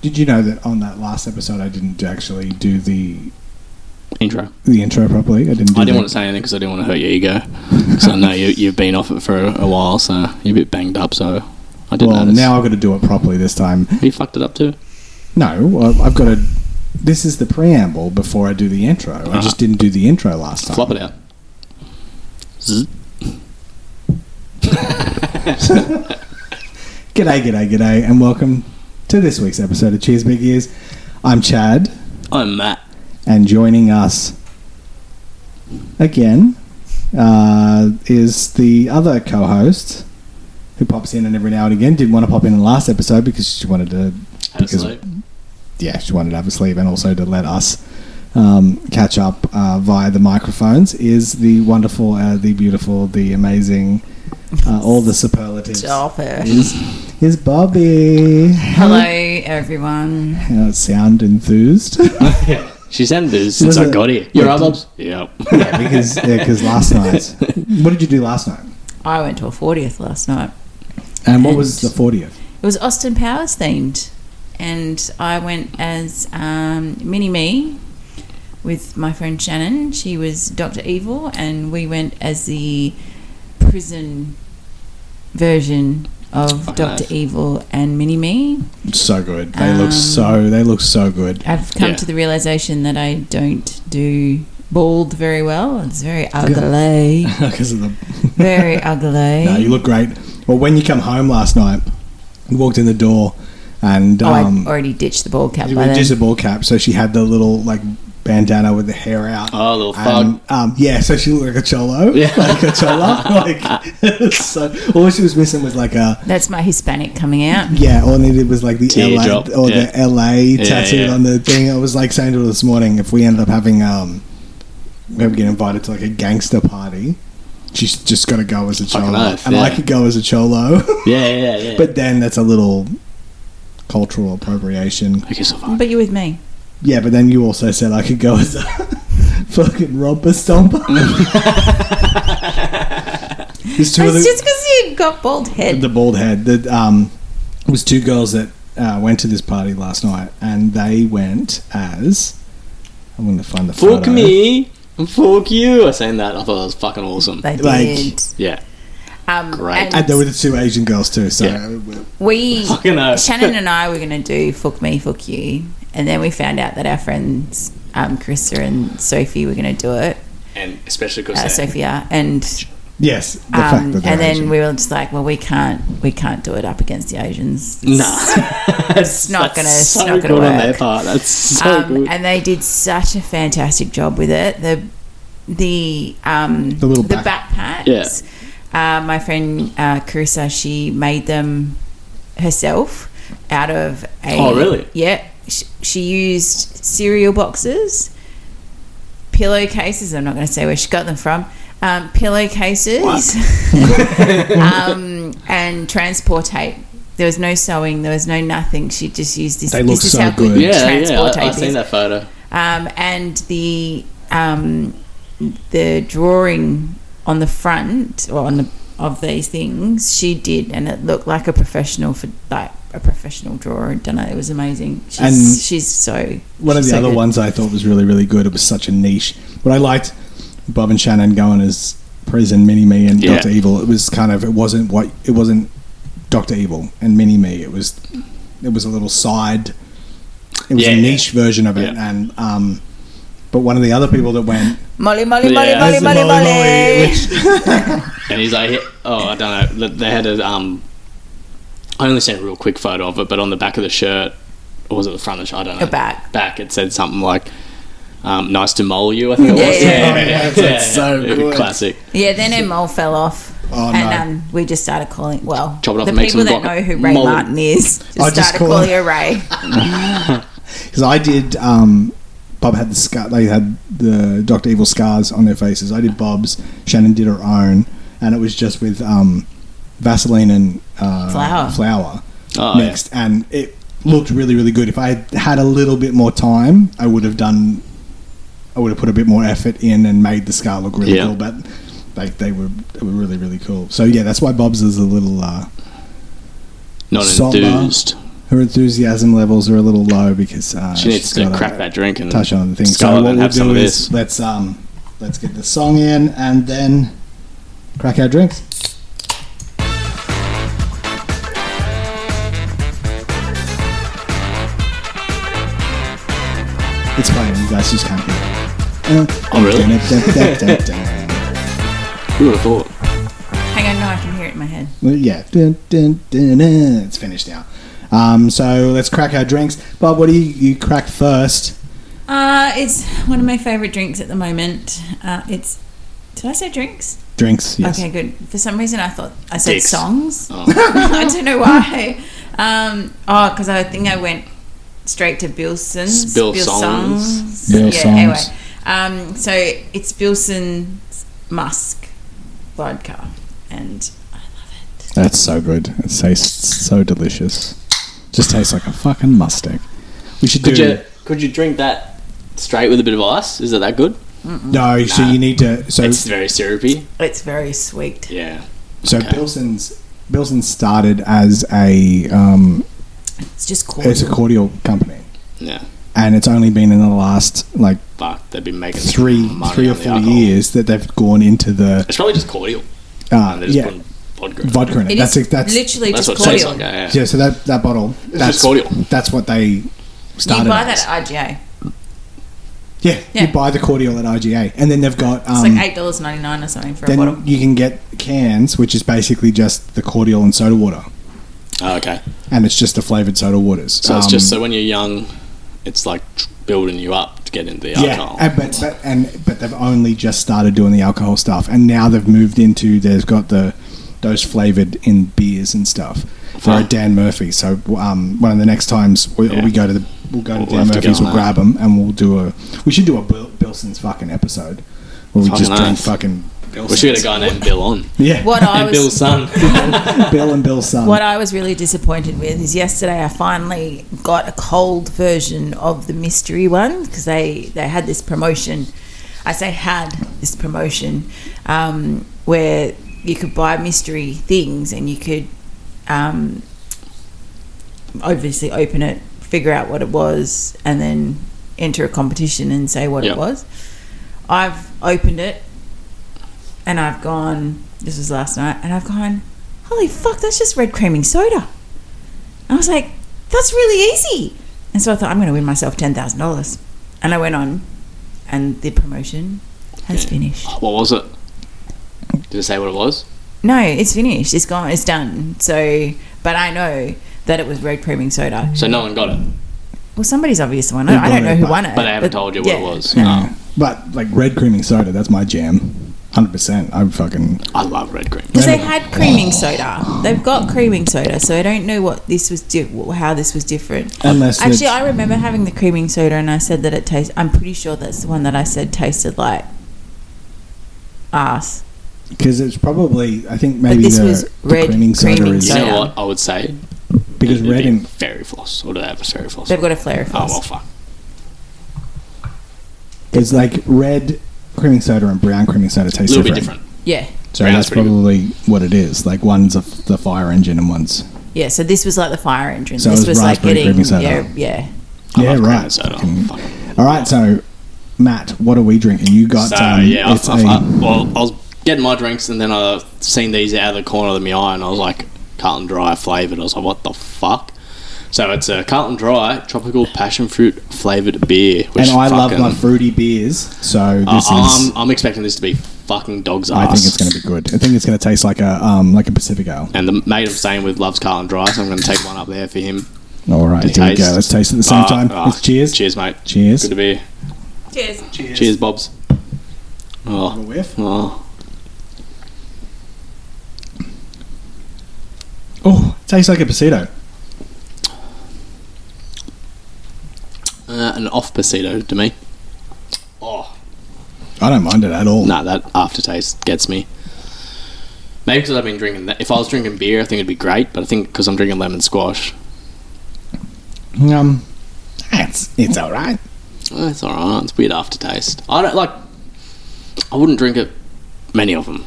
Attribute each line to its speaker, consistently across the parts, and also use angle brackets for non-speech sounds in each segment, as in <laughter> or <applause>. Speaker 1: Did you know that on that last episode I didn't actually do the
Speaker 2: Intro.
Speaker 1: the intro properly? I didn't. Do
Speaker 2: I didn't
Speaker 1: the-
Speaker 2: want to say anything because I didn't want to hurt your ego. Because I
Speaker 1: <laughs>
Speaker 2: know you, you've been off it for a while, so you're a bit banged up. So I did
Speaker 1: Well,
Speaker 2: notice.
Speaker 1: now I've got to do it properly this time.
Speaker 2: you fucked it up too.
Speaker 1: No, I- I've got to. This is the preamble before I do the intro. I just didn't do the intro last time.
Speaker 2: Uh-huh. Flop it out. Zzz.
Speaker 1: G'day, g'day, g'day, and welcome to this week's episode of Cheers Big Ears. I'm Chad,
Speaker 2: I'm Matt.
Speaker 1: and joining us again uh, is the other co-host who pops in and every now and again didn't want to pop in the last episode because she wanted to
Speaker 2: Have a
Speaker 1: Because-
Speaker 2: sleep.
Speaker 1: yeah, she wanted to have a sleep and also to let us um, catch up uh, via the microphones is the wonderful, uh, the beautiful, the amazing, uh, all the superlatives
Speaker 3: Stop it.
Speaker 1: is, is Bobby.
Speaker 3: Mm-hmm. Hello, everyone.
Speaker 1: Uh, sound enthused.
Speaker 2: <laughs>
Speaker 1: <laughs>
Speaker 2: She sent this since
Speaker 1: Was
Speaker 2: I
Speaker 1: it-
Speaker 2: got here. Your others? Yep.
Speaker 1: <laughs> yeah,
Speaker 2: <laughs>
Speaker 1: because yeah, 'cause last night. What did you do last night?
Speaker 3: I went to a 40th last night.
Speaker 1: And what was the 40th?
Speaker 3: It was Austin Powers themed, and I went as um, Mini Me with my friend Shannon. She was Dr. Evil, and we went as the prison version of
Speaker 2: Fuck
Speaker 3: Dr.
Speaker 2: nice.
Speaker 3: Evil and Mini Me.
Speaker 1: So good. They look
Speaker 3: Um,
Speaker 1: so. They look so good. <laughs>
Speaker 3: I've come
Speaker 2: Yeah.
Speaker 3: to the realization that I don't do bald very well. It's very ugly.
Speaker 1: <laughs> Because of the
Speaker 3: very ugly.
Speaker 1: No, you look great. Well, when you come home last night, you walked in the door and
Speaker 3: Oh,
Speaker 1: um,
Speaker 3: I already ditched the ball cap
Speaker 1: you
Speaker 3: by
Speaker 1: were
Speaker 3: then.
Speaker 1: just a ball cap, so she had the little like bandana with the hair out.
Speaker 2: Oh, little
Speaker 1: And,
Speaker 2: fog.
Speaker 1: um, yeah, so she looked like a cholo, <laughs>
Speaker 2: Yeah.
Speaker 1: like a chola. Like, <laughs> so all she was missing was like a
Speaker 3: That's my Hispanic coming out.
Speaker 1: yeah. All needed was like the
Speaker 2: Teardrop,
Speaker 1: LA or
Speaker 2: yeah.
Speaker 1: the LA tattooed
Speaker 2: yeah.
Speaker 1: on the thing. I was like saying to her this morning, if we ended up having um, we ever get invited to like a gangster party, she's just got to go as a
Speaker 2: Fucking
Speaker 1: cholo,
Speaker 2: oath,
Speaker 1: and I
Speaker 2: yeah.
Speaker 1: could go as a cholo. <laughs>
Speaker 2: Yeah, yeah, yeah.
Speaker 1: But then that's a little cultural appropriation.
Speaker 2: okay, so
Speaker 1: <laughs>
Speaker 2: fuck.
Speaker 3: But you're with me.
Speaker 1: Yeah, but then you also said I could go as a <laughs> fucking romper stomper.
Speaker 2: <laughs>
Speaker 1: There's two of the,
Speaker 3: It's just because you got bald head.
Speaker 1: the bald head. That um, it was two girls that uh, went to this party last night, and they went as I'm going to find the
Speaker 2: Fuck
Speaker 1: photo.
Speaker 2: me. and Fuck you. I sang that. I thought that was fucking awesome.
Speaker 3: They
Speaker 1: like-
Speaker 3: did.
Speaker 2: Yeah.
Speaker 3: Um,
Speaker 2: Great.
Speaker 1: And
Speaker 3: And
Speaker 1: there were the two Asian girls too. So uh,
Speaker 2: Yeah.
Speaker 1: <laughs>
Speaker 3: we,
Speaker 2: Fucking hell.
Speaker 3: <laughs> Shannon and I, were going to do "fuck me, fuck you," and then we found out that our friends, um, Krista and Sophie, were going to do it.
Speaker 2: And especially
Speaker 3: Uh,
Speaker 2: because
Speaker 3: Sophia and
Speaker 1: yes, the fact
Speaker 3: um,
Speaker 1: that
Speaker 3: and
Speaker 1: they're
Speaker 3: then
Speaker 1: Asian.
Speaker 3: we were just like, well, we can't, we can't do it up against the Asians. <laughs>
Speaker 2: Nah. <laughs>
Speaker 3: It's not gonna- it's
Speaker 2: so
Speaker 3: not gonna
Speaker 2: good on their
Speaker 3: work.
Speaker 2: part. That's so
Speaker 3: um,
Speaker 2: good.
Speaker 3: and they did such a fantastic job with it. The the um,
Speaker 1: The little back-
Speaker 3: backpacks. Uh, my friend uh, Carissa, she made them herself out of a.
Speaker 2: Oh, really?
Speaker 3: Yeah, she, she used cereal boxes, pillowcases. I'm not going to say where she got them from. Um, pillowcases, <laughs>
Speaker 2: <laughs>
Speaker 3: um, and transport tape. There was no sewing. There was no nothing. She just used this.
Speaker 1: They
Speaker 3: this
Speaker 1: look
Speaker 3: is
Speaker 1: so
Speaker 3: how
Speaker 1: good.
Speaker 2: yeah, yeah.
Speaker 3: transport
Speaker 2: I, I've
Speaker 3: tape
Speaker 2: seen
Speaker 3: is.
Speaker 2: that photo.
Speaker 3: Um, and the um, the drawing on the front or on the of these things she did, and it looked like a professional for like a professional drawer. had Done it. It was amazing. She's,
Speaker 1: And-
Speaker 3: she's so
Speaker 1: One of the
Speaker 3: she's so
Speaker 1: other
Speaker 3: good.
Speaker 1: ones I thought was really, really good. It was such a niche. But I liked Bob and Shannon going as prison mini me and
Speaker 2: Yeah.
Speaker 1: Doctor Evil. It was kind of it wasn't what it wasn't Doctor Evil and mini me. It was it was a little side. It was
Speaker 2: Yeah,
Speaker 1: a
Speaker 2: yeah.
Speaker 1: niche version of it,
Speaker 2: Yeah.
Speaker 1: and um, but one of the other people that went
Speaker 3: Molly, Molly, Molly,
Speaker 2: Yeah.
Speaker 3: Molly,
Speaker 1: as
Speaker 3: Molly,
Speaker 1: Molly,
Speaker 3: Molly.
Speaker 1: which-
Speaker 2: And he's like, oh, I don't know. They had a, um, I only seen a real quick photo of it, but on the back of the shirt, or was it the front of the shirt? I don't know.
Speaker 3: The back.
Speaker 2: Back, it said something like, um, nice to mole you, I think it
Speaker 3: Yeah,
Speaker 2: was.
Speaker 3: yeah,
Speaker 1: yeah. That's so good.
Speaker 2: Classic.
Speaker 3: Yeah, then her mole fell off.
Speaker 1: Oh,
Speaker 3: and
Speaker 1: no.
Speaker 3: um, we just started calling well
Speaker 2: Chop it off
Speaker 3: the
Speaker 2: and make
Speaker 3: people
Speaker 2: some
Speaker 3: that
Speaker 2: block-
Speaker 3: know who Ray
Speaker 2: mole.
Speaker 3: Martin is just
Speaker 1: I
Speaker 3: started
Speaker 1: just call
Speaker 3: calling
Speaker 1: her-
Speaker 3: her Ray.
Speaker 1: because I did. Um, Bob had the scar. They had the Doctor Evil scars on their faces. I did Bob's. Shannon did her own, and it was just with um, Vaseline and uh,
Speaker 3: Flour.
Speaker 1: flour
Speaker 2: Oh, yeah.
Speaker 1: mixed, and it looked really, really good. If I had had a little bit more time, I would have done. I would have put a bit more effort in and made the scar look really
Speaker 2: Yeah.
Speaker 1: cool, but like they were, they were really, really cool. So yeah, that's why Bob's is a little. Uh,
Speaker 2: Not
Speaker 1: Somber.
Speaker 2: enthused.
Speaker 1: her enthusiasm levels are a little low because uh,
Speaker 2: She needs
Speaker 1: she's
Speaker 2: to
Speaker 1: gotta
Speaker 2: crack that drink and
Speaker 1: touch on the thing.
Speaker 2: Scarlet
Speaker 1: so what
Speaker 2: and
Speaker 1: we'll
Speaker 2: have some
Speaker 1: do
Speaker 2: of
Speaker 1: is
Speaker 2: this.
Speaker 1: let's um let's get the song in and then crack our drinks. It's playing. You guys just can't hear. it.
Speaker 2: Oh, really? Who would have thought?
Speaker 3: Hang on, no, I can hear it in my head.
Speaker 1: Well, yeah, dun, dun, dun, dun. it's finished now. Um, so let's crack our drinks. Bob, what do you, you crack first?
Speaker 3: Uh, it's one of my favourite drinks at the moment. Uh, it's. Did I say drinks?
Speaker 1: Drinks, yes.
Speaker 3: Okay, good. For some reason, I thought I said
Speaker 2: Dicks.
Speaker 3: songs.
Speaker 2: Oh,
Speaker 3: <laughs> I don't know why. Um, oh, because I think I went straight to Bilson's.
Speaker 2: Bill Songs.
Speaker 1: Bill
Speaker 3: yeah,
Speaker 1: Songs.
Speaker 3: anyway. Um, so it's Bilson's Musk vodka. And I love it.
Speaker 1: That's so good. It tastes so delicious. Just tastes like a fucking mustang. We should
Speaker 2: could
Speaker 1: do
Speaker 2: you could you drink that straight with a bit of ice? Is it that good?
Speaker 1: no. So you need to. So
Speaker 2: It's very syrupy.
Speaker 3: It's very sweet.
Speaker 2: Yeah.
Speaker 1: so
Speaker 2: okay.
Speaker 1: Bilson's Bilson started as a um,
Speaker 3: It's just
Speaker 1: it's a
Speaker 3: cordial.
Speaker 1: cordial company,
Speaker 2: Yeah.
Speaker 1: and it's only been in the last like
Speaker 2: Fuck, they've been making
Speaker 1: three
Speaker 2: money
Speaker 1: three or
Speaker 2: on the
Speaker 1: four
Speaker 2: alcohol.
Speaker 1: years that they've gone into the
Speaker 2: It's probably just cordial.
Speaker 1: uh,
Speaker 2: And they're just
Speaker 1: yeah
Speaker 2: putting vodka. in it.
Speaker 1: vodka in it.
Speaker 3: It
Speaker 1: that's
Speaker 3: is
Speaker 1: it, that's
Speaker 3: literally
Speaker 2: That's
Speaker 3: just
Speaker 2: what it tastes
Speaker 3: cordial.
Speaker 2: like. eh? Yeah. yeah.
Speaker 1: yeah. So that that bottle that's
Speaker 2: just cordial.
Speaker 1: That's what they started.
Speaker 3: you buy
Speaker 1: as.
Speaker 3: that at IGA.
Speaker 1: Yeah,
Speaker 3: Yeah.
Speaker 1: you buy the cordial at IGA, and then they've got
Speaker 3: It's
Speaker 1: um,
Speaker 3: like eight dollars ninety nine or something for a
Speaker 1: then
Speaker 3: bottle.
Speaker 1: you can get cans, which is basically just the cordial and soda water,
Speaker 2: Oh, okay.
Speaker 1: and it's just the flavored soda waters.
Speaker 2: So it's
Speaker 1: Um,
Speaker 2: just so when you're young, it's like tr- building you up to get into the
Speaker 1: yeah,
Speaker 2: alcohol.
Speaker 1: and, but, but and but they've only just started doing the alcohol stuff, and now they've moved into they've got the those flavored in beers and stuff for
Speaker 2: Huh.
Speaker 1: Dan Murphy. So um, one of the next times we,
Speaker 2: Yeah.
Speaker 1: we go to the we'll go to
Speaker 2: We'll
Speaker 1: Dan
Speaker 2: have to
Speaker 1: Murphy's,
Speaker 2: go
Speaker 1: we'll
Speaker 2: on
Speaker 1: grab them, and we'll do a we should do a Bil- Bilson's fucking episode where we
Speaker 2: Fucking
Speaker 1: just drink
Speaker 2: nice.
Speaker 1: fucking.
Speaker 2: we should get a guy named Bill on.
Speaker 1: Yeah,
Speaker 3: What I
Speaker 2: and Bill's
Speaker 3: was
Speaker 2: son.
Speaker 1: Bill and Bill's son.
Speaker 3: what I was really disappointed with is yesterday I finally got a cold version of the mystery one because they they had this promotion. I say had this promotion um, where you could buy mystery things and you could um, obviously open it, figure out what it was, and then enter a competition and say what
Speaker 2: Yep.
Speaker 3: it was. I've opened it and I've gone, this was last night, and I've gone, holy fuck, that's just red creaming soda. I was like, that's really easy. And so I thought, I'm going to win myself $10,000. And I went on, and the promotion has finished.
Speaker 2: <laughs> what was it? Did it say what it was?
Speaker 3: No, it's finished. It's gone. It's done. So, but I know that it was red creaming soda.
Speaker 2: So no one got it,
Speaker 3: Well, somebody's obviously won it.
Speaker 1: Who
Speaker 3: I don't
Speaker 1: won it,
Speaker 3: know who
Speaker 1: but-
Speaker 3: won it.
Speaker 2: but I haven't told you what it
Speaker 3: yeah.
Speaker 2: was.
Speaker 1: Yeah. But like red creaming soda, that's my jam. Hundred percent. I'm fucking
Speaker 2: I love red cream.
Speaker 3: Because they had creaming soda. They've got creaming soda, so I don't know what this was di- how this was different.
Speaker 1: unless
Speaker 3: Actually,
Speaker 1: it's-
Speaker 3: I remember having the creaming soda, and I said that it tastes. I'm pretty sure that's the one that I said tasted like ass.
Speaker 1: because it's probably I think maybe
Speaker 3: this
Speaker 1: the,
Speaker 3: was
Speaker 1: the
Speaker 3: red
Speaker 1: creaming soda
Speaker 3: creaming
Speaker 1: is
Speaker 2: You
Speaker 3: soda.
Speaker 2: know
Speaker 3: yeah.
Speaker 2: what I would say?
Speaker 1: because
Speaker 2: It'd
Speaker 1: red
Speaker 2: be
Speaker 1: and
Speaker 2: fairy floss, or do they have a fairy floss?
Speaker 3: They've got a flare of
Speaker 2: Oh well,
Speaker 3: us.
Speaker 2: fuck.
Speaker 1: is like red creaming soda and brown creaming soda
Speaker 2: A
Speaker 1: taste
Speaker 2: little bit
Speaker 1: different.
Speaker 2: different.
Speaker 3: Yeah,
Speaker 1: So
Speaker 2: Brown's
Speaker 1: that's
Speaker 2: pretty good.
Speaker 1: probably what it is. Like one's a f the fire engine and one's
Speaker 3: yeah. So this was like the fire engine.
Speaker 1: So it
Speaker 3: this
Speaker 1: was
Speaker 3: was, like
Speaker 1: raspberry
Speaker 3: getting
Speaker 1: creaming soda.
Speaker 3: yeah, yeah.
Speaker 2: I
Speaker 1: yeah
Speaker 2: love cream
Speaker 1: right.
Speaker 2: and soda.
Speaker 1: Fucking-
Speaker 2: Fuck.
Speaker 1: All right, so Matt, what are we drinking? You got
Speaker 2: So
Speaker 1: um,
Speaker 2: yeah, I,
Speaker 1: it's
Speaker 2: I,
Speaker 1: a-
Speaker 2: I, well, I was getting my drinks and then I seen these out of the corner of my eye and I was like, Carlton Dry flavored. I was like, what the fuck? So it's a Carlton Dry tropical passion fruit flavored beer. Which
Speaker 1: and I love
Speaker 2: fucking- Uh, um,
Speaker 1: my fruity beers. So
Speaker 2: I-
Speaker 1: this is.
Speaker 2: I'm, I'm expecting this to be fucking dog's ass.
Speaker 1: I think it's going to be good. I think it's going to taste like a um, like a Pacific Ale.
Speaker 2: And the mate I'm staying with loves Carlton Dry, so I'm going to take one up there for him.
Speaker 1: All right,
Speaker 2: It
Speaker 1: here we go.
Speaker 2: tastes-
Speaker 1: Let's taste it at the same
Speaker 2: Ah,
Speaker 1: time.
Speaker 2: ah,
Speaker 1: Let's cheers.
Speaker 2: Cheers, mate.
Speaker 1: Cheers.
Speaker 2: Good to be here.
Speaker 3: Cheers.
Speaker 2: Cheers, Bobs. Oh, oh.
Speaker 1: Oh, it tastes like a pasito.
Speaker 2: Uh, an off pasito to me. Oh,
Speaker 1: I don't mind it at all.
Speaker 2: nah, that aftertaste gets me. Maybe because I've been drinking that. If I was drinking beer, I think it'd be great, but I think because I'm drinking lemon squash,
Speaker 1: Um, it's it's all right.
Speaker 2: eh, it's alright. It's weird aftertaste. I don't like. I wouldn't drink it. Many of them.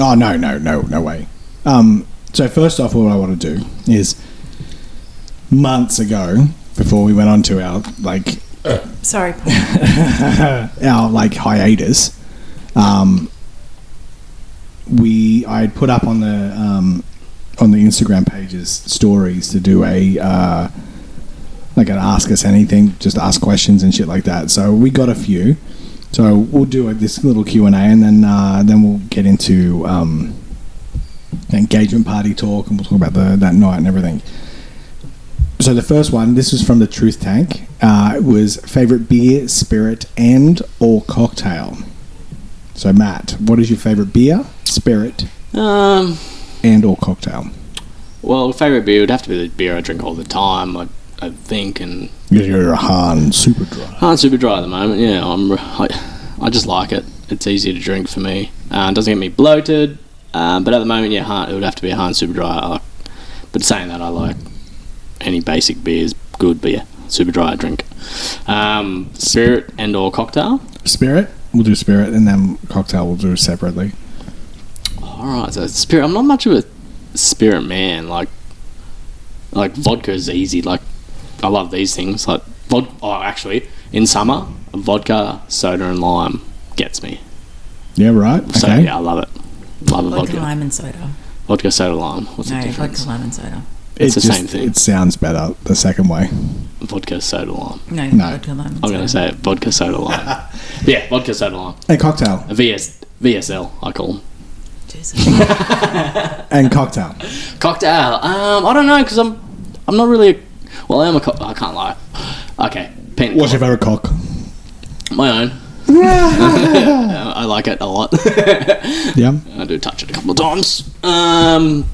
Speaker 1: Oh no no no no way. Um, so first off, what I want to do is months ago before we went on to our like
Speaker 3: Sorry, Paul.
Speaker 1: <laughs> our like hiatus, um, we I had put up on the um, on the Instagram pages stories to do a uh, like an ask us anything, just ask questions and shit like that. So we got a few. So we'll do a, this little Q and A, and then uh, then we'll get into um, engagement party talk, and we'll talk about the, that night and everything. So the first one, this was from the Truth Tank. Uh, it was favorite beer, spirit, and or cocktail. So Matt, what is your favorite beer, spirit,
Speaker 2: Um,
Speaker 1: and or cocktail?
Speaker 2: well, favorite beer would have to be the beer I drink all the time. I, I think, and
Speaker 1: You're a Han super dry.
Speaker 2: I'm super dry at the moment. Yeah, I'm. I, I just like it. It's easy to drink for me. Uh, it doesn't get me bloated. Um, but at the moment, yeah, Han, it would have to be a Han super dry. I like, but saying that, I like any basic beer is good. But yeah, super dry I drink. Um, spirit and or cocktail.
Speaker 1: Spirit, we'll do spirit, and then cocktail we'll do separately.
Speaker 2: All right, so spirit. I'm not much of a spirit man. Like, like vodka is easy. Like, I love these things. Like, vod- oh, actually, in summer, vodka, soda, and lime gets me.
Speaker 1: Yeah, right.
Speaker 2: So
Speaker 1: okay.
Speaker 2: yeah, I love it. Love a
Speaker 3: Vodka,
Speaker 2: vodka.
Speaker 3: lime and soda.
Speaker 2: Vodka soda lime. What's
Speaker 3: No,
Speaker 2: the difference?
Speaker 3: vodka, lime and soda.
Speaker 2: It's
Speaker 1: It
Speaker 2: the
Speaker 1: just-
Speaker 2: same thing.
Speaker 1: It sounds better the second way.
Speaker 2: Vodka soda lime.
Speaker 3: No,
Speaker 1: No.
Speaker 3: vodka, lime and
Speaker 2: I'm
Speaker 3: soda.
Speaker 2: gonna say it. Vodka soda
Speaker 3: <laughs>
Speaker 2: lime. yeah, vodka soda lime.
Speaker 1: And cocktail.
Speaker 2: A VS VSL. I call them.
Speaker 3: Jesus.
Speaker 1: And cocktail.
Speaker 2: Cocktail. Um, I don't know because I'm I'm not really. A, well, I am a. Co- I can't lie. Okay, pina
Speaker 1: <laughs> What's your
Speaker 2: colada.
Speaker 1: favorite cock?
Speaker 2: My own. Uh, <laughs> I like it a lot.
Speaker 1: Yeah.
Speaker 2: I do touch it a couple of times. Um,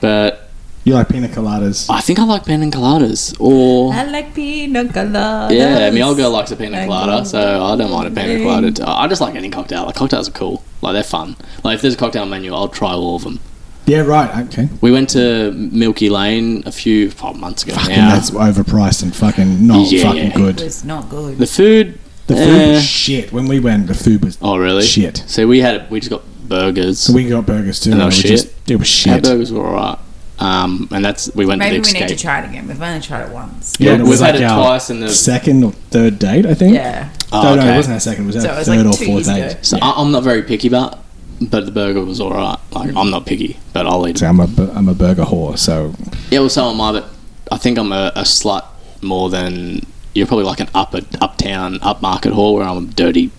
Speaker 2: but
Speaker 1: You like pina coladas.
Speaker 2: I think I like pina coladas or.
Speaker 3: I like pina coladas.
Speaker 2: Oh. Yeah, my old girl likes a pina
Speaker 3: Thank
Speaker 2: colada,
Speaker 3: you.
Speaker 2: so I don't mind a pina
Speaker 3: Yay.
Speaker 2: colada. too. I just like any cocktail. Like cocktails are cool. Like they're fun. Like if there's a cocktail menu, I'll try all of them.
Speaker 1: Yeah, right. Okay.
Speaker 2: We went to Milky Lane a few oh, months ago
Speaker 1: Fucking
Speaker 2: now.
Speaker 1: that's overpriced and fucking not
Speaker 2: Yeah.
Speaker 1: fucking
Speaker 3: It
Speaker 1: good.
Speaker 3: was not
Speaker 2: the
Speaker 3: good.
Speaker 2: food.
Speaker 1: The food
Speaker 2: eh.
Speaker 1: was shit. When we went, the food was
Speaker 2: oh really?
Speaker 1: shit.
Speaker 2: So we had we just got burgers.
Speaker 1: So we got burgers too.
Speaker 2: And
Speaker 1: and
Speaker 2: that was
Speaker 1: we
Speaker 2: shit?
Speaker 1: Just, it was
Speaker 2: Our
Speaker 1: shit.
Speaker 2: burgers were alright. Um, and that's we went
Speaker 3: Maybe
Speaker 2: to the
Speaker 3: we
Speaker 2: escape.
Speaker 3: need to try it again. We've only tried it once.
Speaker 1: Yeah,
Speaker 2: Yeah,
Speaker 1: it
Speaker 2: we've
Speaker 1: was
Speaker 2: had
Speaker 1: like
Speaker 2: it
Speaker 1: our-
Speaker 2: twice in the.
Speaker 1: Second or third date, I think.
Speaker 3: Yeah.
Speaker 2: Oh,
Speaker 1: no, no,
Speaker 2: okay.
Speaker 1: it wasn't our second. It was our
Speaker 3: So it was
Speaker 1: third
Speaker 3: like
Speaker 1: or
Speaker 3: two
Speaker 1: fourth
Speaker 3: years ago.
Speaker 1: date.
Speaker 2: So I, I'm not very picky about, but the burger was alright. Like I'm not picky, but I'll eat it.
Speaker 1: So I'm a bu- I'm a burger whore. So
Speaker 2: Yeah, well, so am I, but I think I'm a, a slut more than you're probably like an upper uptown upmarket whore, where I'm a dirty.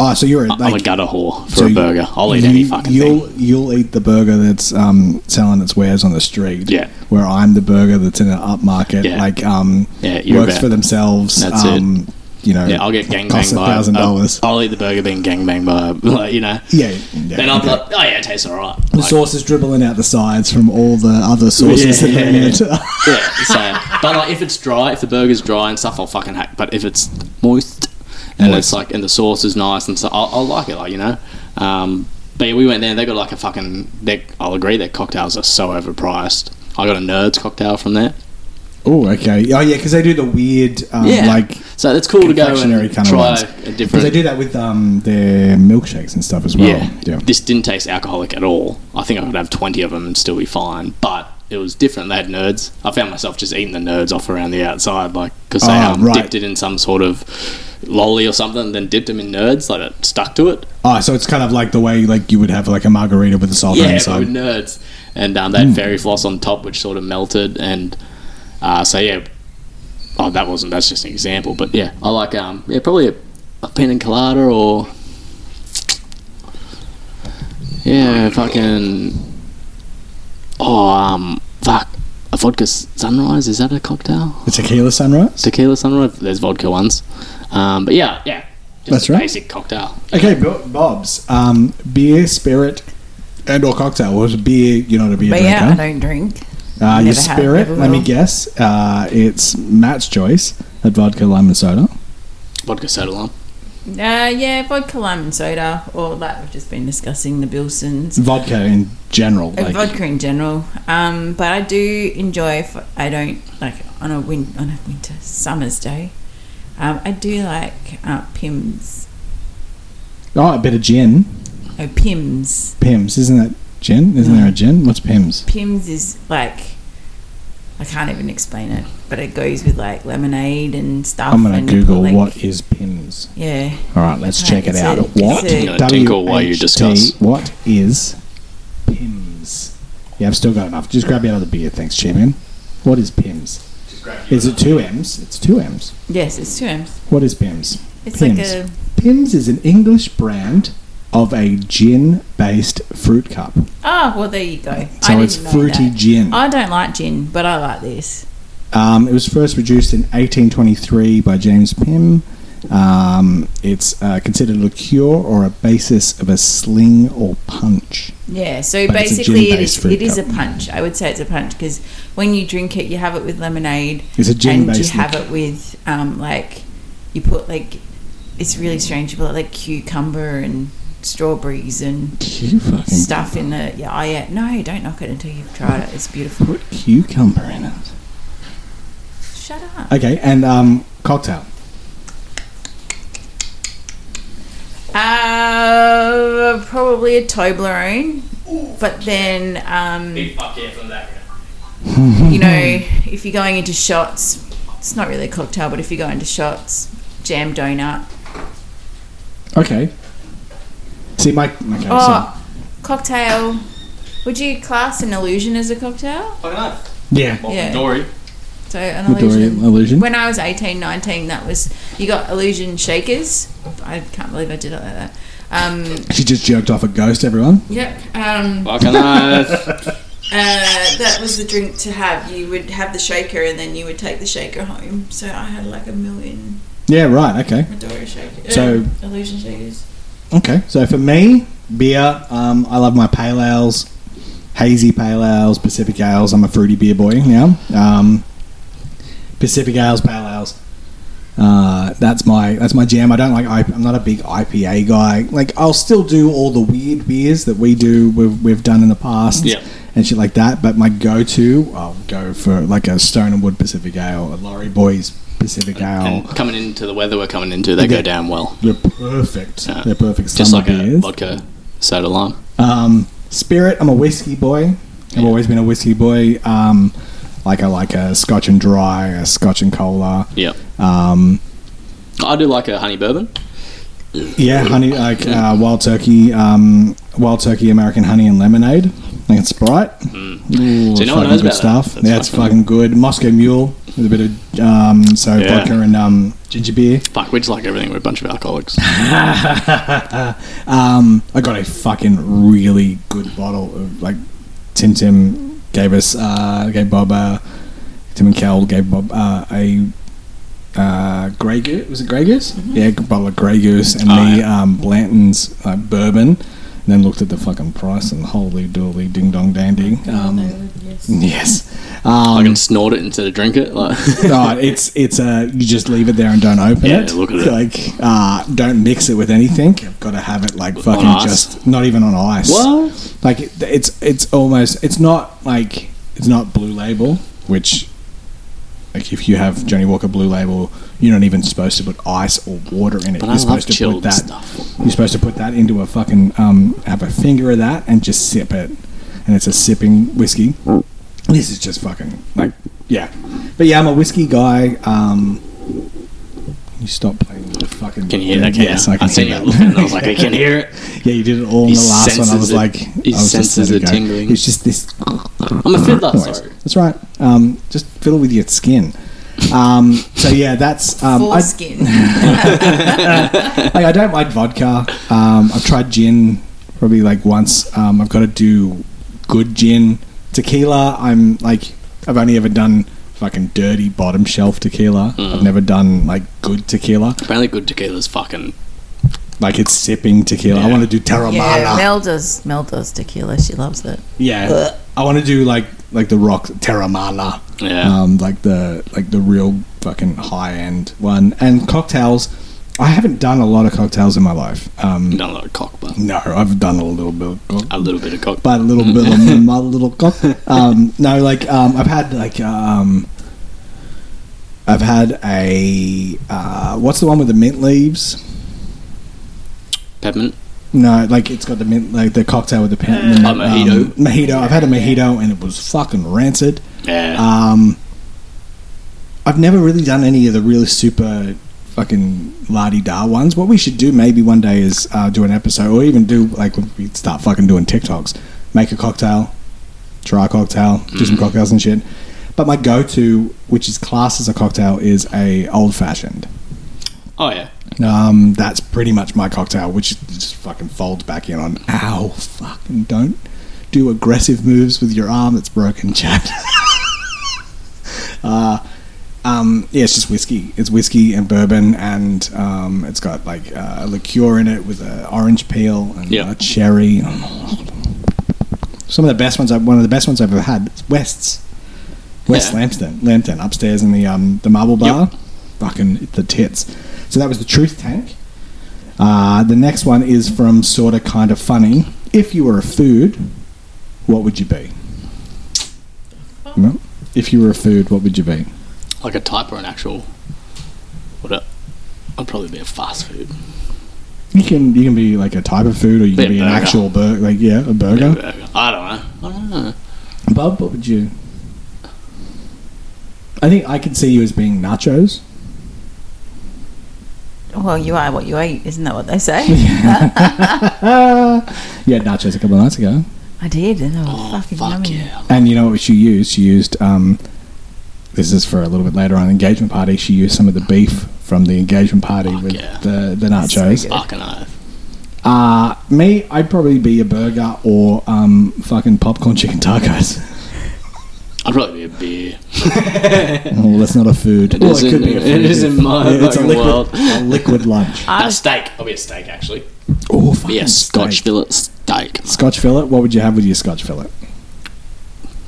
Speaker 1: oh, so you're a,
Speaker 2: I-
Speaker 1: like
Speaker 2: I'm a gutter whore for
Speaker 1: so
Speaker 2: a
Speaker 1: you-
Speaker 2: burger. I'll eat any
Speaker 1: you-
Speaker 2: fucking
Speaker 1: you'll,
Speaker 2: thing.
Speaker 1: You'll eat the burger that's um, selling its wares on the street.
Speaker 2: Yeah.
Speaker 1: Where I'm the burger that's in an upmarket,
Speaker 2: Yeah.
Speaker 1: like um,
Speaker 2: Yeah, you're
Speaker 1: works
Speaker 2: about-
Speaker 1: for themselves.
Speaker 2: That's it.
Speaker 1: um, You know.
Speaker 2: Yeah, I'll get
Speaker 1: costs
Speaker 2: gangbanged
Speaker 1: a
Speaker 2: by. a-
Speaker 1: thousand dollars.
Speaker 2: I'll eat the burger being gangbanged by, a- <laughs> like, you know.
Speaker 1: Yeah. yeah
Speaker 2: Then I'll be
Speaker 1: okay.
Speaker 2: like, oh yeah, it tastes alright.
Speaker 1: The
Speaker 2: Like,
Speaker 1: sauce is dribbling out the sides from all the other sauces
Speaker 2: Yeah,
Speaker 1: that are in
Speaker 2: yeah, <laughs>
Speaker 1: it.
Speaker 2: yeah, so. But like, if it's dry, if the burger's dry and stuff, I'll fucking hack. But if it's moist and it's like, and the sauce is nice and so, I'll, I'll like it, like you know. Um, but yeah, we went there and they got like a fucking. They, I'll agree, their cocktails are so overpriced. I got a nerds cocktail from there.
Speaker 1: oh, okay. Oh, yeah, because they do the weird, um,
Speaker 2: Yeah.
Speaker 1: like,
Speaker 2: So it's cool to go
Speaker 1: confectionery
Speaker 2: and
Speaker 1: kind of
Speaker 2: try
Speaker 1: ones.
Speaker 2: a
Speaker 1: because
Speaker 2: different.
Speaker 1: they do that with um, their milkshakes and stuff as well.
Speaker 2: yeah.
Speaker 1: yeah.
Speaker 2: this didn't taste alcoholic at all. I think I could have twenty of them and still be fine. But it was different. They had nerds. I found myself just eating the nerds off around the outside, like because they
Speaker 1: Ah,
Speaker 2: um,
Speaker 1: right.
Speaker 2: dipped it in some sort of lolly or something, then dipped them in nerds, like it stuck to it.
Speaker 1: Oh, so it's kind of like the way like you would have like a margarita with a salt
Speaker 2: yeah, but
Speaker 1: inside.
Speaker 2: with nerds, and um, they
Speaker 1: Hmm.
Speaker 2: had fairy floss on top, which sort of melted, and uh, so yeah. Oh, that wasn't. That's just an example, but yeah, I like um, yeah, probably a, a pina colada or yeah, fucking oh um, fuck a vodka s- sunrise. Is that a cocktail?
Speaker 1: The tequila sunrise.
Speaker 2: Tequila sunrise. There's vodka ones, um, but yeah, yeah, just
Speaker 1: That's
Speaker 2: a
Speaker 1: right.
Speaker 2: Basic cocktail.
Speaker 1: Okay, Bo- Bob's um, beer, spirit, and or cocktail. What was beer? You're not a beer
Speaker 3: But
Speaker 1: drinker.
Speaker 3: yeah, I don't drink.
Speaker 1: uh, your
Speaker 3: never have,
Speaker 1: spirit.
Speaker 3: never
Speaker 1: Let me
Speaker 3: will.
Speaker 1: guess. Uh, it's Matt's choice at vodka, lime, and soda.
Speaker 2: Vodka soda lime.
Speaker 3: Uh, yeah, vodka, lime and soda. Or like we've just been discussing, the Bilsons.
Speaker 1: Vodka in general.
Speaker 3: Uh,
Speaker 1: Like,
Speaker 3: vodka in general. Um, but I do enjoy if I don't like on a win on a winter summer's day. Um, I do like uh, Pims.
Speaker 1: oh, a bit of gin.
Speaker 3: Oh, Pims. Mm.
Speaker 1: Pims, isn't that gin? Isn't there a gin? What's Pims?
Speaker 3: Pims is like I can't even explain it, but it goes with like lemonade and stuff.
Speaker 1: I'm going
Speaker 3: and,
Speaker 1: to Google
Speaker 3: like, Uh,
Speaker 1: what is pins.
Speaker 3: Yeah,
Speaker 1: All right, let's
Speaker 3: Right,
Speaker 1: check it
Speaker 3: it's
Speaker 1: out.
Speaker 3: a-
Speaker 1: what?
Speaker 3: it's a-
Speaker 2: Gonna tinkle while you
Speaker 1: WHT,
Speaker 2: discuss.
Speaker 1: What is PIMS? Yeah, I've still got enough. Just grab me another beer, thanks, Chairman. What is PIMS? Is it two M's? It's two M's.
Speaker 3: yes, it's two M's.
Speaker 1: What is PIMS?
Speaker 3: It's
Speaker 1: Pims.
Speaker 3: like a
Speaker 1: PIMS is an English brand of a gin-based fruit cup.
Speaker 3: oh well, there you go. I
Speaker 1: So
Speaker 3: didn't
Speaker 1: it's
Speaker 3: know
Speaker 1: fruity
Speaker 3: that.
Speaker 1: gin.
Speaker 3: I don't like gin, but I like this.
Speaker 1: Um, it was first produced in 1823 by James Pym. Um, it's uh, considered a liqueur or a basis of a sling or punch.
Speaker 3: Yeah, so
Speaker 1: But it's a
Speaker 3: basically it
Speaker 1: gin-based
Speaker 3: is
Speaker 1: fruit
Speaker 3: it is a
Speaker 1: cup.
Speaker 3: punch. I would say it's a punch because when you drink it, you have it with lemonade,
Speaker 1: It's a
Speaker 3: and you
Speaker 1: gin-based.
Speaker 3: have it with um, like you put like it's really strange. You put like cucumber and strawberries and
Speaker 1: you fucking
Speaker 3: stuff in it. Yeah, I yeah. No, don't knock it until you've tried it. It's beautiful.
Speaker 1: put cucumber in it.
Speaker 3: Shut up.
Speaker 1: Okay, and um, cocktail.
Speaker 3: Uh, probably a Toblerone, but then um,
Speaker 2: Big fuck yeah from that.
Speaker 3: you know, if you're going into shots, it's not really a cocktail, but if you go into shots, jam donut.
Speaker 1: Okay. See, my okay,
Speaker 3: Oh, cocktail. Would you class an illusion as a cocktail?
Speaker 2: Fucking up.
Speaker 1: so, yeah.
Speaker 2: Well,
Speaker 3: Yeah.
Speaker 2: Dory.
Speaker 3: So an
Speaker 1: The Dorian
Speaker 3: illusion.
Speaker 1: illusion.
Speaker 3: When I was 18, 19, that was you got illusion shakers. I can't believe I did it like that. Um,
Speaker 1: She just jerked off a ghost. Everyone.
Speaker 3: yep. Um,
Speaker 1: <laughs>
Speaker 2: Fucking up.
Speaker 3: uh, that was the drink to have. You would have the shaker, and then you would take the shaker home. So I had like a million
Speaker 1: Yeah. Right. Okay.
Speaker 3: Midori shakers.
Speaker 1: So-
Speaker 3: illusion shakers.
Speaker 1: Okay. So for me, beer. Um, I love my pale ales, hazy pale ales, Pacific ales. I'm a fruity beer boy now. Um, Pacific ales, pale ales. Uh, that's my that's my jam. I don't like. I, I'm not a big IPA guy. Like I'll still do all the weird beers that we do. We've, we've done in the past.
Speaker 2: Yeah.
Speaker 1: And shit like that, but my go-to, I'll go for like a Stone and Wood Pacific Ale, a Laurie Boys Pacific Ale.
Speaker 2: And coming into the weather we're coming into, they
Speaker 1: Oh. Yeah.
Speaker 2: go down well.
Speaker 1: They're perfect.
Speaker 2: Yeah.
Speaker 1: They're perfect.
Speaker 2: Just
Speaker 1: summer
Speaker 2: like a
Speaker 1: beers.
Speaker 2: vodka soda lime.
Speaker 1: Um, spirit, I'm a whiskey boy. I've
Speaker 2: Yeah.
Speaker 1: always been a whiskey boy. Um, like I like a Scotch and dry, a Scotch and cola.
Speaker 2: Yep.
Speaker 1: Um,
Speaker 2: I do like a honey bourbon.
Speaker 1: yeah, honey, like uh, wild turkey, um, wild turkey, American honey and lemonade. Like it's Sprite. Ooh,
Speaker 2: Mm. See, no one
Speaker 1: fucking
Speaker 2: knows
Speaker 1: good
Speaker 2: about that.
Speaker 1: stuff.
Speaker 2: That's
Speaker 1: yeah, it's
Speaker 2: fucking-
Speaker 1: fucking good. Moscow Mule with a bit of um, so
Speaker 2: Yeah.
Speaker 1: vodka and um, ginger beer.
Speaker 2: Fuck, we just like everything. We're a bunch of alcoholics.
Speaker 1: um, I got a fucking really good bottle of like Tim Tim gave us uh, gave Bob uh, Tim and Cal gave Bob uh, a uh, Grey Goose was it Grey Goose? Yeah, a bottle of Grey Goose and
Speaker 2: Oh,
Speaker 1: the um, Blanton's uh, bourbon. And then looked at the fucking price and holy dooly ding dong dandy. Um, yes.
Speaker 2: I
Speaker 1: Um,
Speaker 2: can snort it instead of drink it. Like, <laughs>
Speaker 1: no, it's it's a you just leave it there and don't open
Speaker 2: Yeah,
Speaker 1: it.
Speaker 2: look at it.
Speaker 1: Like uh, don't mix it with anything. You've got to have it like fucking
Speaker 2: ice.
Speaker 1: just not even on ice.
Speaker 2: what?
Speaker 1: Like it, it's it's almost it's not like it's not blue label, which like if you have Johnny Walker blue label, you're not even supposed to put ice or water in it.
Speaker 2: But
Speaker 1: you're
Speaker 2: I love
Speaker 1: supposed to put
Speaker 2: chilled
Speaker 1: that
Speaker 2: stuff.
Speaker 1: you're supposed to put that into a fucking um, have a finger of that and just sip it, and it's a sipping whiskey. This is just fucking like yeah, but yeah, I'm a whiskey guy. Um, can you stop playing with the fucking.
Speaker 2: Can you hear that? Can
Speaker 1: yes,
Speaker 2: you?
Speaker 1: I can
Speaker 2: seen
Speaker 1: hear
Speaker 2: you
Speaker 1: that.
Speaker 2: looking. <laughs> I
Speaker 1: <laughs>
Speaker 2: was like, I can hear it.
Speaker 1: yeah, you did it all in
Speaker 2: He
Speaker 1: the last one. I
Speaker 2: senses
Speaker 1: was
Speaker 2: it.
Speaker 1: like,
Speaker 2: He
Speaker 1: I was just
Speaker 2: senses
Speaker 1: let
Speaker 2: it
Speaker 1: go.
Speaker 2: tingling.
Speaker 1: It's just this
Speaker 2: I'm a fiddler.
Speaker 1: noise.
Speaker 2: Sorry.
Speaker 1: That's right. Um, just fiddle with your skin. Um, so yeah, that's um, I- <laughs>
Speaker 3: Foreskin.
Speaker 1: like I don't mind vodka. Um, I've tried gin probably like once. Um, I've got to do good gin. Tequila, I'm like I've only ever done fucking dirty bottom shelf tequila.
Speaker 2: Hmm.
Speaker 1: I've never done like good tequila.
Speaker 2: Apparently, good tequila's fucking.
Speaker 1: Like it's sipping tequila. I
Speaker 2: Yeah.
Speaker 1: want to do Terramana.
Speaker 3: Yeah,
Speaker 1: Yeah.
Speaker 3: Mel does. Mel does tequila. She loves it.
Speaker 1: I want to do like like the rock Terramana.
Speaker 2: Yeah.
Speaker 1: Um, like the like the real fucking high end one and cocktails. I haven't done a lot of cocktails in my life. Um,
Speaker 2: Not a lot of cock, but
Speaker 1: no, I've done a little bit. Of cock-
Speaker 2: a little bit of cock.
Speaker 1: by a little bit of
Speaker 2: <laughs>
Speaker 1: my little cock. Um, no, like um, I've had like um, I've had a uh, what's the one with the mint leaves?
Speaker 2: Peppermint.
Speaker 1: No, like it's got the mint, like the cocktail with the pen.
Speaker 2: A Uh, mojito.
Speaker 1: mojito. I've had a mojito and it was fucking rancid.
Speaker 2: Yeah.
Speaker 1: Um, I've never really done any of the really super fucking lardy da ones. What we should do maybe one day is uh, do an episode, or even do like when we start fucking doing TikToks, make a cocktail, try a cocktail, do some cocktails and shit. But my go-to, which is classed as a cocktail, is a old fashioned.
Speaker 2: oh yeah.
Speaker 1: Um, that's pretty much my cocktail, which just fucking folds back in on. Ow, fucking don't do aggressive moves with your arm that's broken, Chad. <laughs> uh, um, yeah, it's just whiskey. It's whiskey and bourbon, and um, it's got like uh, a liqueur in it with an orange peel and
Speaker 2: Yep.
Speaker 1: uh, cherry. Some of the best ones. I've, one of the best ones I've ever had. is West's. West
Speaker 2: Yeah.
Speaker 1: Lambton, Lambton, upstairs in the um, the marble bar. Fucking the tits. So that was the truth tank. Uh, the next one is from sorta kind of funny. If you were a food, what would you be? No? If you were a food, what would you be?
Speaker 2: Like a type or an actual. What? A, I'd probably be a fast food.
Speaker 1: You can you can be like a type of food, or you can be
Speaker 2: Be a
Speaker 1: an
Speaker 2: burger.
Speaker 1: actual burger. Like yeah, a
Speaker 2: Yeah,
Speaker 1: burger.
Speaker 2: burger. I don't know. I don't know.
Speaker 1: Bob, what would you? I think I could see you as being nachos. <laughs>
Speaker 3: Well, you are what you eat, isn't that what they
Speaker 1: <laughs>
Speaker 3: say?
Speaker 1: You had nachos a couple of nights ago.
Speaker 3: I did, and they were
Speaker 2: Oh,
Speaker 3: fucking
Speaker 2: fuck
Speaker 3: yummy.
Speaker 2: yeah.
Speaker 1: And you know what she used? She used um, this is for a little bit later on engagement party. She used some of the beef from the engagement party
Speaker 2: Fuck
Speaker 1: with
Speaker 2: yeah.
Speaker 1: the the
Speaker 3: That's so
Speaker 1: nachos.
Speaker 3: good.
Speaker 2: Fucking oath.
Speaker 1: uh, me, I'd probably be a burger or um, fucking popcorn chicken tacos.
Speaker 2: <laughs> I'd probably be a
Speaker 1: <laughs>
Speaker 2: beer.
Speaker 1: well, that's not a food.
Speaker 2: It
Speaker 1: Well,
Speaker 2: isn't- it isn't my
Speaker 1: Yeah, it's a
Speaker 2: fucking
Speaker 1: liquid,
Speaker 2: world.
Speaker 1: a liquid
Speaker 2: <laughs>
Speaker 1: lunch.
Speaker 3: I
Speaker 2: a
Speaker 3: was,
Speaker 2: steak. I'll be a steak actually.
Speaker 1: Oh, fucking
Speaker 2: Be a Scotch
Speaker 1: steak.
Speaker 2: fillet steak.
Speaker 1: Scotch fillet. What would you have with your Scotch fillet?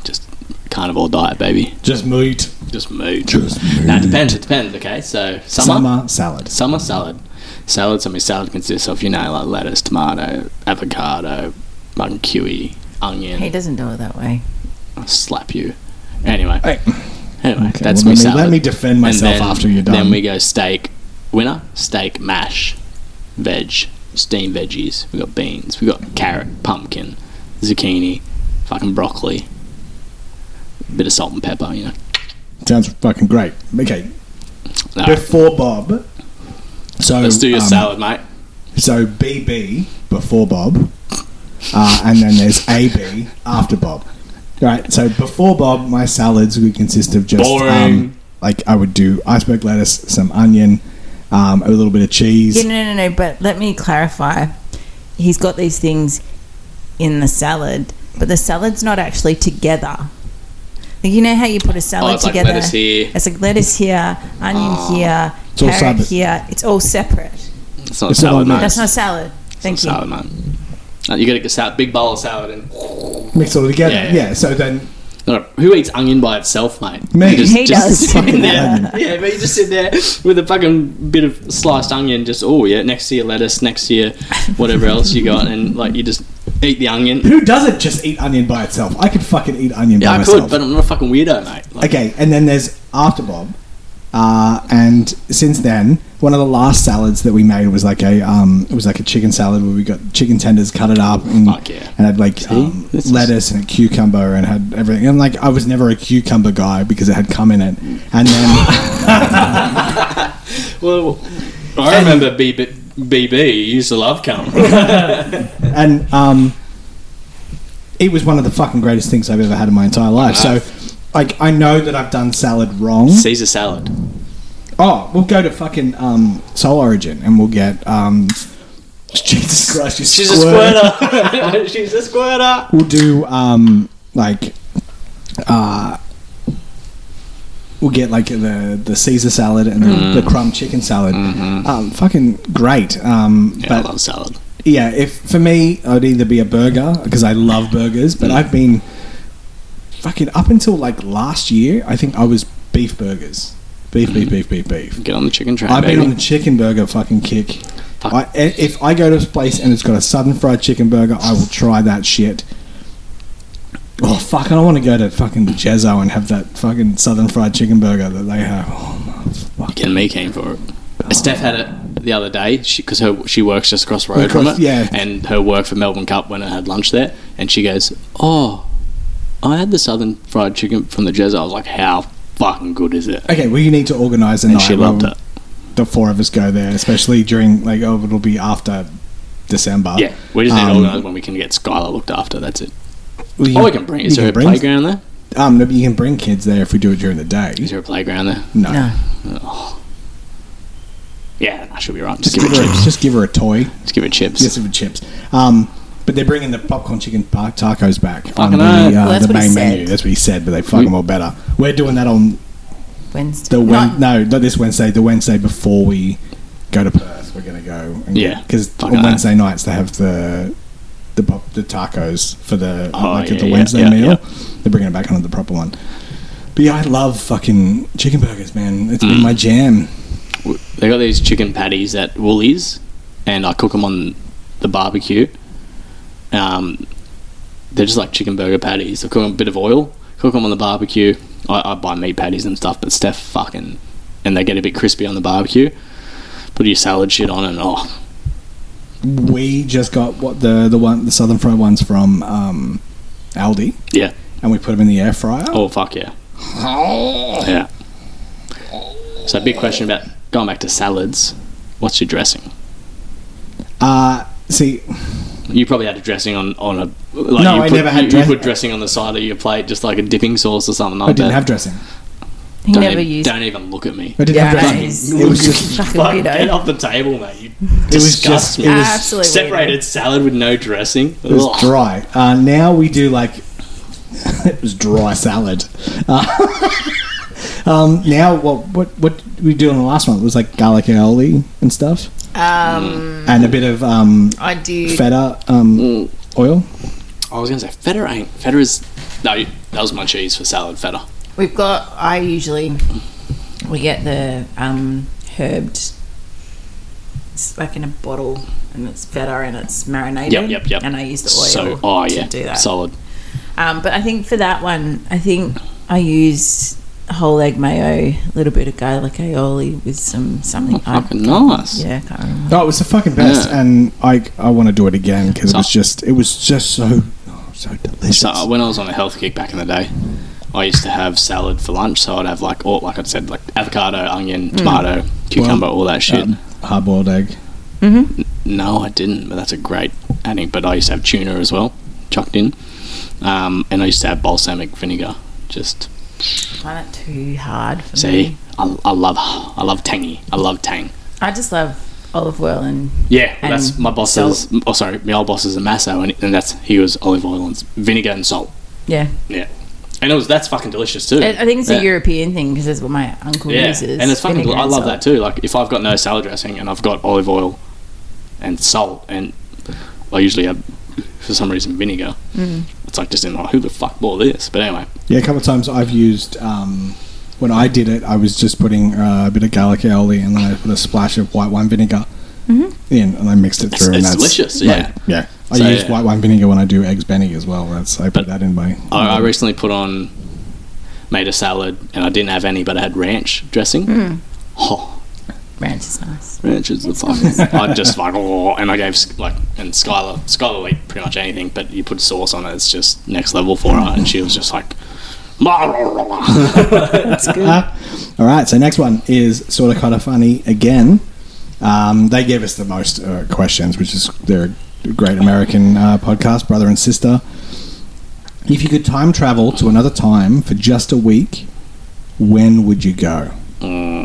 Speaker 2: Just carnivore diet, baby.
Speaker 1: Just meat.
Speaker 2: Just mood. Now it depends. It depends. Okay, so summer, summer,
Speaker 1: Summer salad.
Speaker 2: salad, salads. I mean, salad consists of you know like lettuce, tomato, avocado, mutton kiwi, onion.
Speaker 3: he doesn't do it that way.
Speaker 2: I'll slap you. Anyway,
Speaker 1: Hey.
Speaker 2: anyway,
Speaker 1: Okay,
Speaker 2: that's
Speaker 1: well, let me-
Speaker 2: me. salad.
Speaker 1: let me defend
Speaker 2: And
Speaker 1: myself after you're done.
Speaker 2: Then we go steak winner, steak mash, veg, steamed veggies. We got beans. We got carrot, pumpkin, zucchini, fucking broccoli, bit of salt and pepper. You know.
Speaker 1: Sounds fucking great. Okay,
Speaker 2: No,
Speaker 1: before Bob. So
Speaker 2: let's do your
Speaker 1: um,
Speaker 2: salad, mate.
Speaker 1: So BB before Bob, uh, and then there's AB after Bob. Right. So before Bob, my salads would consist of just
Speaker 2: Boring.
Speaker 1: um, like I would do iceberg lettuce, some onion, um, a little bit of cheese.
Speaker 3: Yeah, no, no, no. But let me clarify. He's got these things in the salad, but the salad's not actually together. Like you know how you put a salad
Speaker 2: Oh, it's like
Speaker 3: together.
Speaker 2: lettuce here. Oh.
Speaker 3: It's like lettuce here, onion here,
Speaker 1: It's all
Speaker 3: carrot
Speaker 1: separate.
Speaker 3: here. It's all separate.
Speaker 2: It's not
Speaker 1: It's
Speaker 2: a
Speaker 1: not
Speaker 2: salad,
Speaker 1: like
Speaker 2: mate.
Speaker 1: that.
Speaker 3: That's not salad. Thank
Speaker 2: It's
Speaker 3: you.
Speaker 2: not salad, mate. No, you gotta get salad, big bowl of salad, and
Speaker 1: Mix it all together. Yeah.
Speaker 2: Yeah, yeah.
Speaker 1: so then
Speaker 2: No, who eats onion by itself,
Speaker 1: <laughs>
Speaker 2: mate?
Speaker 1: Me.
Speaker 2: You
Speaker 3: He does.
Speaker 2: sit in
Speaker 1: Onion.
Speaker 2: there. <laughs> yeah, but you just sit there with a fucking bit of sliced onion, just oh yeah, next to your lettuce, next to your whatever else you got, and like you just eat the onion.
Speaker 1: who doesn't just eat onion by itself? I could fucking eat onion
Speaker 2: Yeah,
Speaker 1: by
Speaker 2: I
Speaker 1: myself.
Speaker 2: could, but I'm not a fucking weirdo, mate. Like,
Speaker 1: Okay, and then there's After Bob. Uh, and since then, one of the last salads that we made was like a um, it was like a chicken salad where we got chicken tenders, cut it up, and,
Speaker 2: Fuck yeah.
Speaker 1: and had like um,
Speaker 2: This is-
Speaker 1: lettuce and a cucumber and had everything. And like I was never a cucumber guy because it had cum in it. And
Speaker 2: <laughs>
Speaker 1: then
Speaker 2: Well, I remember BB, BB used to
Speaker 1: <laughs>
Speaker 2: love cum.
Speaker 1: and um, it was one of the fucking greatest things I've ever had in my entire life. So like I know that I've done salad wrong.
Speaker 2: Caesar salad.
Speaker 1: Oh, we'll go to fucking um, Soul Origin and we'll get. Um, Jesus Christ, you
Speaker 2: She's a squirter. <laughs> She's a squirter.
Speaker 1: We'll do um, like. Uh, we'll get like the the Caesar salad and the,
Speaker 2: Mm.
Speaker 1: the crumb chicken salad. Um, fucking great. Um,
Speaker 2: Mm-hmm. Yeah, I
Speaker 1: but
Speaker 2: love salad.
Speaker 1: yeah, if for me, I'd either be a burger because I love burgers, but
Speaker 2: Mm.
Speaker 1: I've been fucking up until like last year. I think I was beef burgers, beef,
Speaker 2: Mm-hmm.
Speaker 1: beef, beef, beef, beef.
Speaker 2: Get on the chicken train,
Speaker 1: I've
Speaker 2: baby.
Speaker 1: been on the chicken burger fucking kick.
Speaker 2: Fuck.
Speaker 1: I, i- if I go to a place and it's got a southern fried chicken burger, I will try that shit. Oh fuck! I don't want to go to fucking Jezzo and have that fucking southern fried chicken burger that they have. Oh, my fuck.
Speaker 2: Getting me came for it. Steph had it the other day because her she works just across the road from
Speaker 1: Across-
Speaker 2: it,
Speaker 1: yeah.
Speaker 2: and her work for Melbourne Cup when I had lunch there, and she goes, "Oh, I had the southern fried chicken from the Jez." I was like, "How fucking good is it?"
Speaker 1: Okay, well, you need to organise a
Speaker 2: And
Speaker 1: night.
Speaker 2: she
Speaker 1: where
Speaker 2: loved it.
Speaker 1: The four of us go there, especially during like oh, it'll be after December.
Speaker 2: Yeah, we just need
Speaker 1: Um,
Speaker 2: to organise when we can get Skylar looked after. That's it.
Speaker 1: Well, you
Speaker 2: Oh, we can bring. Is
Speaker 1: you
Speaker 2: there a
Speaker 1: can bring-
Speaker 2: playground there?
Speaker 1: Um, no, but you can bring kids there if we do it during the day.
Speaker 2: Is there a playground there?
Speaker 1: No,
Speaker 3: No.
Speaker 2: Oh. Yeah, I should be right.
Speaker 1: just
Speaker 2: Just, give
Speaker 1: give
Speaker 2: it
Speaker 1: her
Speaker 2: chips.
Speaker 1: just give her a toy.
Speaker 2: Just give it chips.
Speaker 1: Yes, with chips. Um, but they're bringing the popcorn chicken pa- tacos back on
Speaker 2: Fucking
Speaker 1: the,
Speaker 2: hell.
Speaker 1: uh,
Speaker 3: Well, that's
Speaker 1: the
Speaker 3: what he
Speaker 1: main
Speaker 3: said.
Speaker 1: menu. That's what he said, but they fuck them all better. We're doing that on
Speaker 3: Wednesday.
Speaker 1: the
Speaker 3: Not-
Speaker 1: Wed no, not this Wednesday. The Wednesday before we go to Perth, we're gonna go. And
Speaker 2: Yeah.
Speaker 1: because
Speaker 2: Fucking
Speaker 1: on
Speaker 2: hell.
Speaker 1: Wednesday nights they have the the pop, the tacos for the
Speaker 2: Oh,
Speaker 1: like at
Speaker 2: yeah,
Speaker 1: the
Speaker 2: yeah,
Speaker 1: Wednesday
Speaker 2: yeah,
Speaker 1: meal.
Speaker 2: yeah.
Speaker 1: They're bringing it back on the proper one. But yeah, I love fucking chicken burgers, man. It's
Speaker 2: Mm.
Speaker 1: been my jam.
Speaker 2: W- They got these chicken patties at Woolies, and I cook them on the barbecue. Um, they're just like chicken burger patties. I cook 'em a bit of oil, cook them on the barbecue. I, I buy meat patties and stuff, but Steph fucking and they get a bit crispy on the barbecue. Put your salad shit on, and oh,
Speaker 1: We just got what the the one the southern fried ones from um, Aldi.
Speaker 2: yeah,
Speaker 1: and we put them in the air fryer.
Speaker 2: oh fuck yeah, Oh. yeah. So big question about going back to salads. What's your dressing?
Speaker 1: Uh, see,
Speaker 2: You probably had a dressing on on a like
Speaker 1: No,
Speaker 2: you
Speaker 1: I
Speaker 2: put,
Speaker 1: never had
Speaker 2: you,
Speaker 1: dress-
Speaker 2: you put dressing on the side of your plate, just like a dipping sauce or something.
Speaker 1: I
Speaker 2: Like
Speaker 1: didn't
Speaker 2: that.
Speaker 1: have dressing.
Speaker 3: He
Speaker 2: don't
Speaker 3: never
Speaker 2: even,
Speaker 3: used.
Speaker 2: Don't even look at me.
Speaker 1: I didn't
Speaker 3: Yeah,
Speaker 1: have dressing.
Speaker 3: that is-
Speaker 1: Hmm. It was just,
Speaker 3: <laughs> Fucking
Speaker 2: Fuck,
Speaker 3: weirdo.
Speaker 2: get off the table, mate. You
Speaker 1: was just-
Speaker 2: disgust
Speaker 1: it
Speaker 2: me.
Speaker 1: was-
Speaker 3: Absolutely.
Speaker 2: Separated salad with no dressing.
Speaker 1: it was
Speaker 2: Ugh.
Speaker 1: dry. Uh, now we do like <laughs> it was dry salad. Uh, <laughs> um, now what what what we do on the last one was like garlic aioli and stuff,
Speaker 2: Mm.
Speaker 3: Um,
Speaker 1: and a bit of um,
Speaker 3: I do.
Speaker 1: feta um,
Speaker 2: Mm.
Speaker 1: oil.
Speaker 2: I was gonna say feta ain't feta is no. That was my cheese for salad feta.
Speaker 3: We've got. I usually we get the um herbed. It's like in a bottle, and it's feta, and it's marinated.
Speaker 2: Yep, yep, yep.
Speaker 3: And I use the oil
Speaker 2: So oh
Speaker 3: to
Speaker 2: yeah,
Speaker 3: do that.
Speaker 2: solid.
Speaker 3: Um, but I think for that one, I think I used whole egg mayo, a little bit of garlic aioli with some something. I-
Speaker 2: Fucking nice.
Speaker 3: yeah, I can't remember.
Speaker 1: Oh, it was the fucking best,
Speaker 2: Yeah.
Speaker 1: and I I want to do it again because it
Speaker 2: So-
Speaker 1: was just it was just so oh, so delicious.
Speaker 2: So uh, when I was on a health kick back in the day, I used to have salad for lunch. So I'd have like all like I said like avocado, onion,
Speaker 3: Mm.
Speaker 2: tomato, cucumber, all that shit.
Speaker 1: hard boiled Uh, egg.
Speaker 2: No, I didn't, but that's a great adding. But I used to have tuna as well, chucked in. Um, and I used to have balsamic vinegar. Just
Speaker 3: I find it too hard for me.
Speaker 2: see, I, I love, I love tangy. I love tang.
Speaker 3: I just love olive oil and
Speaker 2: Yeah, well,
Speaker 3: And
Speaker 2: that's my boss is. Oh, sorry, my old boss is a masso, and, and that's he was olive oil and s- vinegar and salt.
Speaker 3: yeah.
Speaker 2: Yeah, and it was that's fucking delicious too.
Speaker 3: I, I think it's
Speaker 2: Yeah.
Speaker 3: a European thing because that's what my uncle
Speaker 2: Yeah,
Speaker 3: uses.
Speaker 2: and it's fucking.
Speaker 3: vinegar
Speaker 2: I
Speaker 3: and
Speaker 2: love
Speaker 3: salt.
Speaker 2: that too. Like if I've got no salad dressing and I've got olive oil and salt, and I usually have for some reason vinegar. It's like just in like who the fuck bought this? But anyway,
Speaker 1: Yeah, a couple of times I've used. Um, when I did it, I was just putting uh, a bit of garlic aioli and then I put a splash of white wine vinegar in, and I mixed it through. and
Speaker 2: it's
Speaker 1: that's,
Speaker 2: delicious, yeah.
Speaker 1: yeah. I
Speaker 2: So,
Speaker 1: use
Speaker 2: yeah.
Speaker 1: white wine vinegar when I do eggs benny as well. That's I put
Speaker 2: But-
Speaker 1: that in my.
Speaker 2: I, I recently put on made a salad and I didn't have any, but I had ranch dressing. Oh,
Speaker 3: Ranch is nice.
Speaker 2: ranch is the fuck. I just like oh, and I gave S- like and Skylar Skylar will eat pretty much anything, but you put sauce on it, it's just next level for her. And she was just like.
Speaker 3: It's good.
Speaker 1: All right, so next one is sort of kind of funny again. Um, they gave us the most uh, questions, which is they're a great American uh, podcast, brother and sister. If you could time travel to another time for just a week, when would you go?
Speaker 2: Mm.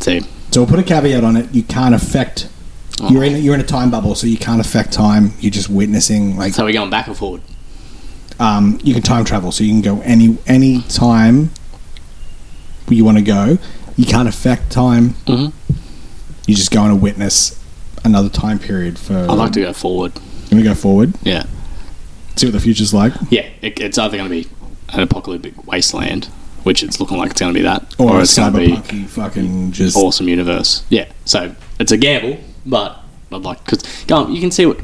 Speaker 2: See,
Speaker 1: So we'll put a caveat on it. You can't affect. You're in you're in a time bubble, so you can't affect time. You're just witnessing. Like
Speaker 2: so we're going back and forward.
Speaker 1: um, you can time travel, so you can go any any time you want to go. You can't affect time.
Speaker 2: Mhm.
Speaker 1: You just go and witness another time period for.
Speaker 2: I'd like to go forward.
Speaker 1: Can we go forward?
Speaker 2: Yeah.
Speaker 1: See what the future's like,
Speaker 2: Yeah, it, it's either going to be an apocalyptic wasteland, which it's looking like it's going to be that,
Speaker 1: or, a
Speaker 2: it's going to be
Speaker 1: cyberpunky fucking just.
Speaker 2: awesome universe. Yeah, so it's a gamble, but I'd like because go on, you can see what.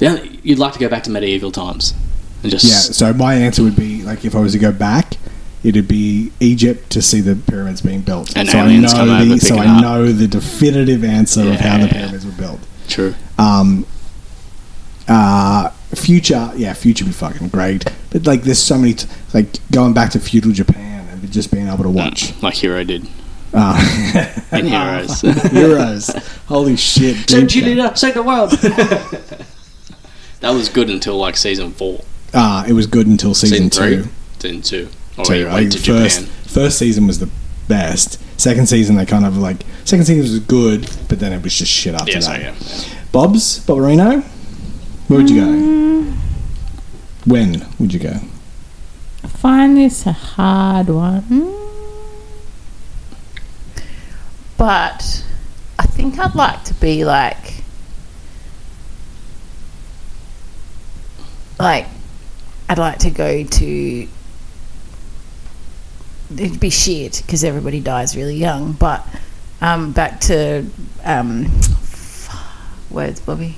Speaker 2: The only, you'd like to go back to medieval times and just
Speaker 1: Yeah. So my answer would be like if I was to go back, it'd be Egypt to see the pyramids being built.
Speaker 2: And
Speaker 1: so I
Speaker 2: aliens
Speaker 1: know
Speaker 2: come over
Speaker 1: the,
Speaker 2: and pick
Speaker 1: so
Speaker 2: it
Speaker 1: I
Speaker 2: up.
Speaker 1: know the definitive answer of how the
Speaker 2: Yeah.
Speaker 1: pyramids were built.
Speaker 2: True.
Speaker 1: Um, uh, future, yeah, future would be fucking great. But like, there's so many, t- like going back to feudal Japan and just being able to watch
Speaker 2: Like Hero did <laughs>
Speaker 1: uh,
Speaker 2: in Heroes.
Speaker 1: <laughs> Euros. Holy shit! dude.
Speaker 2: save the world. <laughs> that was good until like season four.
Speaker 1: Uh, it was good until season, two.
Speaker 2: three. Season two. Or
Speaker 1: Tell you,
Speaker 2: you
Speaker 1: I
Speaker 2: went
Speaker 1: think
Speaker 2: to
Speaker 1: first
Speaker 2: Japan.
Speaker 1: first season was the best. Second season they kind of like second season was good, but then it was just shit after
Speaker 2: Yeah,
Speaker 1: that.
Speaker 2: so yeah.
Speaker 1: Bob's Bobberino, where would you go? When would you go?
Speaker 4: find this a hard one.
Speaker 3: But I think I'd like to be like like I'd like to go to it'd be shit because everybody dies really young but um back to um words Bobby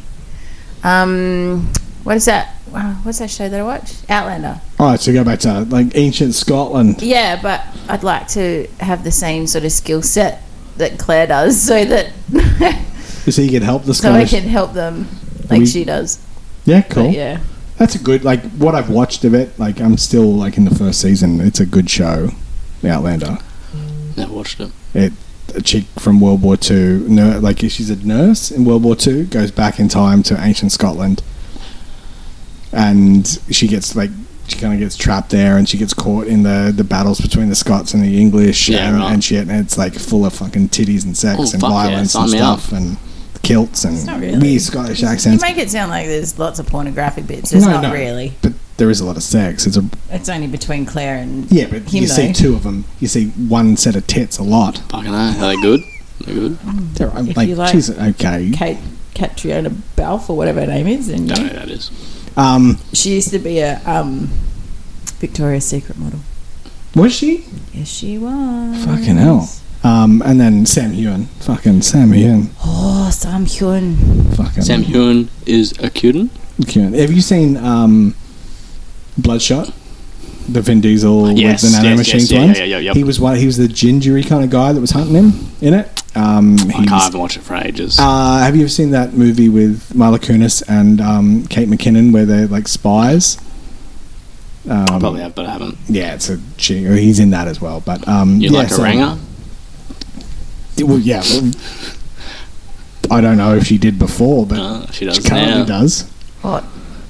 Speaker 3: um what is that wow, what's that show that I watch Outlander
Speaker 1: All right, so go back to like ancient Scotland.
Speaker 3: yeah, but I'd like to have the same sort of skill set that Claire does, so that <laughs>
Speaker 1: So you could help the
Speaker 3: so I
Speaker 1: Scottish.
Speaker 3: can help them like
Speaker 1: We-
Speaker 3: she does.
Speaker 1: yeah, cool.
Speaker 3: But yeah,
Speaker 1: That's a good like what I've watched of it. Like I'm still like in the first season. It's a good show, The Outlander.
Speaker 2: Never watched it.
Speaker 1: a chick from World War Two, no, like she's a nurse in World War Two, goes back in time to ancient Scotland, and she gets like she kind of gets trapped there, and she gets caught in the the battles between the Scots and the English,
Speaker 2: Yeah,
Speaker 1: and,
Speaker 2: right.
Speaker 1: and shit, and it's like full of fucking titties and sex
Speaker 2: Oh,
Speaker 1: and
Speaker 2: fuck yeah,
Speaker 1: violence and
Speaker 2: sign me up.
Speaker 1: stuff and kilts and
Speaker 3: not really-
Speaker 1: weird Scottish
Speaker 3: you
Speaker 1: accents.
Speaker 3: make it sound like there's lots of pornographic bits. There's
Speaker 1: No,
Speaker 3: not
Speaker 1: no.
Speaker 3: really.
Speaker 1: But there is a lot of sex. It's a
Speaker 3: It's only between Claire and
Speaker 1: yeah, but
Speaker 3: Him
Speaker 1: you see
Speaker 3: though.
Speaker 1: two of them. You see one set of tits a lot.
Speaker 2: Fucking hell. Are they good? They're good.
Speaker 1: They're, I'm
Speaker 4: If
Speaker 1: like,
Speaker 4: you like-
Speaker 1: Jesus, okay.
Speaker 4: Kate Catriona Balfe or whatever her name is, and
Speaker 2: Don't know
Speaker 4: yeah.
Speaker 2: who that is.
Speaker 1: Um,
Speaker 4: she used to be a um,
Speaker 3: Victoria's Secret model.
Speaker 1: was she?
Speaker 3: Yes, she was.
Speaker 1: Fucking hell. Um, and then Sam Hewen. Fucking Sam Hewen.
Speaker 3: Oh, Sam Hyun.
Speaker 1: Fucking
Speaker 2: Sam Hewen is a Cuden.
Speaker 1: Hewen. Have you seen um, Bloodshot? The Vin Diesel
Speaker 2: Yes,
Speaker 1: with the nano
Speaker 2: yes,
Speaker 1: machines
Speaker 2: yes, yeah,
Speaker 1: ones?
Speaker 2: yeah, yeah, yeah, yep.
Speaker 1: He was one. He was the gingery kind of guy that was hunting him in it. Um,
Speaker 2: I
Speaker 1: he's,
Speaker 2: can't even watch it for ages.
Speaker 1: uh, have you ever seen that movie with Mila Kunis and um, Kate McKinnon where they're like spies? Um,
Speaker 2: I probably have, but I haven't.
Speaker 1: Yeah, it's a cheating. He's in that as well. But um,
Speaker 2: You
Speaker 1: yeah,
Speaker 2: like
Speaker 1: so-
Speaker 2: Oranga?
Speaker 1: Well, yeah. well, I don't know if she did before, but
Speaker 2: No, she
Speaker 1: She
Speaker 2: does
Speaker 1: currently
Speaker 2: now.
Speaker 1: does. <laughs>
Speaker 3: What?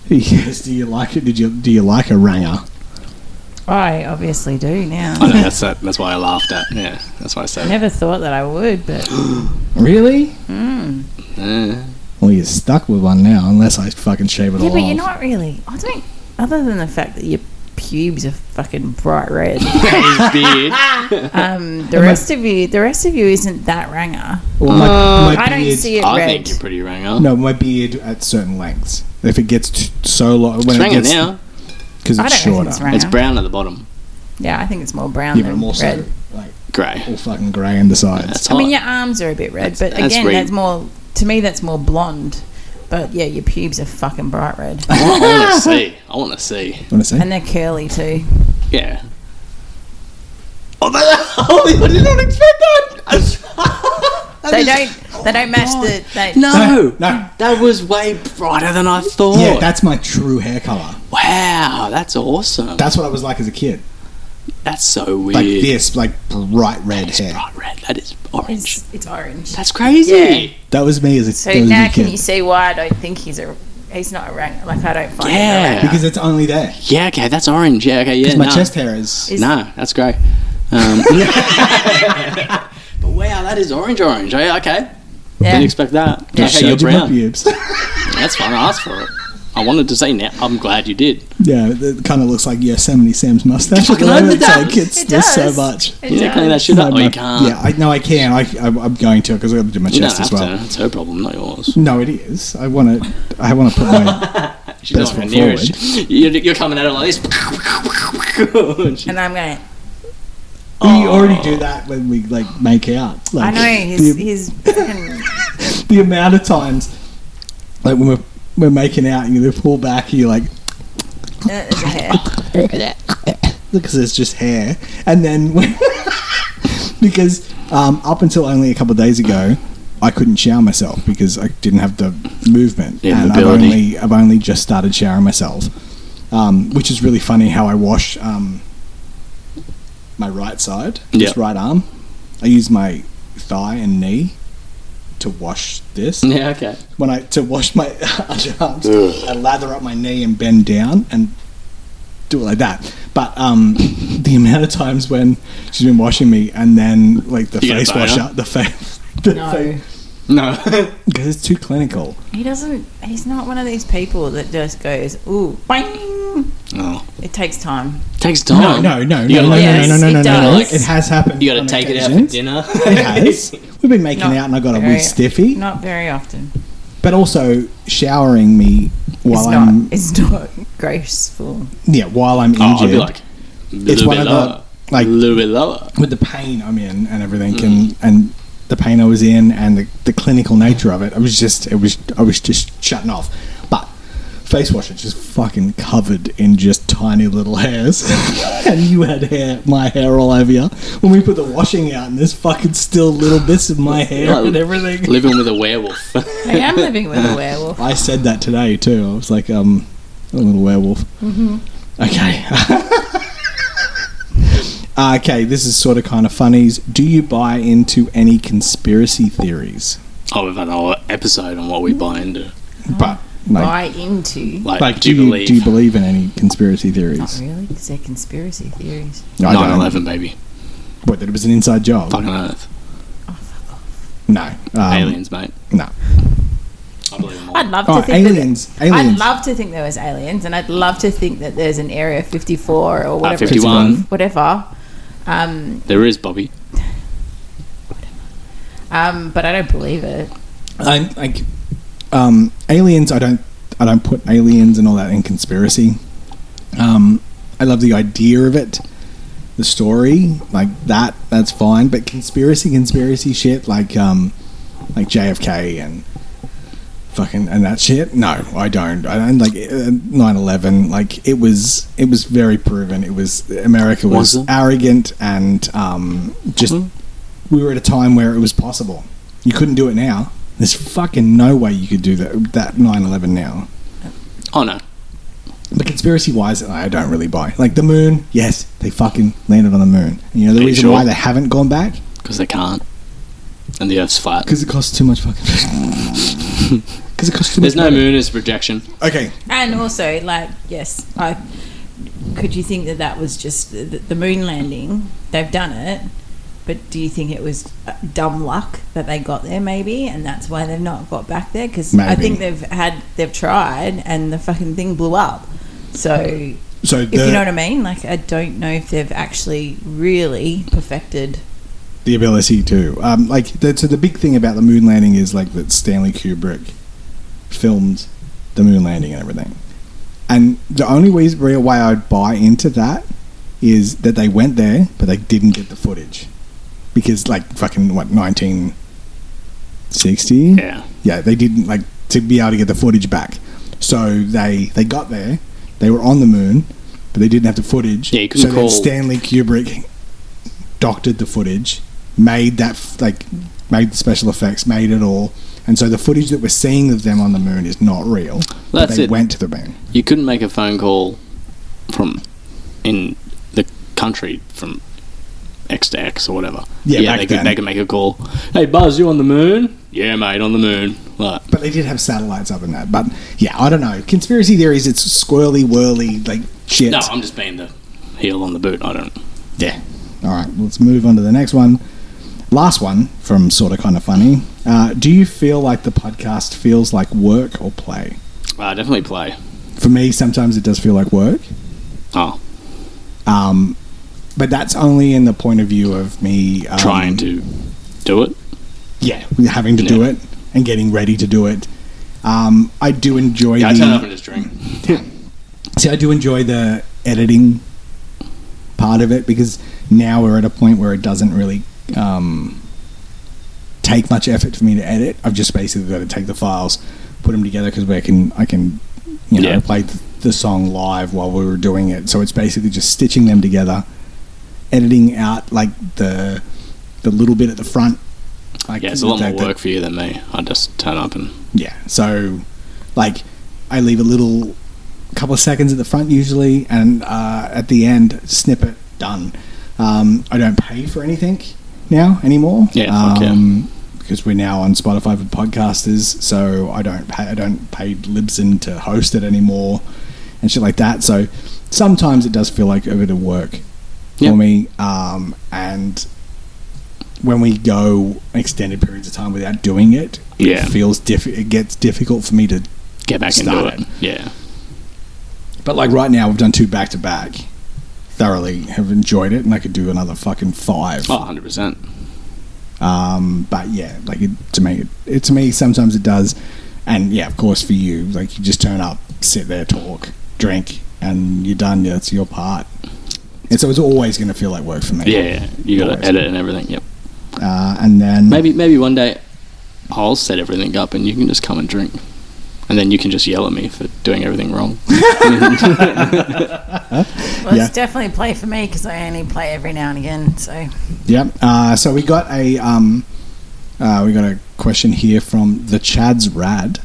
Speaker 1: Yes. Do you like it? Did you do you like a ranger?
Speaker 3: I obviously do
Speaker 2: I
Speaker 3: now.
Speaker 2: know, that's that. That's why I laughed at. Yeah, that's why I said.
Speaker 4: never thought that I would, but
Speaker 1: Really?
Speaker 3: hmm.
Speaker 2: Eh.
Speaker 1: Well, you're stuck with one now, unless I fucking shave it
Speaker 3: yeah,
Speaker 1: all
Speaker 3: but you're
Speaker 1: off.
Speaker 3: not really. I don't. Other than the fact that your pubes are fucking bright <laughs> red.
Speaker 2: His <laughs> beard.
Speaker 3: Um, the rest of you, the rest of you isn't that ranger.
Speaker 1: Well, my, my
Speaker 2: Uh,
Speaker 3: I don't
Speaker 1: beard-
Speaker 3: see it
Speaker 2: I
Speaker 3: red.
Speaker 2: think you're pretty Oranga.
Speaker 1: No, my beard at certain lengths. If it gets t- so long, when it
Speaker 2: it's Oranga
Speaker 1: gets
Speaker 2: now.
Speaker 1: because
Speaker 3: I
Speaker 1: it's
Speaker 3: don't
Speaker 1: shorter,
Speaker 3: reckon it's
Speaker 2: It's
Speaker 3: ranger.
Speaker 2: brown at the bottom.
Speaker 3: yeah, I think it's more brown
Speaker 1: yeah, but
Speaker 3: than
Speaker 1: I'm also
Speaker 3: red.
Speaker 1: like
Speaker 2: Grey.
Speaker 1: all fucking grey on the sides.
Speaker 2: That's
Speaker 3: I
Speaker 2: hot.
Speaker 3: mean, your arms are a bit red,
Speaker 2: That's-
Speaker 3: but
Speaker 2: that's
Speaker 3: again,
Speaker 2: where you-
Speaker 3: that's more to me. That's more blonde. But yeah, your pubes are fucking bright red,
Speaker 2: I want to see. I want to see.
Speaker 1: Want to say?
Speaker 3: and they're curly too.
Speaker 2: Yeah. <laughs> Oh, that, holy! I did not expect that. <laughs> <laughs> That
Speaker 3: They
Speaker 2: is-
Speaker 3: don't. They don't match the. They,
Speaker 2: <laughs> No,
Speaker 1: no.
Speaker 2: That was way brighter than I thought.
Speaker 1: Yeah, that's my true hair color.
Speaker 2: wow, that's awesome.
Speaker 1: That's what I was like as a kid.
Speaker 2: that's so weird.
Speaker 1: Like this, like bright red
Speaker 2: It's
Speaker 1: hair.
Speaker 2: bright red. That is orange.
Speaker 3: It's, it's orange.
Speaker 2: that's crazy.
Speaker 3: Yeah.
Speaker 1: That was me as a,
Speaker 3: So
Speaker 1: that was me
Speaker 3: now
Speaker 1: kid.
Speaker 3: can you see why I don't think he's a? He's not a ranger. Like I don't find. him a
Speaker 2: Yeah.
Speaker 3: ranger.
Speaker 1: because it's only there.
Speaker 2: Yeah, okay, that's orange. Yeah, okay, yeah.
Speaker 1: my
Speaker 2: no.
Speaker 1: chest hair is.
Speaker 3: Is-
Speaker 2: No, that's great.
Speaker 1: <laughs>
Speaker 2: Um, but wow, that is orange, orange. Oh, Yeah, okay. Didn't
Speaker 3: Yeah.
Speaker 2: expect that.
Speaker 1: Just
Speaker 2: okay, you're
Speaker 1: showed you my
Speaker 2: brown.
Speaker 1: pubes. <laughs>
Speaker 2: That's fine. I asked for it. I wanted to say now. I'm glad you did.
Speaker 1: Yeah, it kind of looks like Yosemite Sam's mustache.
Speaker 2: Fucking
Speaker 1: Like,
Speaker 2: love
Speaker 1: it's
Speaker 2: that.
Speaker 1: like it's
Speaker 3: It
Speaker 1: there's so
Speaker 3: does.
Speaker 1: much.
Speaker 3: It
Speaker 2: Yeah,
Speaker 3: does.
Speaker 2: clean that shit up. Oh,
Speaker 1: Like
Speaker 2: you
Speaker 1: my-
Speaker 2: can't.
Speaker 1: Yeah, I, no, I can. I, I, I'm going to because I got to do my
Speaker 2: you don't
Speaker 1: chest
Speaker 2: have
Speaker 1: as well.
Speaker 2: to. That's her problem, not yours.
Speaker 1: No, it is. I want to. I want to put
Speaker 2: <laughs>
Speaker 1: my.
Speaker 2: She's
Speaker 1: Best
Speaker 2: not even
Speaker 1: foot
Speaker 2: near it. You're, you're coming at it like this.
Speaker 3: And I'm going.
Speaker 1: We already do that when we like make out.
Speaker 3: I
Speaker 1: Like,
Speaker 3: know he's
Speaker 1: the,
Speaker 3: <laughs> he's fucking
Speaker 1: the amount of times, like when we're we're making out, and you pull back, and you're like,
Speaker 3: uh, his hair.
Speaker 1: because it's just hair. And then when <laughs> because um, up until only a couple of days ago, I couldn't shower myself because I didn't have the movement,
Speaker 2: Yeah,
Speaker 1: and I've
Speaker 2: mobility.
Speaker 1: only I've only just started showering myself, um, which is really funny how I wash um, my right side, this
Speaker 2: Yep.
Speaker 1: right arm. I use my thigh and knee to wash this
Speaker 2: <laughs> Yeah, okay.
Speaker 1: when I to wash my <laughs> underarms, I lather up my knee and bend down and do it like that. But um, <laughs> the amount of times when she's been washing me and then like the
Speaker 2: You get a
Speaker 1: face
Speaker 2: boner?
Speaker 1: washer, the face, <laughs> the
Speaker 4: No.
Speaker 2: No. <laughs>
Speaker 1: because it's too clinical.
Speaker 3: He doesn't. He's not one of these people that just goes, "Ooh, bang."
Speaker 2: oh.
Speaker 3: It takes time.
Speaker 2: Takes time.
Speaker 1: No, no, no,
Speaker 2: Um, You
Speaker 1: no, no,
Speaker 2: gotta-
Speaker 1: no,
Speaker 3: Yes,
Speaker 1: no, no, no,
Speaker 3: it
Speaker 1: no, no.
Speaker 3: does.
Speaker 1: It has happened.
Speaker 2: You got
Speaker 1: on
Speaker 2: to take it out for
Speaker 1: occasions.
Speaker 2: dinner.
Speaker 1: <laughs> It
Speaker 2: <laughs>
Speaker 1: has. We've been making
Speaker 3: Not
Speaker 1: out, and I got a
Speaker 3: very-
Speaker 1: wee stiffy.
Speaker 3: Not very often.
Speaker 1: But also showering me while
Speaker 3: it's
Speaker 1: I'm
Speaker 3: not. It's not <laughs> graceful.
Speaker 1: yeah while I'm injured.
Speaker 2: oh, I'd be like,
Speaker 1: it's
Speaker 2: little
Speaker 1: one
Speaker 2: bit
Speaker 1: of
Speaker 2: lower.
Speaker 1: the like
Speaker 2: a little bit lower.
Speaker 1: with the pain I'm in and everything, and and the pain I was in and the, the clinical nature of it, I was just it was I was just shutting off. But face wash is just fucking covered in just tiny little hairs, <laughs> and you had hair, my hair all over you when we put the washing out, and there's fucking still little bits of my hair
Speaker 2: Like,
Speaker 1: and everything.
Speaker 2: Living with a werewolf. <laughs>
Speaker 4: I am living with
Speaker 3: <laughs>
Speaker 4: a werewolf.
Speaker 1: I said that today too. I was like, um, a little werewolf. <laughs> Mm-hmm. Okay. Uh, okay, this is sort of kind of funnies. Do you buy into any conspiracy theories?
Speaker 2: oh, we've had a whole episode on what we buy into.
Speaker 1: But like,
Speaker 3: Oh. Buy into.
Speaker 2: Like,
Speaker 1: like,
Speaker 2: do you believe
Speaker 1: do you believe in any conspiracy
Speaker 3: Not
Speaker 1: theories?
Speaker 3: really, because they're conspiracy theories.
Speaker 1: I don't.
Speaker 2: 9 11, baby?
Speaker 1: What that it was an inside job?
Speaker 2: Fucking Earth.
Speaker 1: No. Um,
Speaker 2: Aliens, mate.
Speaker 1: No.
Speaker 2: I believe them all.
Speaker 3: I'd love to
Speaker 1: Oh,
Speaker 3: think that-
Speaker 1: aliens.
Speaker 3: I'd
Speaker 1: Aliens.
Speaker 3: love to think there was aliens, and I'd love to think that there's an Area 54 or whatever, it's
Speaker 2: 51.
Speaker 3: called, whatever. Um,
Speaker 2: There is, Bobby.
Speaker 3: um, but I don't believe it.
Speaker 1: I'm like um, aliens. I don't. I don't put aliens and all that in conspiracy. Um, I love the idea of it, the story, like that. That's fine. But conspiracy, conspiracy shit, like um, like JFK and fucking and that shit. No, I don't. I don't like uh, 9/11. Like it was. It was very proven. It was America was,
Speaker 2: Was it?
Speaker 1: arrogant and um, just. We were at a time where it was possible. You couldn't do it now. There's fucking no way you could do that that 9/11 now.
Speaker 2: Oh, no.
Speaker 1: But conspiracy wise, I don't really buy. Like the moon, yes, they fucking landed on the moon. And you know the
Speaker 2: Are you
Speaker 1: reason
Speaker 2: sure?
Speaker 1: why they haven't gone back
Speaker 2: Because they can't. And the Earth's flat.
Speaker 1: because it costs too much fucking. <laughs>
Speaker 2: <laughs>
Speaker 1: Because it costs too
Speaker 2: There's
Speaker 1: much.
Speaker 2: no moon, it's projection.
Speaker 1: no moon. Okay,
Speaker 3: And also, like, yes, I could you think that that was just the, the moon landing? They've done it, but do you think it was uh, dumb luck that they got there, maybe, and that's why they've not got back there? Because I
Speaker 1: Maybe.
Speaker 3: think they've had they've tried, and the fucking thing blew up. So
Speaker 1: so
Speaker 3: If
Speaker 1: the,
Speaker 3: you know what I mean, like I don't know if they've actually really perfected.
Speaker 1: the ability to um, like the, so the big thing about the moon landing is like that Stanley Kubrick filmed the moon landing and everything. And the only way, real way I'd buy into that is that they went there, but they didn't get the footage because, like, fucking what, nineteen sixty?
Speaker 2: Yeah.
Speaker 1: yeah, they didn't like to be able to get the footage back. So they they got there, they were on the moon, but they didn't have the footage.
Speaker 2: Yeah, you
Speaker 1: so
Speaker 2: couldn't
Speaker 1: then
Speaker 2: call-
Speaker 1: Stanley Kubrick doctored the footage, made that f- like made the special effects, made it all, and so the footage that we're seeing of them on the moon is not real. but
Speaker 2: That's
Speaker 1: they
Speaker 2: it.
Speaker 1: went to the moon.
Speaker 2: You couldn't make a phone call from in the country from X to X or whatever.
Speaker 1: Yeah, back
Speaker 2: they,
Speaker 1: then.
Speaker 2: could, they could make a call. Hey, Buzz, you on the moon? Yeah, mate, on the moon. Like,
Speaker 1: But they did have satellites up in that. But yeah, I don't know. Conspiracy theories, it's squirrely, whirly, like shit.
Speaker 2: no, I'm just being the heel on the boot. I don't.
Speaker 1: Yeah. All right, let's move on to the next one. Last one from Sorta Kinda Funny. Uh, do you feel like the podcast feels like work or play?
Speaker 2: I definitely play.
Speaker 1: For me, sometimes it does feel like work,
Speaker 2: Oh,
Speaker 1: um, but that's only in the point of view of me um,
Speaker 2: trying to do it.
Speaker 1: yeah, having to do
Speaker 2: Yeah.
Speaker 1: it and getting ready to do it. Um, I do enjoy
Speaker 2: Yeah, I
Speaker 1: the
Speaker 2: turn up and just drink.
Speaker 1: See, I do enjoy the editing part of it because now we're at a point where it doesn't really um, take much effort for me to edit. I've just basically got to take the files, put them together because I can I can you know
Speaker 2: Yeah.
Speaker 1: play th- the song live while we were doing it. So it's basically just stitching them together, editing out like the the little bit at the front. Like
Speaker 2: Yeah, it's a lot more
Speaker 1: that- that-
Speaker 2: work for you than me. I just turn up and
Speaker 1: yeah. So, like, I leave a little couple of seconds at the front usually, and uh, at the end, snippet done. Um, I don't pay for anything now anymore. Um,
Speaker 2: Yeah, fuck yeah.
Speaker 1: Because we're now on Spotify for podcasters, so I don't pay, I don't pay Libsyn to host it anymore, and shit like that. So sometimes it does feel like a bit of work
Speaker 2: Yeah.
Speaker 1: for me, um, and when we go extended periods of time without doing it,
Speaker 2: Yeah.
Speaker 1: it feels diff- it gets difficult for me to.
Speaker 2: get back
Speaker 1: Start
Speaker 2: into it. Yeah.
Speaker 1: But like right now, we've done two back to back. Thoroughly have enjoyed it, and I could do another fucking five.
Speaker 2: Oh, 100%.
Speaker 1: Um, but yeah, like it, to me, it, it to me sometimes it does, and yeah, of course for you, like you just turn up, sit there, talk, drink, and you're done. Yeah, that's your part. And so it's always going to feel like work for me.
Speaker 2: Yeah, yeah. you got
Speaker 1: Always.
Speaker 2: to edit and everything. Yep.
Speaker 1: Uh, and then
Speaker 2: Maybe maybe one day I'll set everything up and you can just come and drink. And then you can just yell at me for doing everything wrong.
Speaker 4: Well,
Speaker 1: Yeah.
Speaker 4: it's definitely play for me because I only play every now and again. So
Speaker 1: Yep. Uh, so we got a um, uh, we got a question here from the Chad's Rad.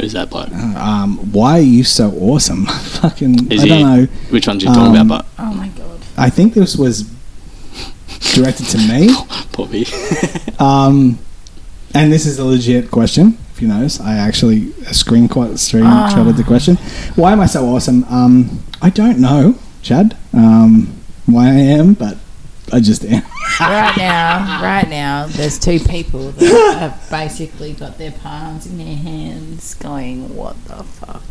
Speaker 2: Who's that bloke?
Speaker 1: Um, why are you so awesome? <laughs> Fucking, I
Speaker 2: Is he,
Speaker 1: don't know.
Speaker 2: Which one's you talking
Speaker 1: Um,
Speaker 2: about,
Speaker 4: oh my god,
Speaker 1: I think this was directed to me.
Speaker 2: but <laughs> Poppy?
Speaker 1: Um, and this is a legit question. If you notice, I actually screen quite screenshotted the question. Why am I so awesome? Um, I don't know, Chad. Um, why I am, but I just am. <laughs>
Speaker 3: right now, right now, there's two people that have basically got their palms in their hands going, what the fuck?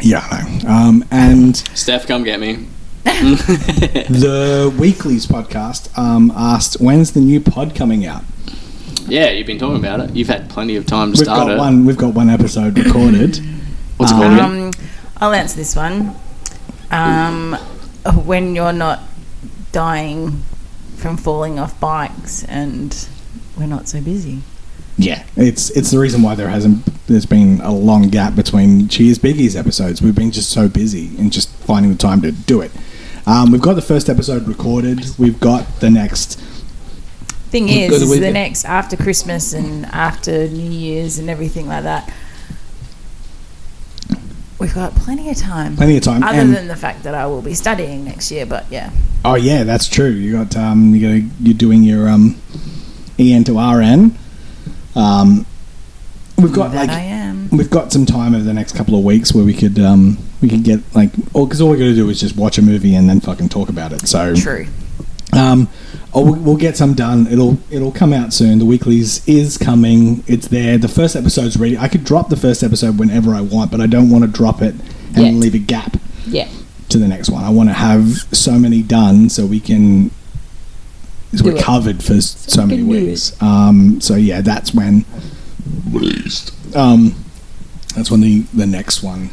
Speaker 1: Yeah, I know. Um, and
Speaker 2: Steph, come get
Speaker 1: <laughs>
Speaker 2: me.
Speaker 1: The Weeklies podcast um, asked, "When's the new pod coming out?"
Speaker 2: yeah, you've been talking about it. You've had plenty of time to
Speaker 1: We've
Speaker 2: start
Speaker 1: got
Speaker 2: it.
Speaker 1: one. We've got one episode recorded.
Speaker 2: What's it
Speaker 1: Oh,
Speaker 2: called again?
Speaker 3: Um, I'll answer this one. Um, when you're not dying from falling off bikes and we're not so busy.
Speaker 1: yeah, it's it's the reason why there hasn't there's been a long gap between Cheers Biggies episodes. We've been just so busy and just finding the time to do it. Um, we've got the first episode recorded. We've got the next.
Speaker 3: Thing
Speaker 1: We've
Speaker 3: is,
Speaker 1: got the
Speaker 3: is the
Speaker 1: weekend.
Speaker 3: next after Christmas and after New Year's and everything like that, we've got plenty of time.
Speaker 1: Plenty of time.
Speaker 3: Other
Speaker 1: and,
Speaker 3: than the fact that I will be studying next year, but yeah.
Speaker 1: oh yeah, that's true. You got um, you got you're doing your um, EN to RN. Um, we've got
Speaker 3: that
Speaker 1: like
Speaker 3: I am.
Speaker 1: we've got some time over the next couple of weeks where we could um, we could get like all because all we got to do is just watch a movie and then fucking talk about it. So
Speaker 3: True.
Speaker 1: um, oh, we- we'll get some done. It'll it'll come out soon. The weeklies is coming. It's there. The first episode's ready. I could drop the first episode whenever I want, but I don't want to drop it and
Speaker 3: Yet.
Speaker 1: leave a gap
Speaker 3: Yeah.
Speaker 1: to the next one. I want to have so many done so we can so
Speaker 3: Do
Speaker 1: we're
Speaker 3: it.
Speaker 1: covered for so, so
Speaker 3: we
Speaker 1: many
Speaker 3: can do
Speaker 1: weeks. Um, so yeah, that's when Um, that's when the the next one.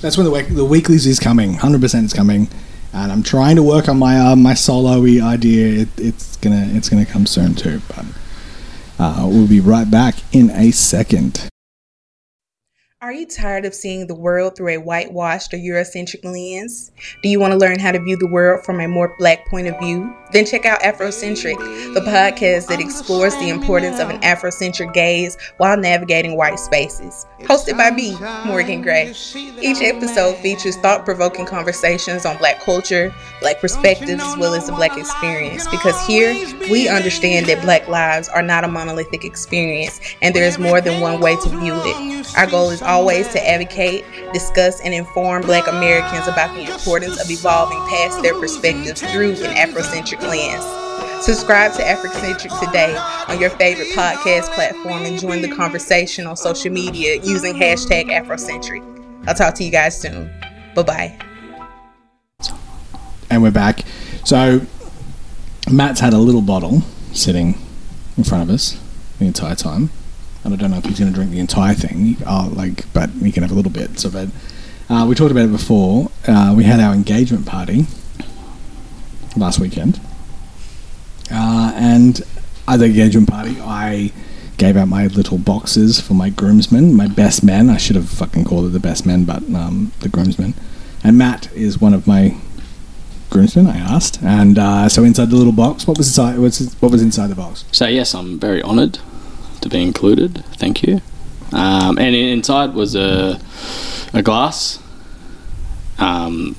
Speaker 1: That's when the week, the weeklies is coming. Hundred percent is coming, and I'm trying to work on my uh, my solo idea. It, it's gonna it's gonna come soon too. But uh, we'll be right back in a second.
Speaker 5: Are you tired of seeing the world through a whitewashed or Eurocentric lens? Do you want to learn how to view the world from a more black point of view? Then check out Afrocentric, the podcast that explores the importance of an Afrocentric gaze while navigating white spaces. Hosted by me, Morgan Gray. Each episode features thought provoking conversations on black culture, black perspectives, as well as the black experience, because here we understand that black lives are not a monolithic experience and there is more than one way to view it. Our goal is always to advocate, discuss, and inform black Americans about the importance of evolving past their perspectives through an Afrocentric lens. Subscribe to Afrocentric today on your favorite podcast platform and join the conversation on social media using hashtag Afrocentric. I'll talk to you guys soon. Bye bye.
Speaker 1: and we're back. So Matt's had a little bottle sitting in front of us the entire time, and I don't know if he's going to drink the entire thing. Uh, like, but he can have a little bit. So, but uh, we talked about it before. Uh, we had our engagement party last weekend, uh, and at the engagement party, I gave out my little boxes for my groomsmen, my best men. I should have fucking called it the best men, but um, the groomsmen And Matt is one of my groomsmen. I asked, and uh, so inside the little box, what was inside? What's, what was inside the box?
Speaker 2: So yes, I'm very honoured to be included. Thank you. Um, and in- inside was a a glass. Um,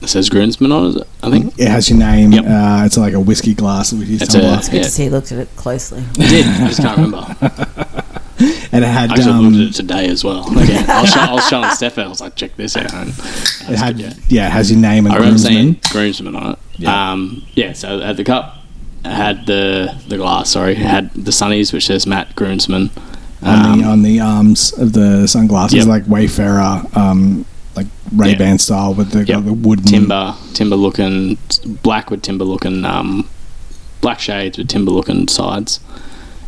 Speaker 2: it says Groomsman on it. I think
Speaker 1: It has your name.
Speaker 2: Yep.
Speaker 1: Uh, it's like a whiskey glass with your
Speaker 2: It's
Speaker 1: tumbler,
Speaker 2: a-
Speaker 3: Good
Speaker 2: Yeah.
Speaker 3: to see you looked at it closely.
Speaker 2: I did. I just can't
Speaker 1: <laughs>
Speaker 2: remember.
Speaker 1: and it had
Speaker 2: I actually
Speaker 1: um,
Speaker 2: looked at it today as well. Again, I was, show, I was showing Steph. I was like, check this out. And
Speaker 1: it had
Speaker 2: yeah.
Speaker 1: yeah. it has your name and
Speaker 2: I remember
Speaker 1: groomsman.
Speaker 2: saying groomsman on it.
Speaker 1: Yeah.
Speaker 2: Yeah. Um, yeah. So I had the cup. I had the the glass. Sorry, I had the sunnies, which says Matt Groomsman.
Speaker 1: on,
Speaker 2: Um,
Speaker 1: the, on the arms of the sunglasses,
Speaker 2: Yep.
Speaker 1: like Wayfarer, um, like Ray Ban style with the,
Speaker 2: Yep.
Speaker 1: the wooden
Speaker 2: timber, timber looking, black with timber looking, um, black shades with timber looking sides,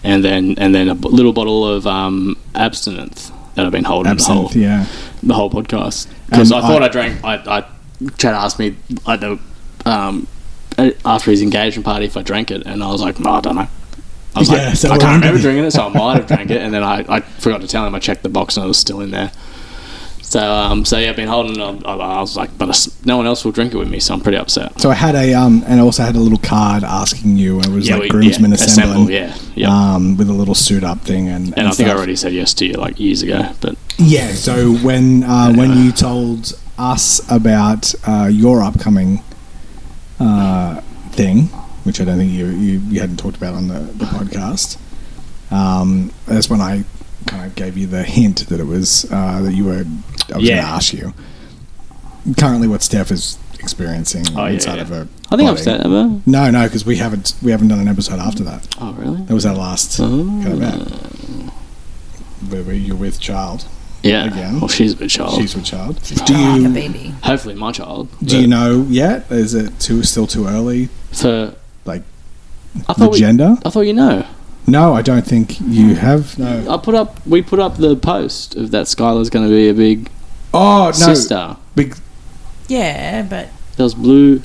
Speaker 2: and then and then a b- little bottle of um, absinthe that I've been holding
Speaker 1: absinthe.
Speaker 2: the whole
Speaker 1: Yeah,
Speaker 2: the whole podcast because
Speaker 1: And
Speaker 2: I, thought
Speaker 1: I-
Speaker 2: I drank. I, I Chad asked me at the um, a- after his engagement party if I drank it, and I was like, no, I don't know. I was
Speaker 1: Yeah,
Speaker 2: like,
Speaker 1: so
Speaker 2: I
Speaker 1: what
Speaker 2: can't
Speaker 1: happened?
Speaker 2: remember drinking it, so I might have drank it, and then I, I forgot to tell him. I checked the box and it was still in there. So um, so yeah, I've been holding. it. I, I was like, but I s no one else will drink it with me, so I'm pretty upset.
Speaker 1: so I had a um, and I also had a little card asking you, and it was like
Speaker 2: we-
Speaker 1: groomsman assembly,
Speaker 2: assemble, yeah, yeah.
Speaker 1: um, with a little suit up thing, and
Speaker 2: and I think I
Speaker 1: stuff.
Speaker 2: already said yes to you like years ago, but
Speaker 1: Yeah. So when uh, when you told us about uh, your upcoming uh, thing, which I don't think you, you, you hadn't talked about on the, the podcast, um, that's when I kind of gave you the hint that it was uh, that you were. I was going
Speaker 2: Yeah.
Speaker 1: to ask you currently what Steph is experiencing
Speaker 2: Oh, yeah,
Speaker 1: inside
Speaker 2: yeah.
Speaker 1: of her.
Speaker 2: I
Speaker 1: body.
Speaker 2: think I've said ever.
Speaker 1: No, no, because we haven't we haven't done an episode after that.
Speaker 2: Oh really?
Speaker 1: That was our last
Speaker 2: Oh.
Speaker 1: kind of app. Where were you with child?
Speaker 2: Yeah.
Speaker 1: Again.
Speaker 2: Well, she's a bit child.
Speaker 1: She's with child.
Speaker 4: Do
Speaker 1: Do you
Speaker 4: like a baby.
Speaker 2: Hopefully, my child.
Speaker 1: Do
Speaker 2: but
Speaker 1: you know yet? Is it too still too early?
Speaker 2: for
Speaker 1: Like,
Speaker 2: I
Speaker 1: The
Speaker 2: thought we,
Speaker 1: gender?
Speaker 2: I thought you know.
Speaker 1: No, I don't think you have. No.
Speaker 2: I put up. We put up the post of that Skylar's going to be a big
Speaker 1: Oh no.
Speaker 2: sister.
Speaker 1: Big,
Speaker 4: Yeah, but
Speaker 2: There was blue.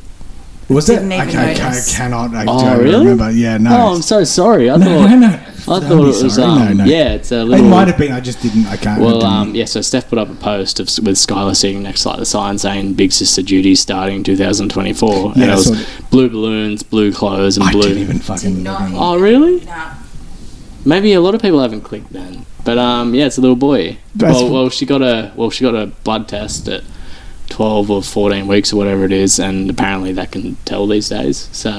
Speaker 1: was it?
Speaker 3: Didn't even
Speaker 1: okay, I
Speaker 3: notice.
Speaker 1: cannot. I
Speaker 2: Oh,
Speaker 1: don't
Speaker 2: really?
Speaker 1: remember. Yeah.
Speaker 2: Oh,
Speaker 1: No.
Speaker 2: I'm so sorry. I
Speaker 1: no,
Speaker 2: thought.
Speaker 1: no, no.
Speaker 2: I
Speaker 1: Don't
Speaker 2: thought
Speaker 1: be
Speaker 2: it was.
Speaker 1: sorry.
Speaker 2: Um,
Speaker 1: no, no.
Speaker 2: Yeah, it's a
Speaker 1: It
Speaker 2: little.
Speaker 1: might have been. I just didn't. I can't. I
Speaker 2: Well,
Speaker 1: didn't-
Speaker 2: um, yeah. So Steph put up a post of, with Skylar sitting next to like the sign saying "Big Sister Duty" starting 2024,
Speaker 1: Yeah,
Speaker 2: and
Speaker 1: I
Speaker 2: it was
Speaker 1: saw it.
Speaker 2: blue balloons, blue clothes, and
Speaker 1: I
Speaker 2: blue.
Speaker 1: didn't even fucking.
Speaker 3: Did not
Speaker 1: remember.
Speaker 2: Oh, really?
Speaker 3: No.
Speaker 2: Maybe a lot of people haven't clicked then. But um, yeah, it's a little boy.
Speaker 1: That's-
Speaker 2: well, well, she got a well, she got a blood test at twelve or fourteen weeks or whatever it is, and apparently that can tell these days.
Speaker 4: <gasps>
Speaker 2: So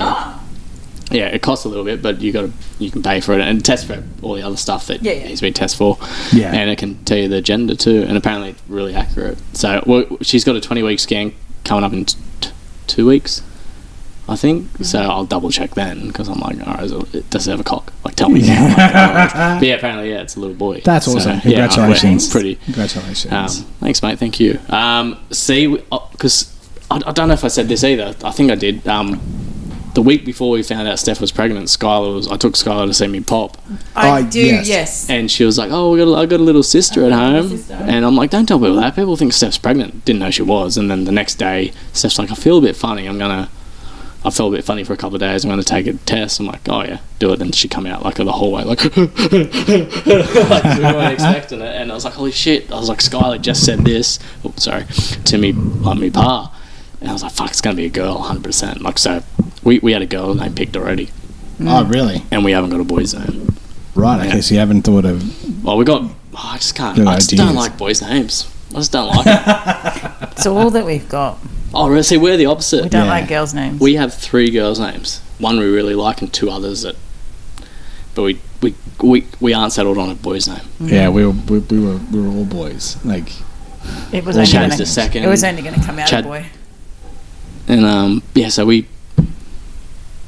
Speaker 2: yeah, it costs a little bit, but you got to you can pay for it and test for all the other stuff that
Speaker 4: Yeah, yeah.
Speaker 2: needs to be tested for.
Speaker 1: Yeah. <laughs>
Speaker 2: and it can tell you the gender too, and apparently it's really accurate. So well, she's got a twenty week scan coming up in t- t- two weeks. I think
Speaker 1: Mm-hmm.
Speaker 2: so. I'll double check then because I'm like, all right, so it does it have a cock? Like, tell me. now.
Speaker 1: <laughs>
Speaker 2: <laughs> but yeah, apparently, yeah, it's a little boy.
Speaker 1: That's
Speaker 2: So,
Speaker 1: awesome.
Speaker 2: yeah, I-
Speaker 1: Congratulations.
Speaker 2: pretty.
Speaker 1: Congratulations.
Speaker 2: Um, thanks, mate. Thank you. Um, see, because I, I don't know if I said this either. I think I did. Um, the week before we found out Steph was pregnant, Skylar was. I took Skylar to see me pop,
Speaker 3: I
Speaker 1: Oh,
Speaker 3: do,
Speaker 1: yes.
Speaker 3: yes.
Speaker 2: and she was like, "Oh, we got a, I got a little sister at home," and I'm like, "Don't tell people that. People think Steph's pregnant." Didn't know she was, and then the next day, Steph's like, "I feel a bit funny. I'm gonna." I felt a bit funny for a couple of days. I'm going to take a test. I'm like, oh yeah, do it. Then she come out like in the hallway, like, <laughs> like we weren't expecting it. And I was like, holy shit! I was like, Skylar just said this. Oh, sorry, to me, on me pa. And I was like, fuck, it's going to be a girl, 100. percent Like so, we, we had a girl and they picked already, Um,
Speaker 1: oh,
Speaker 2: mm.
Speaker 1: really?
Speaker 2: and we haven't got a boy's name.
Speaker 1: Right. Okay. So you haven't thought of.
Speaker 2: <laughs> Well, we got. oh, I just can't.
Speaker 1: Good
Speaker 2: I just
Speaker 1: ideas.
Speaker 2: don't like boys' names. I just don't like it.
Speaker 4: it's all that we've got.
Speaker 2: oh, really? See, we're the
Speaker 4: We
Speaker 2: opposite.
Speaker 4: don't
Speaker 1: Yeah.
Speaker 4: like girls' names.
Speaker 2: We have three girls' names. One we really like, and two others that. But we we we, we aren't settled on a boy's name.
Speaker 1: <laughs> Yeah, we were we, we were we were all boys. Like
Speaker 4: it was
Speaker 2: Well, Chad's
Speaker 4: only gonna,
Speaker 2: the second.
Speaker 4: It was only going to come out
Speaker 2: Chad-
Speaker 4: a boy.
Speaker 2: And um, yeah, so we
Speaker 1: oh,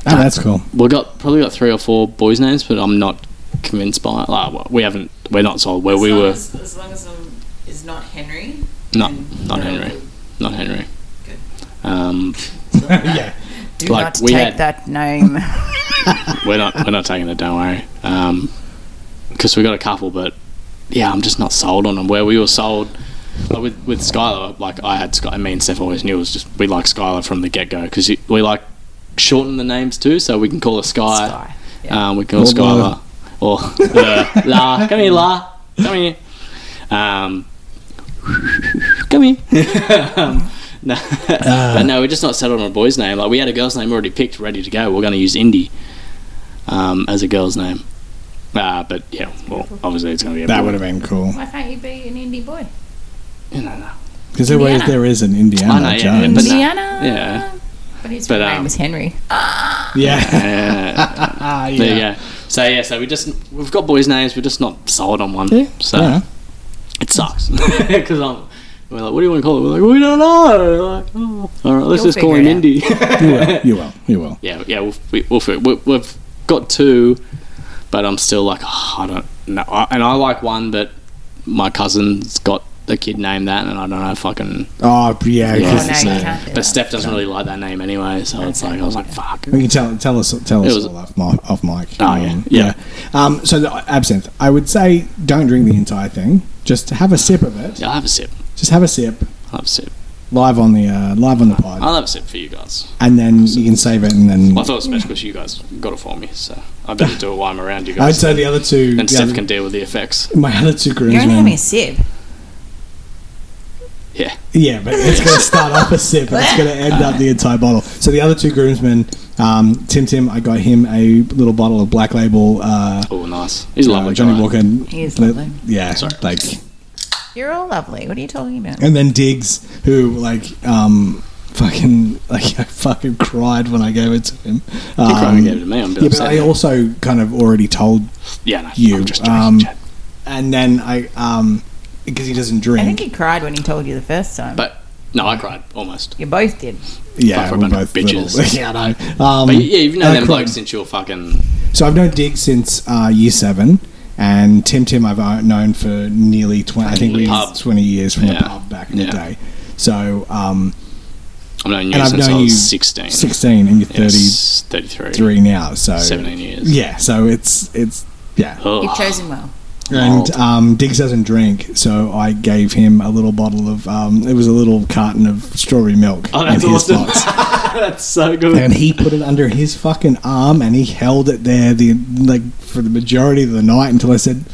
Speaker 1: that's cool. <laughs>
Speaker 2: we got probably got three or four boys' names, but I'm not convinced by it. Like well, we haven't, we're not sold where we were.
Speaker 3: As, as long as um, it's not Henry.
Speaker 2: No,
Speaker 3: then
Speaker 2: not
Speaker 3: they'll
Speaker 2: Henry,
Speaker 3: do-
Speaker 2: not Henry. Um,
Speaker 1: yeah.
Speaker 4: Do
Speaker 2: Like,
Speaker 4: not
Speaker 2: we
Speaker 4: take
Speaker 2: had-
Speaker 4: that name.
Speaker 2: <laughs> we're not we're not taking it. Don't worry. Um, because we got a couple, but yeah, I'm just not sold on them. Where we were sold. Like with with Skylar, like I had Sky, me and Steph always knew it was just we like Skylar from the get go because we like shorten the names too, so we can call her Sky.
Speaker 4: Sky.
Speaker 2: Um, we call her Skylar. Or <laughs> uh, La. Come here, La. Come here. <laughs> Um, come here. um, No,
Speaker 1: Ah.
Speaker 2: but no, we're just not settled on a boy's name. Like we had a girl's name already picked, ready to go. We're going to use Indy um, as a girl's name. Uh, but yeah, well, obviously it's going to be a
Speaker 1: That
Speaker 2: boy.
Speaker 1: would have been cool.
Speaker 3: Why can't you be an indie boy?
Speaker 2: No, no, no.
Speaker 1: Because there, was-
Speaker 3: Indiana.
Speaker 1: there is an Indiana
Speaker 2: I know, yeah,
Speaker 1: Jones.
Speaker 2: but-
Speaker 3: Indiana.
Speaker 2: Yeah.
Speaker 3: But his
Speaker 2: But,
Speaker 3: real name
Speaker 2: um,
Speaker 3: was Henry.
Speaker 2: <laughs>
Speaker 1: yeah.
Speaker 2: Uh,
Speaker 1: Ah, yeah.
Speaker 2: there you go. So yeah, so we just we've got boys' names. We're just not solid on one. So
Speaker 1: Yeah.
Speaker 2: it <laughs> sucks because I'm. We're like, what do you want to call it? We're like, we don't know. We're like, oh, all right, let's
Speaker 3: You'll
Speaker 2: just call
Speaker 3: figure
Speaker 2: him
Speaker 3: it
Speaker 2: Indy.
Speaker 1: You will. You
Speaker 2: <laughs>
Speaker 1: will. You will.
Speaker 2: yeah, yeah, we'll, we, we'll, fi- we, we've got two, but I'm still like, "Oh, I don't know. I, and I like one, but my cousin's got a kid named that, and I don't know if I can.
Speaker 1: Oh, yeah.
Speaker 2: Yeah.
Speaker 1: because
Speaker 2: Oh, no,
Speaker 1: it's
Speaker 2: you
Speaker 1: like-
Speaker 3: can't. Yeah,
Speaker 2: But Steph doesn't really like that name anyway, so it's like, I was like, fuck.
Speaker 1: We can tell tell us tell
Speaker 2: It
Speaker 1: us
Speaker 2: was-
Speaker 1: all off, mi- off mic.
Speaker 2: Oh, yeah. Yeah.
Speaker 1: Um, so the absinthe, I would say don't drink the entire thing. Just have a sip of it.
Speaker 2: Yeah, I'll have a sip.
Speaker 1: Just have a sip
Speaker 2: I'll have a sip.
Speaker 1: live on the uh, live on the pod,
Speaker 2: I'll have a sip for you guys.
Speaker 1: and then you can save it. And then
Speaker 2: Well, I thought it was special because you guys got it for me, so I better do it while I'm around you
Speaker 1: I'd
Speaker 2: guys.
Speaker 1: say the other two.
Speaker 2: Then
Speaker 1: the
Speaker 2: Steph
Speaker 1: other-
Speaker 2: can deal with the
Speaker 1: <laughs>
Speaker 2: effects.
Speaker 1: my other two
Speaker 3: You're
Speaker 1: groomsmen.
Speaker 3: only having a sip.
Speaker 2: Yeah.
Speaker 1: Yeah, but it's
Speaker 3: <laughs>
Speaker 1: going to start off a sip and it's going to end up the entire bottle. So the other two groomsmen, um, Tim Tim, I got him a little bottle of Black Label. Uh,
Speaker 2: Oh, nice. He's a
Speaker 1: uh,
Speaker 2: lovely.
Speaker 1: Johnny
Speaker 2: guy.
Speaker 1: Walker.
Speaker 3: He is
Speaker 1: But-
Speaker 3: lovely.
Speaker 1: Yeah,
Speaker 2: Sorry.
Speaker 1: like
Speaker 3: You're all lovely. What are you talking about?
Speaker 1: and then Diggs, who like um, fucking <laughs> like I fucking cried when I gave it to him.
Speaker 2: I think Roman
Speaker 1: Um,
Speaker 2: gave it to me. I'm a bit
Speaker 1: yeah, but
Speaker 2: upset.
Speaker 1: I also kind of already told,
Speaker 2: yeah, no,
Speaker 1: you,
Speaker 2: I'm just joking,
Speaker 1: um,
Speaker 2: Chad.
Speaker 1: and then I um because he doesn't
Speaker 3: I think
Speaker 1: drink.
Speaker 3: he cried when he told you the first time.
Speaker 2: But no, I cried almost.
Speaker 3: you both did.
Speaker 1: yeah,
Speaker 2: Fuck, we're
Speaker 1: we're
Speaker 2: a bunch
Speaker 1: both
Speaker 2: of bitches.
Speaker 1: little- <laughs> yeah, I know. Um,
Speaker 2: But yeah, you've known
Speaker 1: and I
Speaker 2: them
Speaker 1: cried.
Speaker 2: blokes since you were fucking.
Speaker 1: So I've known Dig since uh, year seven, and Tim Tim I've uh, known for nearly twenty. I think
Speaker 2: From the
Speaker 1: we
Speaker 2: pub.
Speaker 1: twenty years from
Speaker 2: Yeah.
Speaker 1: the pub back in the
Speaker 2: Yeah.
Speaker 1: day. So um,
Speaker 2: I've known you
Speaker 1: and I've
Speaker 2: since
Speaker 1: known
Speaker 2: I was
Speaker 1: you
Speaker 2: 16.
Speaker 1: sixteen, and you're thirty
Speaker 2: Yes, 33.
Speaker 1: three now. So
Speaker 2: 17 years.
Speaker 1: Yeah, so it's it's yeah,
Speaker 2: Ugh.
Speaker 3: You've chosen well.
Speaker 1: and um, Diggs doesn't drink, so I gave him a little bottle of um, it was a little carton of strawberry milk
Speaker 2: Oh, that's
Speaker 1: in his
Speaker 2: awesome.
Speaker 1: box.
Speaker 2: <laughs> That's so good.
Speaker 1: and he put it under his fucking arm and he held it there the like for the majority of the night until I said, "Do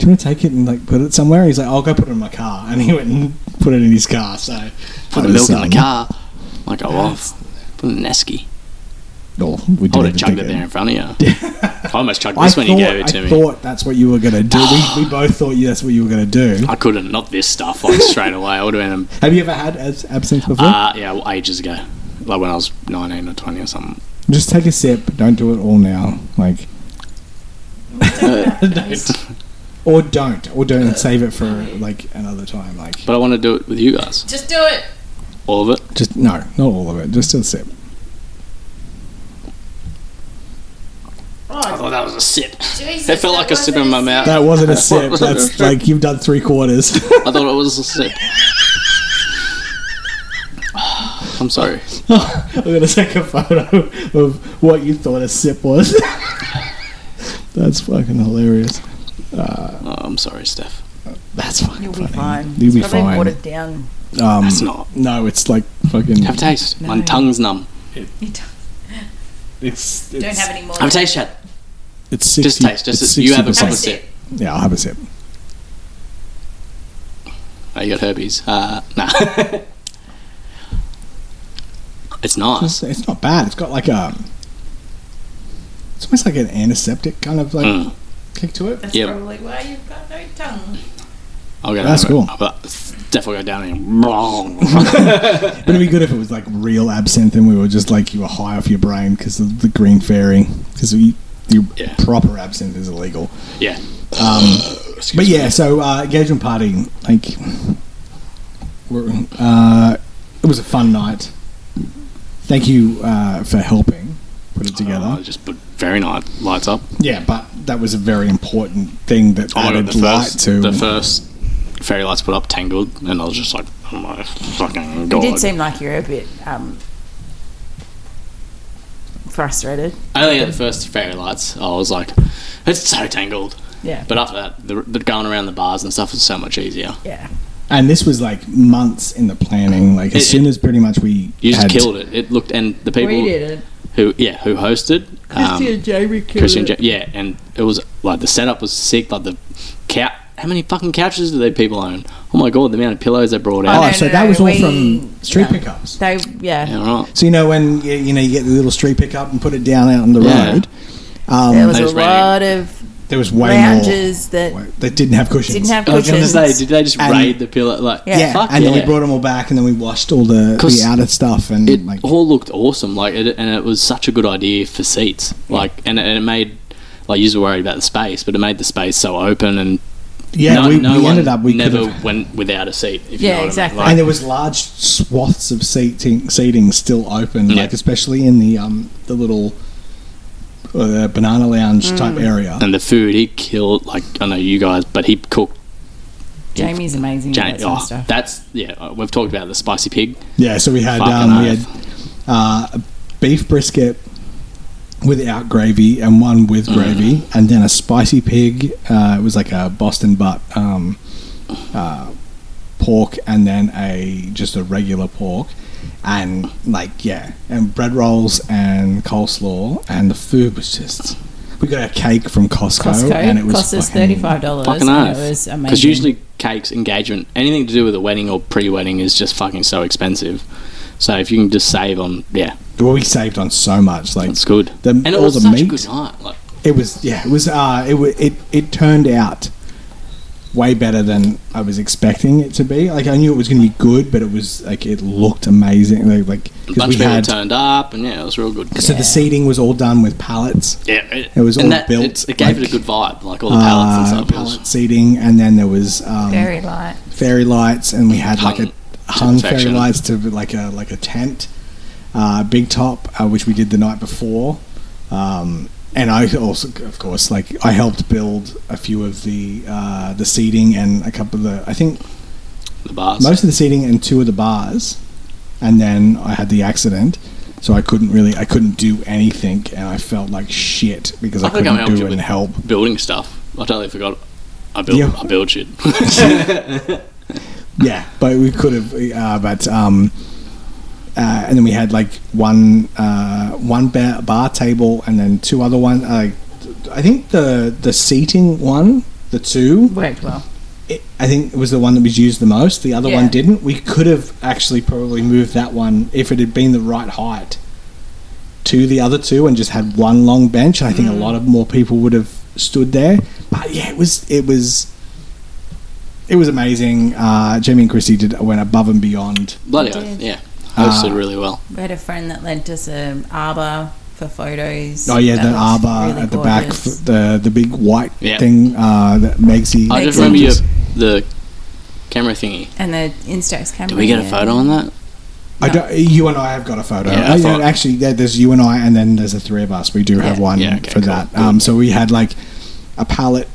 Speaker 1: you want to take it and like put it somewhere?" He's like, "I'll go put it in my car," and he went and put it in his car. So
Speaker 2: Put the
Speaker 1: that was,
Speaker 2: milk in the
Speaker 1: um,
Speaker 2: car. Like, I was. Put an esky.
Speaker 1: Well, Oh, we
Speaker 2: I
Speaker 1: didn't
Speaker 2: would
Speaker 1: even
Speaker 2: have
Speaker 1: think
Speaker 2: chugged it
Speaker 1: it. <laughs>
Speaker 2: there in front of you. I almost chugged
Speaker 1: I
Speaker 2: this
Speaker 1: thought,
Speaker 2: when you gave it to
Speaker 1: I
Speaker 2: me.
Speaker 1: thought that's what you were gonna do. we,
Speaker 2: <sighs>
Speaker 1: we both thought you, that's what you were gonna do.
Speaker 2: I couldn't. Not this stuff, like, straight away. I would
Speaker 1: <laughs>
Speaker 2: have been.
Speaker 1: Have you ever had abs- absinthe before?
Speaker 2: Uh, yeah, well, ages ago. Like, when I was 19 or 20 or something.
Speaker 1: Just take a sip. Don't do it all now. Like, or don't, or
Speaker 2: Uh,
Speaker 1: don't and save it for like another time. Like,
Speaker 2: <laughs> But I want to do it with you guys.
Speaker 3: Just do it.
Speaker 2: All of it.
Speaker 1: just no, not all of it. Just a sip.
Speaker 2: I thought that was a sip. It felt like a sip in my mouth.
Speaker 1: That wasn't
Speaker 2: <laughs>
Speaker 1: a sip. That's like you've done three quarters. <laughs>
Speaker 2: I thought it was a sip. <sighs> I'm sorry.
Speaker 1: I'm gonna take a photo of what you thought a sip was. <laughs> That's fucking hilarious. Uh,
Speaker 2: Oh, I'm sorry, Steph.
Speaker 1: That's fucking
Speaker 4: You'll be
Speaker 1: funny.
Speaker 4: fine.
Speaker 1: You'll be
Speaker 4: it's probably
Speaker 1: fine.
Speaker 4: watered down.
Speaker 1: Um,
Speaker 2: That's not.
Speaker 1: No, it's like fucking.
Speaker 2: Have a taste. My tongue's numb.
Speaker 3: You don't,
Speaker 1: It's, it's,
Speaker 3: don't have any more.
Speaker 2: Have a taste, Chad.
Speaker 1: It's 60,
Speaker 2: Just taste. Just
Speaker 1: it's
Speaker 2: you have a
Speaker 1: 60%.
Speaker 2: proper sip.
Speaker 1: Yeah, I'll have a sip.
Speaker 2: Oh, you got herpes. Uh, nah. <laughs> it's nice.
Speaker 1: It's, it's not bad. It's got like a. It's almost like an antiseptic kind of like
Speaker 2: Mm.
Speaker 1: kick to it.
Speaker 3: That's
Speaker 2: Yeah.
Speaker 3: probably why you've got no tongue.
Speaker 2: I'll go down.
Speaker 1: That's
Speaker 2: it.
Speaker 1: cool.
Speaker 2: I'll definitely go down and. <laughs>
Speaker 1: But it'd be good if it was like real absinthe and we were just like you were high off your brain because of the green fairy. Because you, your
Speaker 2: Yeah.
Speaker 1: proper absinthe is illegal. Um,
Speaker 2: yeah.
Speaker 1: But yeah, so uh, engagement party, like, we're, uh, it was a fun night. Thank you uh, for helping put it together.
Speaker 2: Uh, just put very nice lights up.
Speaker 1: yeah, but that was a very important thing that
Speaker 2: Oh my god,
Speaker 1: added
Speaker 2: the
Speaker 1: light
Speaker 2: first,
Speaker 1: to
Speaker 2: the first fairy lights put up tangled, and I was just like, oh my fucking
Speaker 4: You
Speaker 2: god.
Speaker 4: did seem like you're a bit um, frustrated.
Speaker 2: Only at the first fairy lights, I was like, it's so tangled.
Speaker 4: Yeah.
Speaker 2: But after that, the, the going around the bars and stuff was so much easier.
Speaker 4: Yeah.
Speaker 1: and this was like months in the planning. Like as
Speaker 2: It-
Speaker 1: soon as pretty much we
Speaker 2: You just
Speaker 1: had
Speaker 2: killed it. It looked, and the people
Speaker 4: it.
Speaker 2: who, yeah, who hosted, um,
Speaker 4: Jamie killed
Speaker 2: Christian, Ja- yeah, and it was like the setup was sick. Like the couch, how many fucking couches do they people own? I Oh my god, the amount of pillows they brought
Speaker 1: Oh,
Speaker 2: out.
Speaker 3: no,
Speaker 1: so
Speaker 3: no,
Speaker 1: that
Speaker 3: no,
Speaker 1: was all
Speaker 3: we-
Speaker 1: from street
Speaker 3: no.
Speaker 1: pickups.
Speaker 3: They, yeah.
Speaker 2: Yeah, right.
Speaker 1: So you know when you, you know you get the little street pickup and put it down out on the
Speaker 2: Yeah.
Speaker 1: road.
Speaker 3: There
Speaker 1: Um,
Speaker 3: was
Speaker 2: I
Speaker 3: a
Speaker 2: was reading.
Speaker 3: lot of
Speaker 1: there was way
Speaker 3: lounges that
Speaker 1: more that didn't have cushions.
Speaker 3: didn't have
Speaker 2: I was going to
Speaker 3: cushions.
Speaker 2: say, did they just
Speaker 1: And-
Speaker 2: raid the pillow? Like,
Speaker 3: Yeah.
Speaker 1: yeah,
Speaker 2: fuck
Speaker 1: and
Speaker 2: Oh, yeah.
Speaker 1: then we brought them all back, and then we washed all the,
Speaker 2: 'Cause
Speaker 1: the outer stuff, and
Speaker 2: it
Speaker 1: like
Speaker 2: all looked awesome, like, it, and it was such a good idea for seats. Like, and, and it made, like, you were worried about the space, but it made the space so open, and
Speaker 1: yeah,
Speaker 2: no,
Speaker 1: we,
Speaker 2: no
Speaker 1: we
Speaker 2: one
Speaker 1: ended up we
Speaker 2: never
Speaker 1: could've-
Speaker 2: went without a seat. If
Speaker 3: Yeah,
Speaker 2: you know
Speaker 3: exactly.
Speaker 2: What
Speaker 1: and
Speaker 2: I mean.
Speaker 1: there was large swaths of seating seating still open,
Speaker 2: Yeah.
Speaker 1: like especially in the um the little uh, banana lounge type
Speaker 3: Mm.
Speaker 1: area.
Speaker 2: Like, and the food he killed. Like, I know you guys, but he cooked.
Speaker 3: Jamie's amazing. at
Speaker 2: Jane,
Speaker 3: that sort of
Speaker 2: oh,
Speaker 3: stuff.
Speaker 2: that's yeah. uh, We've talked about the spicy pig.
Speaker 1: Yeah, so we had
Speaker 2: Fucking
Speaker 1: um, we
Speaker 2: oath.
Speaker 1: had uh, a beef brisket without gravy and one
Speaker 2: Mm.
Speaker 1: with gravy, and then a spicy pig. Uh, it was like a Boston butt um, uh, pork, and then a just a regular pork, and like yeah, and bread rolls and coleslaw, and the food was just. We got a cake from Costco,
Speaker 3: Costco
Speaker 1: and it was
Speaker 3: cost us
Speaker 1: fucking-
Speaker 3: thirty five dollars.
Speaker 2: Fucking
Speaker 3: and
Speaker 2: oath.
Speaker 3: It was amazing.
Speaker 2: Because usually cakes, engagement, anything to do with a wedding or pre-wedding is just fucking so expensive. So if you can just save on, yeah,
Speaker 1: Well, we saved on so much, like
Speaker 2: it's good.
Speaker 1: the,
Speaker 2: And it
Speaker 1: all
Speaker 2: was
Speaker 1: the
Speaker 2: such
Speaker 1: meat.
Speaker 2: a good night. Like,
Speaker 1: It was yeah. It was uh, it wa- it it turned out way better than I was expecting it to be. Like I knew it was going to be good, but it was like it looked amazing. Like like
Speaker 2: a
Speaker 1: 'cause
Speaker 2: bunch
Speaker 1: we
Speaker 2: of people
Speaker 1: had
Speaker 2: turned up, and yeah, it was real good.
Speaker 1: so the seating was all done with pallets.
Speaker 2: Yeah, it,
Speaker 1: It was
Speaker 2: and
Speaker 1: all
Speaker 2: that-
Speaker 1: built,
Speaker 2: It, it
Speaker 1: like,
Speaker 2: gave it a good vibe, like all the pallets
Speaker 1: uh,
Speaker 2: and stuff. It was-
Speaker 1: pallet seating, and then there was um,
Speaker 3: very light.
Speaker 1: fairy lights, and we had like
Speaker 2: Hung
Speaker 1: a hung fairy
Speaker 2: perfection.
Speaker 1: lights to like a like a tent, uh, big top, uh, which we did the night before, um, and I also, of course, like I helped build a few of the uh, the seating and a couple of the I think
Speaker 2: the bars.
Speaker 1: most of the seating and two of the bars, and then I had the accident. So I couldn't really, I couldn't do anything, and I felt like shit because I,
Speaker 2: I think I
Speaker 1: couldn't
Speaker 2: helped
Speaker 1: do
Speaker 2: you
Speaker 1: and
Speaker 2: with-
Speaker 1: help.
Speaker 2: building stuff. I totally forgot. I built.
Speaker 1: Yeah.
Speaker 2: I build shit. <laughs>
Speaker 1: Yeah, but we could have. Uh, but um, uh, and then we had like one uh, one bar, bar table, and then two other one. Uh, I think the the seating one, the two.
Speaker 3: Worked well.
Speaker 1: It, I think it was the one that was used the most. The other one
Speaker 3: Yeah.
Speaker 1: didn't. We could have actually probably moved that one if it had been the right height to the other two, and just had one long bench. And I
Speaker 3: Mm.
Speaker 1: think a lot of more people would have stood there. But yeah, it was it was. It was amazing. Uh, Jamie and Christy did went above and beyond.
Speaker 2: Bloody
Speaker 3: You
Speaker 2: oath,
Speaker 3: did.
Speaker 2: yeah.
Speaker 1: Uh,
Speaker 2: Hosted really well.
Speaker 3: We had a friend that lent us an arbor for photos.
Speaker 1: Oh yeah,
Speaker 3: That
Speaker 1: the
Speaker 3: was
Speaker 1: arbor
Speaker 3: really
Speaker 1: at the back,
Speaker 3: gorgeous.
Speaker 1: f- the the big white
Speaker 2: Yeah.
Speaker 1: thing uh, that Megsy.
Speaker 2: I just
Speaker 3: Excellent.
Speaker 2: remember your, the camera thingy.
Speaker 3: and the Instax camera.
Speaker 2: Did we get a
Speaker 3: yeah.
Speaker 2: photo on that?
Speaker 1: I don't, you and I have got a photo.
Speaker 2: Yeah, I
Speaker 1: Uh,
Speaker 2: thought-
Speaker 1: actually, there- there's you and I, and then there's the three of us. We do have
Speaker 3: Yeah.
Speaker 1: one
Speaker 2: Yeah, okay,
Speaker 1: for
Speaker 2: cool.
Speaker 1: that. Um, so we had like a pallet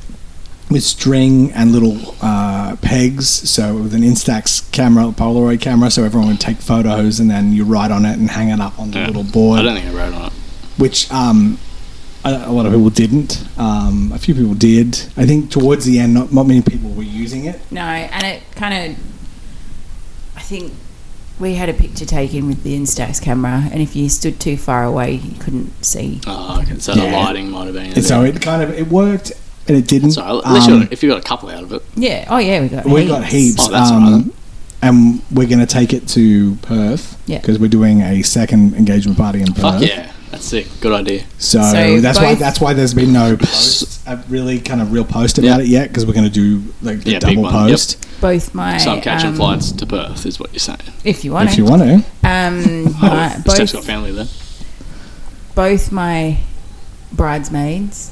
Speaker 1: with string and little uh, pegs. So with an Instax camera, Polaroid camera, so everyone would take photos, and then you write on it and hang it up on the
Speaker 2: Yeah.
Speaker 1: little board
Speaker 2: I don't think I wrote on it.
Speaker 1: which um, a, a lot of people didn't. Um, a few people did. I think towards the end, not, not many people were using it.
Speaker 3: No, and it kind of. I think we had a picture taken with the Instax camera, and if you stood too far away, you couldn't see.
Speaker 2: Oh, okay. So the
Speaker 1: Yeah.
Speaker 2: lighting might have been.
Speaker 1: And so it kind of it worked, and it didn't.
Speaker 2: Sorry, at least
Speaker 1: Um,
Speaker 2: you got, if you got a couple out of it,
Speaker 3: Yeah. Oh yeah, we got.
Speaker 1: we
Speaker 3: heaps.
Speaker 1: got heaps.
Speaker 2: Oh, that's
Speaker 1: um,
Speaker 2: right.
Speaker 1: And we're going to take it to Perth
Speaker 3: Yeah.
Speaker 1: because we're doing a second engagement party in Perth.
Speaker 2: fuck yeah, that's it. Good idea.
Speaker 1: So,
Speaker 3: So
Speaker 1: that's why
Speaker 3: both-
Speaker 1: that's why there's been no post, a really kind of real post about
Speaker 2: Yeah.
Speaker 1: it yet because we're going to do like the
Speaker 2: Yeah, big
Speaker 1: double
Speaker 2: one, yep.
Speaker 1: post
Speaker 3: both my.
Speaker 2: So I'm catching
Speaker 3: um,
Speaker 2: flights to Perth, is what you're saying.
Speaker 3: If you want
Speaker 1: if
Speaker 3: it.
Speaker 1: you want to.
Speaker 3: Um,
Speaker 2: <laughs>
Speaker 3: my,
Speaker 2: Oh, Steph's got
Speaker 3: both
Speaker 2: family there.
Speaker 3: both my bridesmaids.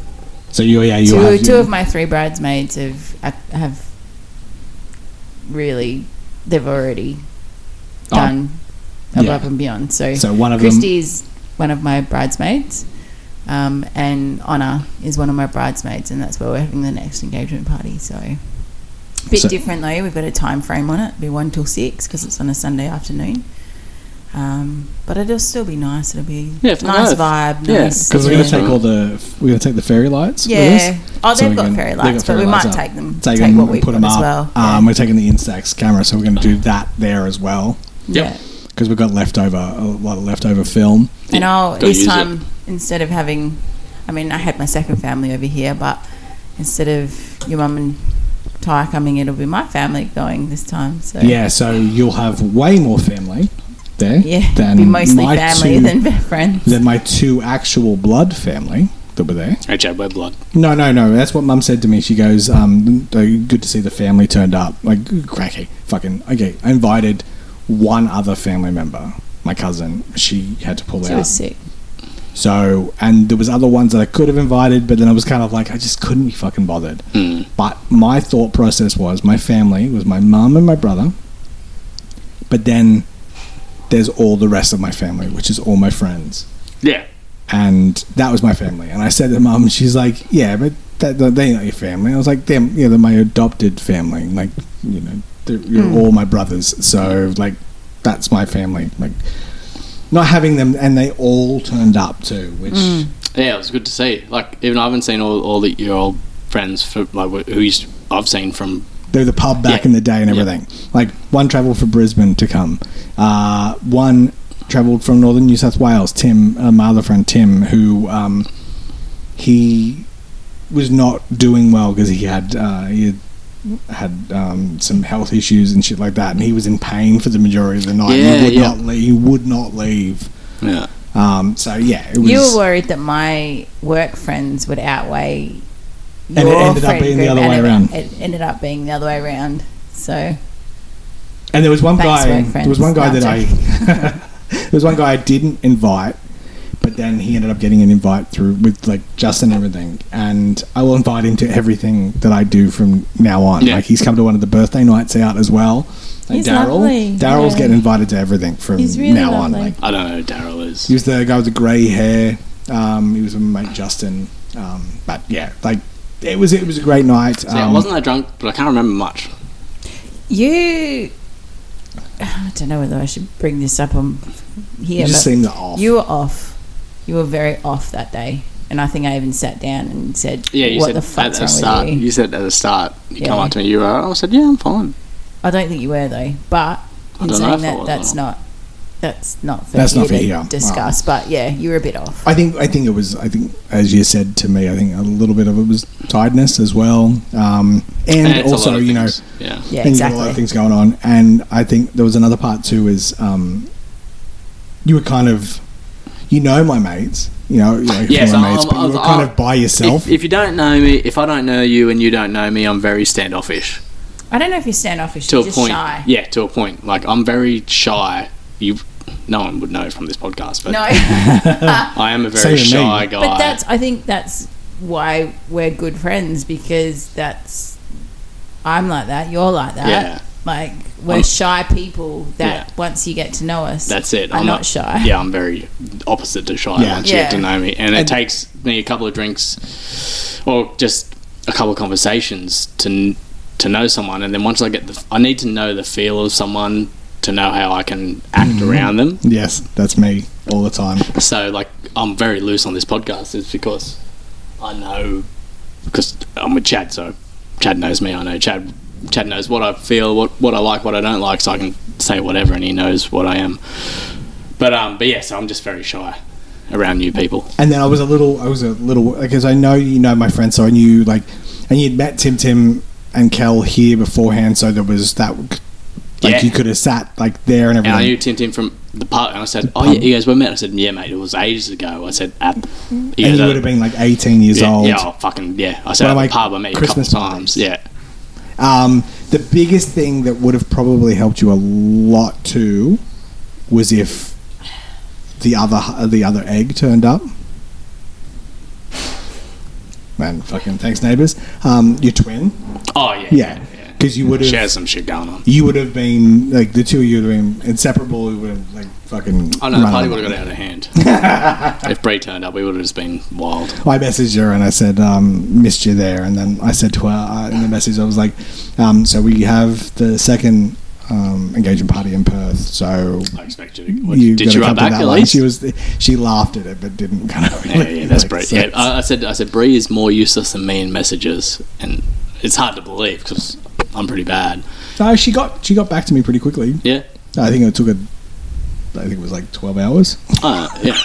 Speaker 1: So you yeah you
Speaker 3: two
Speaker 1: have
Speaker 3: two
Speaker 1: your-
Speaker 3: of my three bridesmaids have have really they've already
Speaker 1: Oh,
Speaker 3: done
Speaker 1: yeah.
Speaker 3: above and beyond. So,
Speaker 1: so one of them
Speaker 3: Christy is one of my bridesmaids, um, and Honor is one of my bridesmaids, and that's where we're having the next engagement party. So, bit
Speaker 1: So-
Speaker 3: different though. We've got a time frame on it. It'll be one till six because it's on a Sunday afternoon. Um, but it'll still be nice. It'll be
Speaker 2: Yeah, for
Speaker 3: nice
Speaker 2: both.
Speaker 3: vibe.
Speaker 2: Yeah,
Speaker 3: nice.
Speaker 1: 'Cause we're
Speaker 2: Yeah.
Speaker 1: going to take all the we're going to take the fairy lights. with us.
Speaker 3: Yeah. Oh,
Speaker 1: So
Speaker 3: they've
Speaker 1: we
Speaker 3: got
Speaker 1: can-
Speaker 3: fairy
Speaker 1: they've
Speaker 3: lights,
Speaker 1: got
Speaker 3: but
Speaker 1: fairy
Speaker 3: we
Speaker 1: lights
Speaker 3: might
Speaker 1: up.
Speaker 3: take them.
Speaker 1: Take
Speaker 3: Take,
Speaker 1: 'em
Speaker 3: what
Speaker 1: and
Speaker 3: we've
Speaker 1: put
Speaker 3: got
Speaker 1: 'em
Speaker 3: as
Speaker 1: up.
Speaker 3: well.
Speaker 1: Um, we're taking the Instax camera, so we're going to do that there as well
Speaker 3: yeah.
Speaker 2: Yep.
Speaker 3: Yeah.
Speaker 1: because we've got leftover a lot of leftover film.
Speaker 3: And I'll
Speaker 2: Gotta
Speaker 3: this
Speaker 2: use it.
Speaker 3: time instead of having, I mean, I had my second family over here, but instead of your mum and Thai coming, it'll be my family going this time. So
Speaker 1: Yeah, so you'll have way more family there
Speaker 3: yeah,
Speaker 1: than
Speaker 3: be mostly
Speaker 1: my
Speaker 3: family
Speaker 1: two,
Speaker 3: than friends.
Speaker 1: <laughs> than my two actual blood family that were there.
Speaker 2: Hey, Chad, we're blood.
Speaker 1: No, no, no. That's what Mum said to me. She goes, um, "Good to see the family turned up." Like, cracky, fucking okay. I invited one other family member, my cousin. She had to pull
Speaker 3: so
Speaker 1: out.
Speaker 3: it's sick.
Speaker 1: So, and there was other ones that I could have invited, but then I was kind of like, I just couldn't be fucking bothered. But my thought process was, my family was my mum and my brother, but then there's all the rest of my family, which is all my friends,
Speaker 2: Yeah.
Speaker 1: and that was my family. And I said to mum, she's like, yeah, but that, that- they ain't your family. I was like, damn, yeah, they're my adopted family. Like, you know, they're, you're all my brothers, so like, that's my family. Like. Not having them, and they all turned up too, which
Speaker 2: Yeah, it was good to see. Like, even I haven't seen all, all the, your old friends for, like, who you, I've seen from.
Speaker 1: they're the pub back
Speaker 2: Yeah.
Speaker 1: in the day and
Speaker 2: Yeah.
Speaker 1: everything. Like one travelled for Brisbane to come, uh, one travelled from northern New South Wales. Tim, uh, my other friend Tim, who um, he was not doing well because he had uh, he had. Had um, some health issues and shit like that, and he was in pain for the majority of the night.
Speaker 2: Yeah,
Speaker 1: he would
Speaker 2: yeah.
Speaker 1: not leave. He would not leave.
Speaker 2: Yeah.
Speaker 1: Um, so yeah, it was.
Speaker 3: You were worried that my work friends would outweigh
Speaker 1: it
Speaker 3: your
Speaker 1: ended up
Speaker 3: friend
Speaker 1: being the
Speaker 3: group,
Speaker 1: other
Speaker 3: and
Speaker 1: way
Speaker 3: it-
Speaker 1: around.
Speaker 3: It ended up being the other way around. So
Speaker 1: And there was one
Speaker 3: Thanks,
Speaker 1: guy.
Speaker 3: work
Speaker 1: There was
Speaker 3: friends.
Speaker 1: one guy
Speaker 3: No,
Speaker 1: that I.
Speaker 3: I'm
Speaker 1: <laughs>
Speaker 3: <laughs>
Speaker 1: there was one guy I didn't invite, but then he ended up getting an invite through with like Justin and everything, and I will invite him to everything that I do from now on.
Speaker 2: Yeah.
Speaker 1: Like he's come to one of the birthday nights out as well. Like
Speaker 3: He's
Speaker 1: Daryl.
Speaker 3: lovely,
Speaker 1: Daryl's
Speaker 3: yeah.
Speaker 1: getting invited to everything from
Speaker 3: He's really
Speaker 1: now on.
Speaker 3: lovely.
Speaker 1: Like
Speaker 2: I don't know who Daryl is.
Speaker 1: he was the guy with the grey hair. Um, he was with my mate Justin. Um, but yeah, like it was it was a great night.
Speaker 2: So, yeah, I
Speaker 1: Um,
Speaker 2: wasn't that drunk, but I can't remember much.
Speaker 3: you, <sighs> I don't know whether I should bring this up on
Speaker 1: you
Speaker 3: here.
Speaker 1: just
Speaker 3: but
Speaker 1: seemed off.
Speaker 3: you were off. You were very off that day, and I think I even sat down and said,
Speaker 2: Yeah, you
Speaker 3: what
Speaker 2: said
Speaker 3: the
Speaker 2: at
Speaker 3: fuck's
Speaker 2: the
Speaker 3: wrong
Speaker 2: start.
Speaker 3: with
Speaker 2: You?
Speaker 3: you?"
Speaker 2: said at the start, you come
Speaker 3: Yeah.
Speaker 2: up to me, you were. I said, yeah, I'm fine.
Speaker 3: I don't think you were though, but
Speaker 2: I
Speaker 3: in
Speaker 2: don't know
Speaker 3: saying
Speaker 2: if I
Speaker 3: that,
Speaker 2: was
Speaker 3: that's
Speaker 2: or
Speaker 3: not that's not for
Speaker 1: That's
Speaker 3: you
Speaker 1: not for
Speaker 3: to
Speaker 1: here.
Speaker 3: discuss. But yeah, you were a bit off.
Speaker 1: I think I think it was I think as you said to me I think a little bit of it was tiredness as well um, and,
Speaker 2: it's a
Speaker 1: also
Speaker 2: lot of
Speaker 1: you know
Speaker 2: things. Yeah.
Speaker 3: Yeah,
Speaker 1: and you got a lot
Speaker 3: exactly.
Speaker 1: of things going on and I think there was another part too is um, you were kind of you know my mates you know, you know
Speaker 2: Yes,
Speaker 1: my
Speaker 2: I'm-
Speaker 1: mates but
Speaker 2: I'm-
Speaker 1: you were
Speaker 2: I'm-
Speaker 1: kind of by yourself
Speaker 2: If, if you don't know me, if I don't know you and you don't know me, I'm very standoffish
Speaker 3: I don't know if you're standoffish.
Speaker 2: to
Speaker 3: you're
Speaker 2: a
Speaker 3: just
Speaker 2: point.
Speaker 3: shy.
Speaker 2: Yeah, to a point. Like I'm very shy. You, no one would know from this podcast, but
Speaker 3: No,
Speaker 2: <laughs>
Speaker 3: <laughs>
Speaker 2: I am a
Speaker 1: Same
Speaker 2: very
Speaker 1: with me.
Speaker 2: shy guy.
Speaker 3: but that's. I think that's why we're good friends because that's. I'm like that. You're like that.
Speaker 2: Yeah.
Speaker 3: Like we're
Speaker 2: I'm-
Speaker 3: shy people that
Speaker 2: Yeah.
Speaker 3: once you get to know us,
Speaker 2: That's it.
Speaker 3: Are I'm not shy.
Speaker 2: Yeah, I'm very opposite to shy
Speaker 1: Yeah.
Speaker 2: once you get to
Speaker 3: Yeah.
Speaker 2: know me. And,
Speaker 1: And-
Speaker 2: it takes me a couple of drinks or just a couple of conversations to to know someone. And then once I get the, I need to know the feel of someone to know how I can act
Speaker 1: Mm-hmm.
Speaker 2: around them.
Speaker 1: yes that's me all the time
Speaker 2: So like I'm very loose on this podcast is because I know because I'm with Chad, so Chad knows me. I know Chad. Chad knows what I feel, what what I like, what I don't like, so I can say whatever, and he knows what I am. But um, but yeah, so I'm just very shy around new people.
Speaker 1: and then I was a little, I was a little, because I know you know my friend, so I knew like, and you'd met Tim Tim and Kel here beforehand, so there was that, like
Speaker 2: Yeah.
Speaker 1: you could have sat like there and
Speaker 2: And I
Speaker 1: everything.
Speaker 2: knew Tim Tim from the pub, and I said, "Oh yeah, you guys were met." I said, "Yeah, mate, it was ages ago." I said, "At," he
Speaker 1: and
Speaker 2: goes,
Speaker 1: you
Speaker 2: "Uh,
Speaker 1: would have been like 18 years
Speaker 2: yeah,
Speaker 1: old.
Speaker 2: yeah, oh, fucking yeah. I said,
Speaker 1: One
Speaker 2: "At
Speaker 1: of
Speaker 2: the
Speaker 1: my
Speaker 2: pub, I met you a couple
Speaker 1: Christmas
Speaker 2: times."
Speaker 1: parties.
Speaker 2: Yeah,
Speaker 1: Um, the biggest thing that would have probably helped you a lot too was if the other the other egg turned up. Man, fucking thanks, neighbors. Um, your twin,
Speaker 2: oh yeah,
Speaker 1: yeah, because you would have
Speaker 2: She has some shit going on.
Speaker 1: you would have been like the two of you would have been inseparable. You would have like fucking.
Speaker 2: Oh no, the
Speaker 1: run
Speaker 2: party
Speaker 1: on.
Speaker 2: would have got out of hand.
Speaker 1: <laughs>
Speaker 2: if Bree turned up, we would have just been wild.
Speaker 1: I messaged her and I said, um, "Missed you there." And then I said to her uh, in the message, I was like, um, "So we have the second um, engagement party in Perth. So
Speaker 2: I expect you. To, did
Speaker 1: gotta
Speaker 2: you
Speaker 1: come
Speaker 2: write
Speaker 1: to
Speaker 2: back
Speaker 1: that
Speaker 2: at
Speaker 1: one."
Speaker 2: least?
Speaker 1: She was she laughed at it, but didn't kind of.
Speaker 2: yeah, yeah, that's
Speaker 1: like,
Speaker 2: Bree.
Speaker 1: so-
Speaker 2: Yeah, uh, I, I said, I said, Bree is more useless than me in messages, and it's hard to believe because I'm pretty bad.
Speaker 1: No, she got she got back to me pretty quickly.
Speaker 2: Yeah,
Speaker 1: I think it took a. I think it was like twelve hours.
Speaker 2: uh,
Speaker 1: <laughs>
Speaker 2: yeah,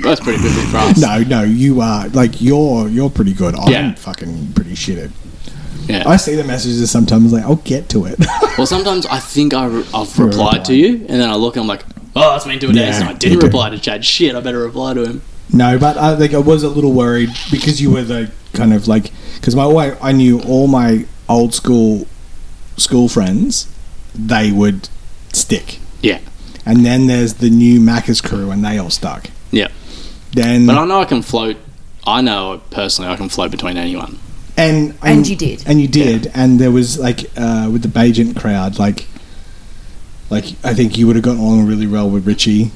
Speaker 2: that's pretty good for us.
Speaker 1: No, no, you are like you're you're pretty good. I'm
Speaker 2: Yeah.
Speaker 1: fucking pretty shit at
Speaker 2: Yeah.
Speaker 1: I see the messages sometimes like I'll get to it.
Speaker 2: Well, sometimes I think I re- I've
Speaker 1: a
Speaker 2: replied
Speaker 1: reply.
Speaker 2: to you, and then I look and I'm like, oh, that's been two days,
Speaker 1: Yeah,
Speaker 2: and I
Speaker 1: you
Speaker 2: didn't
Speaker 1: do.
Speaker 2: reply to Chad. Shit, I better reply to him.
Speaker 1: <laughs> No, but I think I was a little worried because you were the kind of like because my wife, I knew all my old school school friends, they would stick,
Speaker 2: Yeah.
Speaker 1: and then there's the new Macca's crew, and they all stuck.
Speaker 2: Yeah.
Speaker 1: Then
Speaker 2: But I know I can float. I know personally I can float between anyone.
Speaker 1: and,
Speaker 3: And you did.
Speaker 1: and you did, and there was like uh, with the Bajent crowd, like like I think you would have gotten along really well with Richie.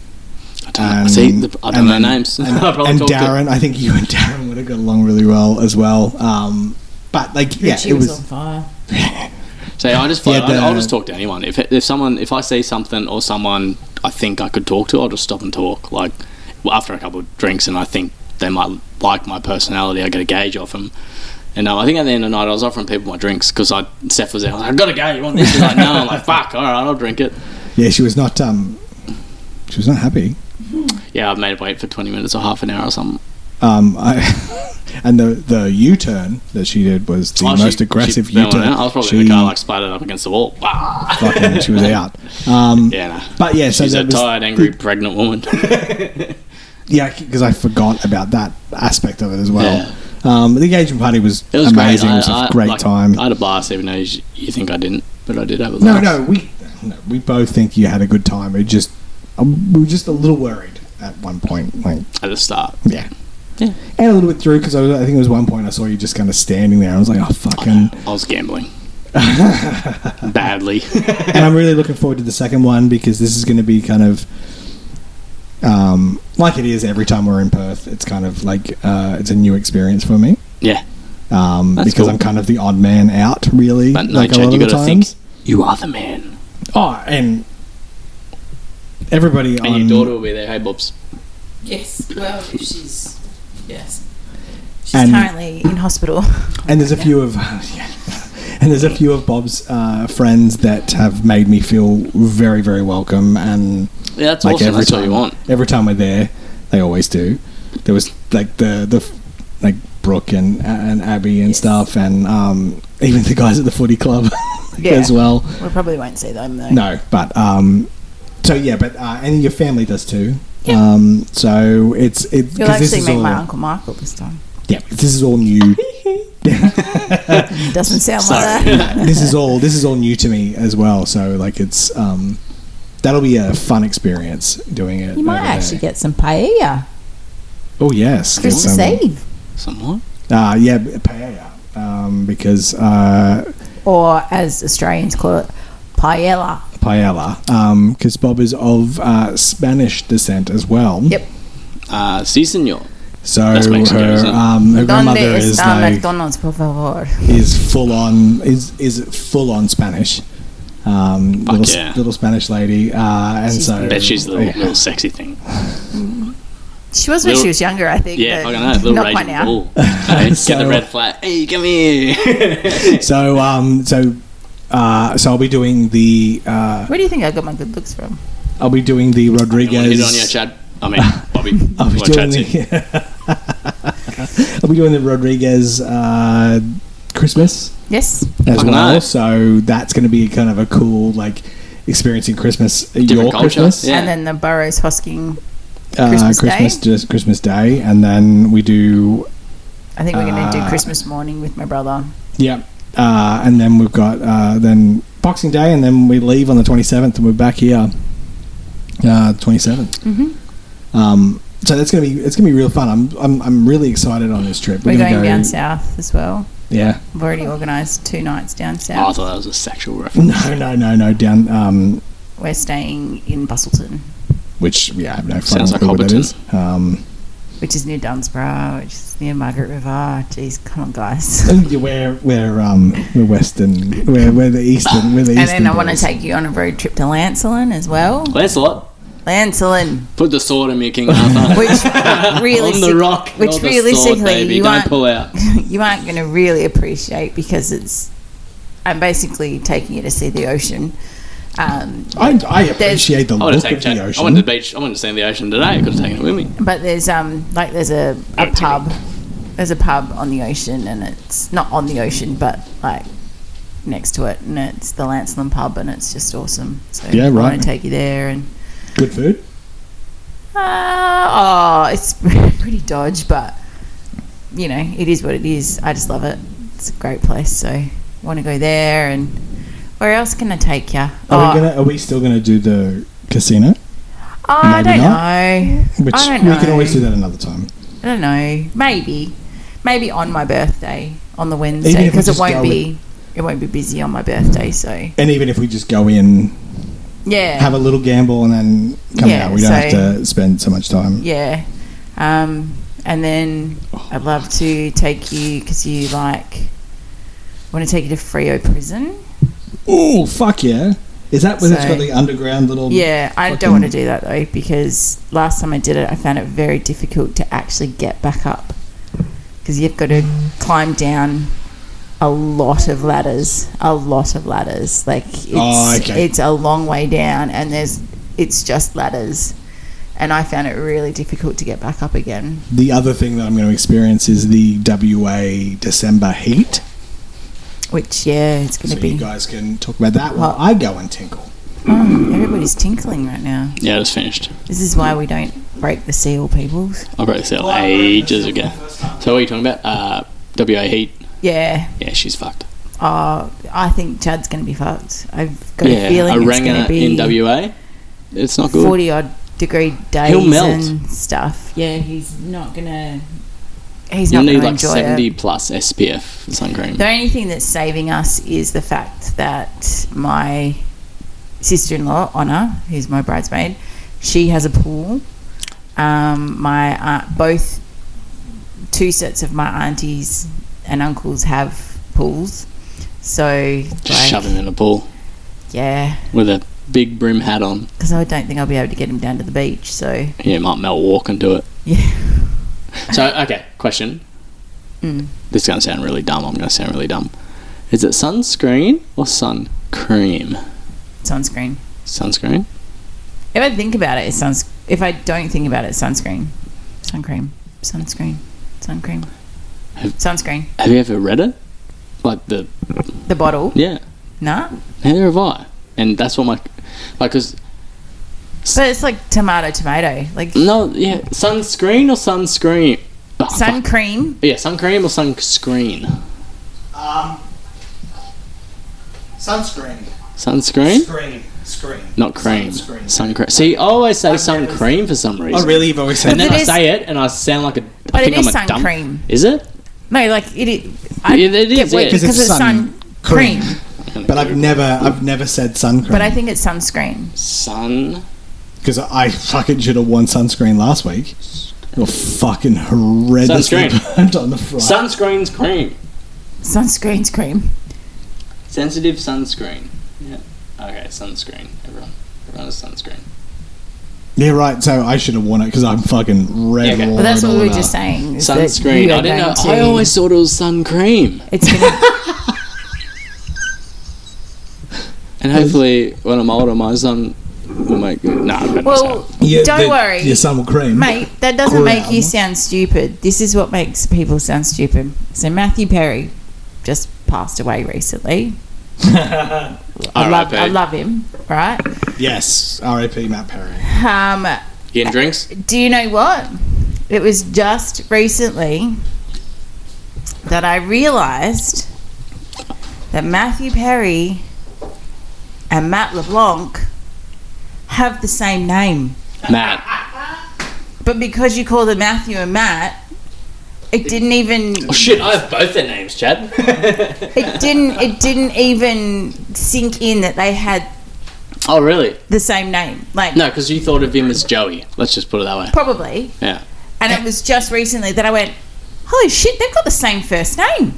Speaker 2: I don't know. See, the, I don't know
Speaker 1: then-
Speaker 2: names.
Speaker 1: And,
Speaker 2: <laughs> I probably
Speaker 1: and
Speaker 2: talked to-
Speaker 1: Darren, I think you and <laughs> Darren would have got along really well as well. Um, but like, yeah,
Speaker 3: Richie
Speaker 1: it
Speaker 3: was,
Speaker 1: was.
Speaker 3: on fire.
Speaker 2: So I just float,
Speaker 1: Yeah, the-
Speaker 2: I'll just talk to anyone. If if someone if I see something or someone I think I could talk to, I'll just stop and talk. Like well, after a couple of drinks, and I think they might like my personality. I get a gauge off them. And um, I think at the end of the night, I was offering people my drinks because I Steph was there. I was like, I got a gauge. You want this? She's like, no. I'm like, fuck. All right, I'll drink it.
Speaker 1: Yeah, she was not. Um, she was not happy.
Speaker 2: Yeah, I've made it wait for 20 minutes or half an hour or something.
Speaker 1: Um, I, <laughs> and the the U turn that she did was the
Speaker 2: Oh, she-
Speaker 1: most aggressive
Speaker 2: she fell
Speaker 1: U turn.
Speaker 2: out. I was probably in the car, like, splattered up against the wall. Bah.
Speaker 1: fucking,
Speaker 2: <laughs>
Speaker 1: she was out. Um,
Speaker 2: Yeah, no.
Speaker 1: but yeah, so
Speaker 2: She's
Speaker 1: that
Speaker 2: a
Speaker 1: was,
Speaker 2: tired, angry, pregnant woman. <laughs>
Speaker 1: Yeah, because I forgot about that aspect of it as well.
Speaker 2: Yeah.
Speaker 1: Um, the engagement party was,
Speaker 2: It was
Speaker 1: amazing.
Speaker 2: Great.
Speaker 1: It was a
Speaker 2: I- I-
Speaker 1: great
Speaker 2: like,
Speaker 1: time.
Speaker 2: I had a blast, even though you, you think I didn't, but I did have a
Speaker 1: no,
Speaker 2: blast.
Speaker 1: no, we no, we both think you had a good time. It just um, we were just a little worried at one point. Like,
Speaker 2: At the start,
Speaker 1: yeah.
Speaker 2: Yeah.
Speaker 1: And a little bit through because I, was- I think it was one point I saw you just kind of standing there. I was like, oh fucking.
Speaker 2: I
Speaker 1: <laughs>
Speaker 2: was gambling badly.
Speaker 1: and I'm really looking forward to the second one because this is going to be kind of um, like it is every time we're in Perth. It's kind of like uh, it's a new experience for me
Speaker 2: yeah,
Speaker 1: um,
Speaker 2: That's
Speaker 1: because
Speaker 2: cool.
Speaker 1: I'm kind of the odd man out, really.
Speaker 2: but no,
Speaker 1: like a
Speaker 2: Chad,
Speaker 1: lot
Speaker 2: you
Speaker 1: of the
Speaker 2: got to think
Speaker 1: times.
Speaker 2: you are the man,
Speaker 1: Oh, and everybody
Speaker 2: and
Speaker 1: on
Speaker 2: your daughter will be there. Hey, Bobs.
Speaker 4: Yes. Well, she's yes.
Speaker 3: She's
Speaker 1: And-
Speaker 3: currently in hospital. <laughs>
Speaker 1: and there's a few of <laughs> yeah. and there's a few of Bob's uh, friends that have made me feel very very welcome and
Speaker 2: Yeah, that's awesome. That's what you want.
Speaker 1: Every time we're there, they always do. There was like the the like Brooke and and Abby and stuff, and um, even the guys at the footy club <laughs>
Speaker 4: Yeah.
Speaker 1: as well.
Speaker 4: We probably won't see them though.
Speaker 1: No, but um, so yeah, but uh, and your family does too. Um, so it's it.
Speaker 3: You'll
Speaker 1: 'cause this
Speaker 3: actually
Speaker 1: is
Speaker 3: meet
Speaker 1: all,
Speaker 3: my uncle Michael this time.
Speaker 1: Yeah, this is all
Speaker 3: <laughs>
Speaker 1: new.
Speaker 3: It doesn't sound like
Speaker 1: <laughs>
Speaker 2: Sorry.
Speaker 3: that.
Speaker 1: this is all this is all new to me as well. So like it's um, that'll be a fun experience doing it.
Speaker 3: You might
Speaker 1: over there.
Speaker 3: actually get some paella
Speaker 1: Oh yes, get
Speaker 3: Christmas
Speaker 1: some-
Speaker 3: Eve
Speaker 2: Someone.
Speaker 1: Uh, yeah, b- paella. Um, because uh,
Speaker 3: or as Australians call it, paella.
Speaker 1: paella. Because Bob is of uh, Spanish descent as well.
Speaker 3: Yep.
Speaker 2: Uh, si, senor.
Speaker 1: So
Speaker 2: That's Mexican,
Speaker 1: her,
Speaker 2: isn't it?
Speaker 1: um, her
Speaker 3: Donde
Speaker 1: grandmother is
Speaker 3: está
Speaker 1: like
Speaker 3: McDonald's, por favor?
Speaker 1: is full on is is full on Spanish. Um,
Speaker 2: Fuck
Speaker 1: little, s-
Speaker 2: yeah.
Speaker 1: little Spanish lady, uh, and so
Speaker 2: Bet she's the little,
Speaker 1: yeah.
Speaker 2: little sexy thing.
Speaker 3: She was when
Speaker 2: Little-
Speaker 3: she was younger, I think.
Speaker 2: Yeah,
Speaker 3: but
Speaker 2: I don't know. Little
Speaker 3: not quite
Speaker 2: raging
Speaker 3: now. <laughs>
Speaker 2: bull. Hey, get
Speaker 1: So-
Speaker 2: the red flag. Hey, come here. <laughs>
Speaker 1: So um, so uh, so I'll be doing the uh,
Speaker 3: Where do you think I got my good looks from?
Speaker 1: I'll be doing the
Speaker 2: You wanna Hit on you,
Speaker 1: Rodriguez.
Speaker 2: Chad.
Speaker 1: <laughs>
Speaker 2: I mean, Bobby.
Speaker 1: I'll be
Speaker 2: Well,
Speaker 1: doing
Speaker 2: Chad's here.
Speaker 1: the I'll be doing the <laughs> Rodriguez uh, Christmas
Speaker 3: Yes.
Speaker 1: as
Speaker 2: Fucking
Speaker 1: well.
Speaker 2: hell.
Speaker 1: So that's going to be kind of a cool like experiencing Christmas, your
Speaker 2: culture,
Speaker 1: Christmas,
Speaker 2: Yeah.
Speaker 3: And then the Burrows Hosking.
Speaker 1: uh,
Speaker 3: Christmas Day.
Speaker 1: Christmas just Christmas Day, and then we do
Speaker 3: I think we're going to
Speaker 1: Uh,
Speaker 3: do Christmas morning with my brother.
Speaker 1: yeah, uh, and then we've got uh, then Boxing Day, and then we leave on the twenty seventh, and we're back here uh, twenty Mm-hmm. Um, so that's gonna be it's gonna be real fun. I'm I'm, I'm really excited on this trip.
Speaker 3: We're,
Speaker 1: gonna go-
Speaker 3: going down south as well.
Speaker 1: Yeah. <laughs>
Speaker 3: I've already organised two nights down
Speaker 2: Oh, I
Speaker 3: south.
Speaker 2: thought that was a sexual reference.
Speaker 1: No, no, no, no. Down um,
Speaker 3: We're staying in Bustleton,
Speaker 1: which yeah, I have no fucking
Speaker 2: Sounds like
Speaker 1: clue what that
Speaker 2: Hobbiton.
Speaker 1: is. Um,
Speaker 3: which is near Dunsborough, which is near Margaret River. Jeez, come
Speaker 1: <laughs>
Speaker 3: on, guys.
Speaker 1: yeah, we're we're um we're western, we're we're the eastern, we're the
Speaker 3: And
Speaker 1: eastern.
Speaker 3: then I want to
Speaker 1: boys.
Speaker 3: take you on a road trip to Lancelin as well.
Speaker 2: Lancelot,
Speaker 3: Lancelin, <laughs>
Speaker 2: put the sword in me, King Arthur. <laughs>
Speaker 3: which
Speaker 2: on
Speaker 3: realistic,
Speaker 2: the rock.
Speaker 3: which
Speaker 2: not the
Speaker 3: realistically
Speaker 2: sword, baby.
Speaker 3: you
Speaker 2: don't
Speaker 3: aren't-
Speaker 2: pull out.
Speaker 3: you aren't going to really appreciate because it's. I'm basically taking you to see the ocean. Um,
Speaker 1: I, I appreciate the
Speaker 2: I would have
Speaker 1: look
Speaker 2: taken.
Speaker 1: of the
Speaker 2: Chad. I
Speaker 1: ocean.
Speaker 2: went to the beach. I went to see the ocean today. I could have taken it with me.
Speaker 3: But there's um like there's a, a
Speaker 2: Empty.
Speaker 3: pub there's a pub on the ocean, and it's not on the ocean, but like next to it, and it's the Lancelin pub, and it's just awesome. So
Speaker 1: Yeah,
Speaker 3: I
Speaker 1: right.
Speaker 3: want to take you there, and
Speaker 1: Good food.
Speaker 3: uh, oh, it's <laughs> pretty dodge, but you know it is what it is. I just love it. It's a great place, so want to go there. And where else can I take Oh, you?
Speaker 1: Are we gonna? Are we still gonna do the casino?
Speaker 3: I
Speaker 1: Maybe
Speaker 3: don't
Speaker 1: not.
Speaker 3: know.
Speaker 1: Which
Speaker 3: I don't
Speaker 1: we
Speaker 3: know.
Speaker 1: can always do that another time.
Speaker 3: I don't know. Maybe, maybe on my birthday on the
Speaker 1: Even
Speaker 3: Wednesday
Speaker 1: if we
Speaker 3: because it
Speaker 1: just go
Speaker 3: won't be it won't be busy on my birthday. So
Speaker 1: And even if we just go in,
Speaker 3: yeah,
Speaker 1: have a little gamble, and then come
Speaker 3: Yeah,
Speaker 1: out, we don't have
Speaker 3: so-
Speaker 1: to spend so much time.
Speaker 3: yeah. Um, and then I'd love to take you because you like. Want to take you to Frio Prison?
Speaker 1: Oh fuck yeah! Is that where it's
Speaker 3: So-
Speaker 1: got the underground little?
Speaker 3: Yeah, I
Speaker 1: fucking-
Speaker 3: don't want to do that though because last time I did it, I found it very difficult to actually get back up because you've got to climb down a lot of ladders, a lot of ladders. Like it's
Speaker 1: Oh, okay.
Speaker 3: it's a long way down, and there's it's just ladders, and I found it really difficult to get back up again.
Speaker 1: The other thing that I'm going to experience is the WA December heat.
Speaker 3: Which yeah, it's going
Speaker 1: So
Speaker 3: to
Speaker 1: you
Speaker 3: be.
Speaker 1: guys can talk about that while
Speaker 3: Well-
Speaker 1: I go and tinkle.
Speaker 3: Mm, everybody's tinkling right now.
Speaker 2: Yeah, I just finished.
Speaker 3: This is why we don't break the seal, people.
Speaker 2: I broke this out ages ago. So what are you talking about? Uh, WA Heat.
Speaker 3: Yeah.
Speaker 2: Yeah, she's fucked.
Speaker 3: Oh, I think Chad's going to be fucked. I've got
Speaker 2: yeah,
Speaker 3: a feeling
Speaker 2: I
Speaker 3: it's
Speaker 2: rang
Speaker 3: going
Speaker 2: her
Speaker 3: to be
Speaker 2: in WA. It's not good.
Speaker 3: forty odd degree days
Speaker 2: He'll melt.
Speaker 3: and stuff. Yeah, he's not going to. He's
Speaker 2: You'll
Speaker 3: not
Speaker 2: need
Speaker 3: going to
Speaker 2: like
Speaker 3: enjoy
Speaker 2: 70
Speaker 3: it.
Speaker 2: plus SPF sun cream.
Speaker 3: The only thing that's saving us is the fact that my sister-in-law Honor, who's my bridesmaid, she has a pool. Um, my aunt, both two sets of my aunties and uncles have pools, so
Speaker 2: Just
Speaker 3: like,
Speaker 2: shove him in a pool
Speaker 3: yeah.
Speaker 2: with a big brim hat on.
Speaker 3: because I don't think I'll be able to get him down to the beach. So <laughs>
Speaker 2: Yeah, might melt walk and do it.
Speaker 3: yeah,
Speaker 2: So, okay, question.
Speaker 3: Mm.
Speaker 2: This is going to sound really dumb. I'm going to sound really dumb. Is it sunscreen or sun cream?
Speaker 3: sunscreen.
Speaker 2: Sunscreen?
Speaker 3: If I think about it, it's suns. If I don't think about it, it's sunscreen, sun cream, sunscreen, sun cream,
Speaker 2: Have-
Speaker 3: sunscreen.
Speaker 2: Have you ever read it? Like the.
Speaker 3: The bottle,
Speaker 2: Yeah,
Speaker 3: nah.
Speaker 2: neither have I. And that's what my. Like, because.
Speaker 3: But it's like tomato, tomato. Like
Speaker 2: No, yeah, sunscreen or sunscreen? Oh,
Speaker 3: sun
Speaker 2: fuck.
Speaker 3: cream.
Speaker 2: Yeah, sun cream or sunscreen?
Speaker 1: Um, sunscreen.
Speaker 2: Sunscreen?
Speaker 1: Screen. Screen.
Speaker 2: Not cream.
Speaker 1: Sunscreen.
Speaker 2: Sun cream. See, I always say sun cream for some reason.
Speaker 1: Oh really? You've always said
Speaker 2: And
Speaker 1: that?
Speaker 2: then
Speaker 3: But
Speaker 2: I
Speaker 3: it is-
Speaker 2: say it, and I sound like a. I
Speaker 3: But it
Speaker 2: think I'm
Speaker 3: is
Speaker 2: a
Speaker 3: sun
Speaker 2: dumb-
Speaker 3: cream.
Speaker 2: Is it?
Speaker 3: No, like it. It, I
Speaker 2: It- it
Speaker 3: get
Speaker 2: is,
Speaker 3: weird
Speaker 2: yeah.
Speaker 3: because it's, sun, cream.
Speaker 1: But I've never, I've never said sun cream.
Speaker 3: But I think it's sunscreen.
Speaker 2: sun.
Speaker 1: because I fucking should have worn sunscreen last week. You're fucking horrendous.
Speaker 2: Sunscreen.
Speaker 1: burned on the front.
Speaker 2: Sunscreen's cream.
Speaker 3: Sunscreen's cream.
Speaker 2: Sensitive sunscreen. Yeah. Okay, sunscreen. Everyone. Everyone has sunscreen.
Speaker 1: yeah, right. So I should have worn it because I'm fucking red.
Speaker 2: Yeah, okay.
Speaker 1: raw
Speaker 3: Well, that's
Speaker 1: and
Speaker 3: what
Speaker 1: all
Speaker 3: we were
Speaker 1: that.
Speaker 3: just saying. is that
Speaker 2: Sunscreen.
Speaker 3: you are
Speaker 2: I didn't know.
Speaker 3: going
Speaker 2: I
Speaker 3: to-
Speaker 2: always thought it was sun cream. <laughs>
Speaker 3: It's gonna,
Speaker 2: And hopefully, when I'm older, my son will make. Nah, I'm
Speaker 3: well,
Speaker 1: Yeah,
Speaker 3: don't
Speaker 1: the-
Speaker 3: worry.
Speaker 1: Your sun will cream,
Speaker 3: Mate, that doesn't make you
Speaker 1: Graham.
Speaker 3: sound stupid. This is what makes people sound stupid. So Matthew Perry just passed away recently. I love, I love him, right?
Speaker 1: <laughs> Yes, R.A.P. Matt Perry.
Speaker 3: Um,
Speaker 2: Getting drinks.
Speaker 3: do you know what? It was just recently that I realised that Matthew Perry and Matt LeBlanc have the same name.
Speaker 2: Matt.
Speaker 3: But because you call them Matthew and Matt, it didn't even
Speaker 2: Oh shit! I have both their names, Chad.
Speaker 3: <laughs> it didn't it didn't even sink in that they had
Speaker 2: oh really?
Speaker 3: the same name like
Speaker 2: No, because you thought of him as Joey. Let's just put it that way.
Speaker 3: probably
Speaker 2: Yeah.
Speaker 3: and it was just recently that i went holy shit they've got the same first name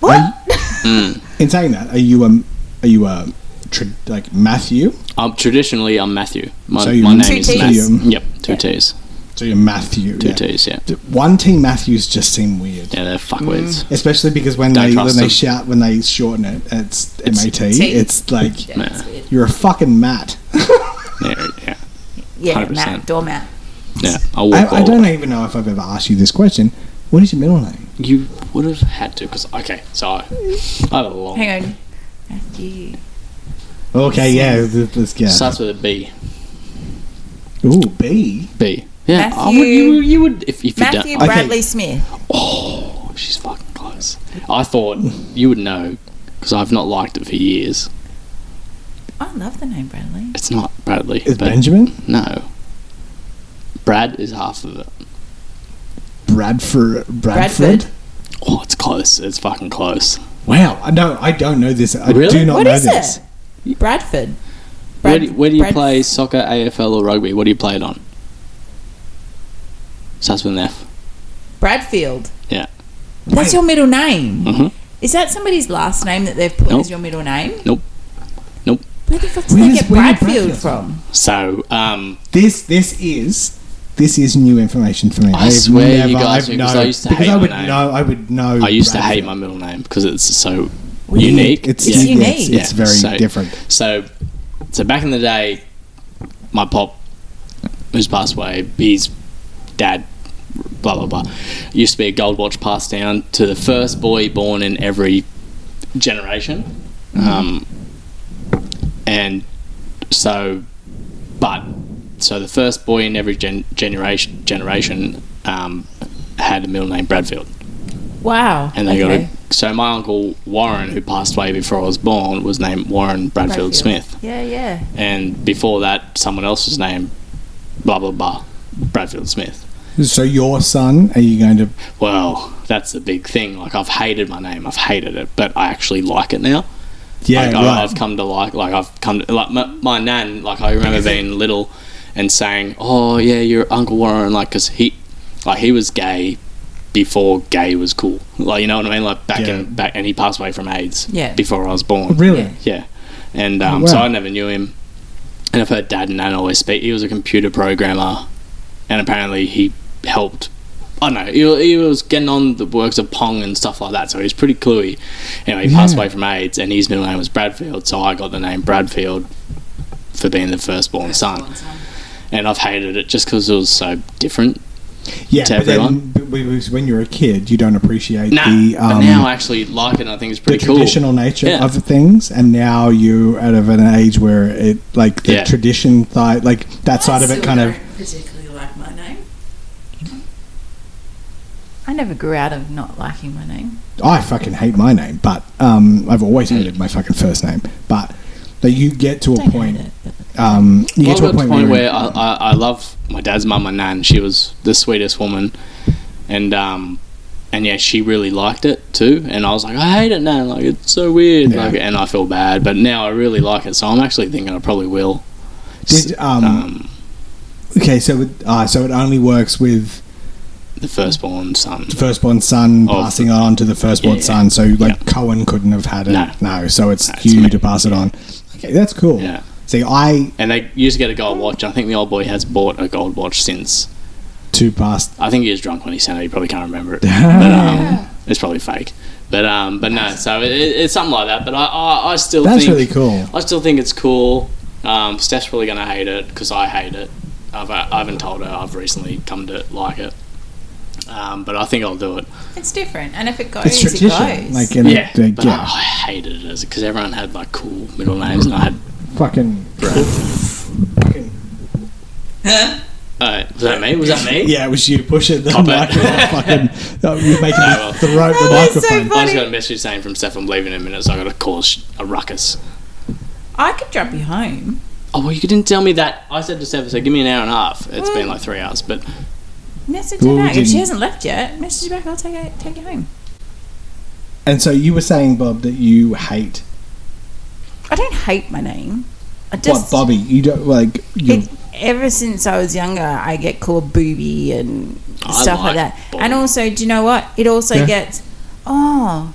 Speaker 3: what <laughs>
Speaker 1: In saying that, are you um, are you a tra- like Matthew?
Speaker 2: Um, traditionally, I'm Matthew. My,
Speaker 1: So you-
Speaker 2: my name
Speaker 3: Two
Speaker 2: is
Speaker 3: Ts.
Speaker 1: So
Speaker 2: Matthew.
Speaker 1: you-
Speaker 2: Yep, two T's.
Speaker 1: So you're Matthew.
Speaker 2: Two
Speaker 1: yeah.
Speaker 2: T's, yeah.
Speaker 1: D- One T Matthews just seem weird,
Speaker 2: Yeah, they're fuckwords.
Speaker 1: especially because when
Speaker 2: Don't
Speaker 1: they
Speaker 2: trust
Speaker 1: when they
Speaker 2: them.
Speaker 1: shout when they shorten it, it's, M A T.
Speaker 3: T.
Speaker 1: It's like
Speaker 4: Yeah, it's weird.
Speaker 1: you're a fucking Matt. <laughs>
Speaker 2: Yeah, yeah.
Speaker 3: yeah
Speaker 2: 100%.
Speaker 3: matt doormat
Speaker 2: yeah. I'll walk
Speaker 1: I, I
Speaker 2: all-
Speaker 1: don't even know if I've ever asked you this question. What is your middle name?
Speaker 2: You would have had to, because okay, so I I have a long.
Speaker 3: Hang on. Matthew.
Speaker 1: Okay, yeah, th- let's get
Speaker 2: Starts with a B.
Speaker 1: Ooh, B.
Speaker 2: B. Yeah, I would,
Speaker 3: Matthew-
Speaker 2: you, would- you would if if you
Speaker 3: Matthew
Speaker 2: don't.
Speaker 1: Okay.
Speaker 3: Bradley Smith.
Speaker 2: Oh, she's fucking close. I thought you would know because I've not liked it for years.
Speaker 3: I love the name Bradley.
Speaker 2: It's not Bradley.
Speaker 1: Is
Speaker 2: but-
Speaker 1: Benjamin
Speaker 2: No. Brad is half of it.
Speaker 1: Bradford? Bradford.
Speaker 3: Bradford.
Speaker 2: Oh, it's close. It's fucking close.
Speaker 1: Wow, I know. I don't know this. I
Speaker 2: Really?
Speaker 1: do not
Speaker 3: What
Speaker 1: know
Speaker 3: is
Speaker 1: this.
Speaker 3: it? Bradford.
Speaker 2: where
Speaker 3: Brad-
Speaker 2: do, where do you
Speaker 3: Brad-
Speaker 2: play soccer, AFL, or rugby? What do you play it on? Starts with an F.
Speaker 3: Bradfield.
Speaker 2: Yeah.
Speaker 3: That's your middle name.
Speaker 2: Mhm.
Speaker 3: Is that somebody's last name that they've put
Speaker 2: Nope.
Speaker 3: as your middle name?
Speaker 2: Nope. Nope.
Speaker 3: Where the fuck did
Speaker 1: Where's-
Speaker 3: they get
Speaker 1: where did
Speaker 3: Bradfield,
Speaker 1: Bradfield-
Speaker 3: from?
Speaker 2: So, um,
Speaker 1: This this is this is new information for me.
Speaker 2: I
Speaker 1: I've
Speaker 2: swear you
Speaker 1: never-
Speaker 2: guys
Speaker 1: I've
Speaker 2: do, 'cause I used to
Speaker 1: because
Speaker 2: hate
Speaker 1: I
Speaker 2: my
Speaker 1: would
Speaker 2: name.
Speaker 1: know. I would know.
Speaker 2: I used to
Speaker 1: Bradford.
Speaker 2: hate my middle name because it's so
Speaker 1: Weird.
Speaker 2: unique.
Speaker 1: It's,
Speaker 2: Yeah.
Speaker 1: it's
Speaker 3: unique.
Speaker 1: It's, it's
Speaker 2: Yeah,
Speaker 1: very
Speaker 2: so-
Speaker 1: different.
Speaker 2: So, so back in the day, my pop, who's passed away, his dad, blah blah blah, used to be a gold watch passed down to the first boy born in every generation, um, and so, but so the first boy in every gen- generation generation um, had a middle name Bradfield
Speaker 3: Wow.
Speaker 2: and they
Speaker 3: Okay.
Speaker 2: got a, so my uncle Warren, who passed away before I was born, was named Warren Bradfield,
Speaker 3: Bradfield.
Speaker 2: Smith,
Speaker 3: Yeah, yeah.
Speaker 2: and before that, someone else was named blah blah blah Bradfield Smith.
Speaker 1: So your son, are you going to?
Speaker 2: Well, that's the big thing. Like I've hated my name, I've hated it, but I actually like it now.
Speaker 1: Yeah,
Speaker 2: like, I,
Speaker 1: right.
Speaker 2: I've come to like, like I've come to like my, my nan. Like I remember being little and saying, "Oh yeah, your Uncle Warren," like because he, like he was gay before gay was cool. Like you know what I mean? Like back
Speaker 1: Yeah.
Speaker 2: in back, and he passed away from AIDS.
Speaker 3: Yeah.
Speaker 2: before I was born.
Speaker 1: really?
Speaker 3: Yeah.
Speaker 2: Yeah, and um,
Speaker 1: Oh,
Speaker 2: so
Speaker 1: wow.
Speaker 2: I never knew him. And I've heard Dad and Nan always speak. He was a computer programmer, and apparently he helped. I don't know. He, he was getting on the works of Pong and stuff like that, so he was pretty cluey. Anyway, he passed
Speaker 1: Yeah.
Speaker 2: away from AIDS, and his middle name was Bradfield, so I got the name Bradfield for being the firstborn son. And I've hated it just because it was so different.
Speaker 1: Yeah,
Speaker 2: to
Speaker 1: but then
Speaker 2: everyone.
Speaker 1: but we- we- when you're a kid, you don't appreciate
Speaker 2: Nah,
Speaker 1: the
Speaker 2: but
Speaker 1: um,
Speaker 2: now I actually like it. and I think it's
Speaker 1: the
Speaker 2: pretty cool.
Speaker 1: traditional nature
Speaker 2: Yeah.
Speaker 1: of things, and now you're out of an age where it like the
Speaker 2: Yeah.
Speaker 1: tradition side, like that side of it, kind of
Speaker 4: particularly like my name.
Speaker 3: I never grew out of not liking my name.
Speaker 1: I fucking hate my name, but um, I've always
Speaker 2: Mm.
Speaker 1: hated my fucking first name. But that you get to a
Speaker 3: Don't
Speaker 1: point,
Speaker 3: hate it. but-
Speaker 1: um, you
Speaker 2: Well,
Speaker 1: get
Speaker 2: I
Speaker 1: to
Speaker 2: got
Speaker 1: a point,
Speaker 2: where
Speaker 1: where,
Speaker 2: I, I, I love my dad's mum and nan. She was the sweetest woman, and um, and yeah, she really liked it too. And I was like, I hate it, nan. Like it's so weird.
Speaker 1: Yeah.
Speaker 2: Like, and I feel bad, but now I really like it. So I'm actually thinking I probably will.
Speaker 1: Did, um,
Speaker 2: um,
Speaker 1: okay, so it, uh, so it only works with
Speaker 2: the firstborn son.
Speaker 1: firstborn son
Speaker 2: Of-
Speaker 1: passing on to the firstborn
Speaker 2: Yeah, yeah,
Speaker 1: son. So like
Speaker 2: yeah.
Speaker 1: Cohen couldn't have had it.
Speaker 2: No.
Speaker 1: so it's
Speaker 2: No, it's
Speaker 1: you
Speaker 2: me.
Speaker 1: to pass it on. Okay, that's cool.
Speaker 2: Yeah.
Speaker 1: See, I
Speaker 2: And they used to get a gold watch. I think the old boy has bought a gold watch since.
Speaker 1: two
Speaker 2: <laughs>
Speaker 1: passed.
Speaker 2: I think he was drunk when he sent it. He probably can't remember it. But, um, it's probably fake. But um, but no. So it, it- it's something like that. But I I, I still
Speaker 1: That's
Speaker 2: think,
Speaker 1: really cool.
Speaker 2: I still think it's cool. Um, Steph's probably going to hate it because I hate it. I've, I haven't told her. I've recently come to like it. Um, but I think I'll do it.
Speaker 3: It's different. And if it goes,
Speaker 1: It's
Speaker 3: it
Speaker 1: tradition.
Speaker 3: goes.
Speaker 1: Like, in yeah, like,
Speaker 2: but I,
Speaker 1: yeah,
Speaker 2: I hated it because everyone had like cool middle names, and I had.
Speaker 1: fucking.
Speaker 2: Uh, was that me? Was that me?
Speaker 1: Yeah, it was you pushing the
Speaker 2: Cop it. <laughs>
Speaker 1: microphone. fucking, uh, you're making
Speaker 2: No, well.
Speaker 1: the throat the
Speaker 3: That was so
Speaker 1: microphone.
Speaker 2: I just got a message saying from Steph I'm leaving in a minute, so I got to cause a ruckus.
Speaker 3: I could drop you home.
Speaker 2: Oh well, you didn't tell me that. I said to Steph, I said, "Give me an hour and a half." It's been like three hours, but
Speaker 3: Message
Speaker 1: Well,
Speaker 3: her
Speaker 1: we
Speaker 3: back. If she
Speaker 1: didn't.
Speaker 3: hasn't left yet, message her back. I'll take, her, take you home.
Speaker 1: And so you were saying, Bob, that you hate
Speaker 3: I don't hate my name. I just.
Speaker 1: what Bobby? You don't like you.
Speaker 3: It, ever since I was younger, I get called booby and
Speaker 2: I
Speaker 3: stuff
Speaker 2: like
Speaker 3: like that.
Speaker 2: Bobby.
Speaker 3: And also, do you know what? It also
Speaker 1: Yeah.
Speaker 3: gets, oh,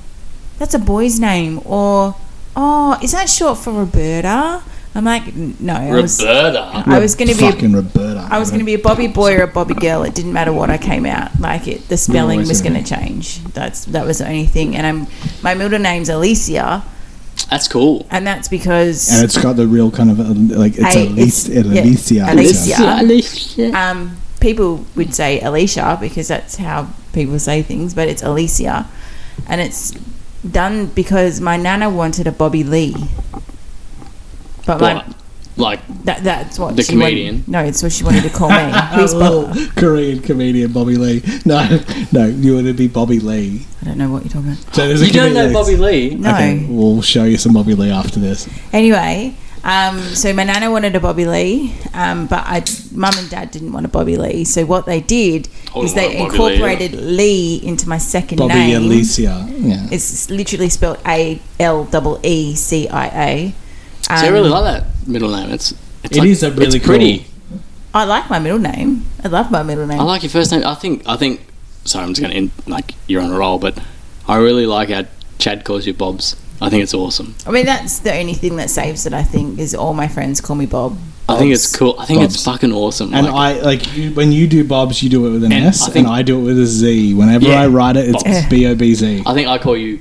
Speaker 3: that's a boy's name, or oh, is that short for Roberta? I'm like, "N- no, I was,
Speaker 2: Roberta.
Speaker 3: I was going to be, a,
Speaker 1: fucking Roberta.
Speaker 3: I was going to be a Bobby boy or a Bobby girl. It didn't matter what I came out like. It the spelling
Speaker 1: always
Speaker 3: was
Speaker 1: gonna
Speaker 3: going to change. That's that was the only thing. And I'm my middle name's Alicia,
Speaker 2: That's cool.
Speaker 3: and that's because
Speaker 1: And it's got the real kind of uh, like it's
Speaker 3: I-
Speaker 1: at least
Speaker 3: it's- yeah,
Speaker 1: Alicia.
Speaker 3: Alicia.
Speaker 2: Alicia.
Speaker 3: Um, people would say Alicia because that's how people say things, but it's Alicia, and it's done because my nana wanted a Bobby Lee, but my,
Speaker 2: But, like,
Speaker 3: that, that's what
Speaker 2: The
Speaker 3: she wanted-
Speaker 2: comedian?
Speaker 3: no, it's what she wanted to call me. Who's Bob?
Speaker 1: little Korean comedian Bobby Lee. No, <laughs> no, you want to be Bobby Lee.
Speaker 3: I don't know what you're talking about.
Speaker 1: So there's a
Speaker 2: you don't know
Speaker 1: comedian-
Speaker 2: Bobby Lee.
Speaker 3: No.
Speaker 1: Okay, we'll show you some Bobby Lee after this.
Speaker 3: Anyway, um, so my nana wanted a Bobby Lee, um, but I, mum and dad didn't want a Bobby Lee. So what they did
Speaker 2: Oh,
Speaker 3: is
Speaker 2: they
Speaker 3: they
Speaker 2: want a Bobby Lee, yeah.
Speaker 3: incorporated Lee into my second
Speaker 1: Bobby
Speaker 3: name.
Speaker 1: Alicia. Yeah.
Speaker 3: It's literally spelled A L double E C I A.
Speaker 2: So I really like that middle name. It's, it's
Speaker 1: Um, It
Speaker 2: like-
Speaker 1: is a really
Speaker 2: it's pretty.
Speaker 3: I like my middle name. I love my middle name.
Speaker 2: I like your first name. I think. I think. Sorry, I'm just gonna end, like you're on a roll, but I really like how Chad calls you Bob's. I think it's awesome.
Speaker 3: I mean, that's the only thing that saves it. I think is all my friends call me Bob.
Speaker 2: I think
Speaker 3: Bobs.
Speaker 2: it's cool. I think
Speaker 1: Bob's.
Speaker 2: it's fucking awesome.
Speaker 1: And
Speaker 2: like,
Speaker 1: I like you, when you do Bob's, you do it with an
Speaker 2: And
Speaker 1: S,
Speaker 2: I think-
Speaker 1: and I do it with a Z. Whenever
Speaker 2: Yeah,
Speaker 1: I write it,
Speaker 2: Bob's.
Speaker 1: it's B O B Z.
Speaker 2: I think I call you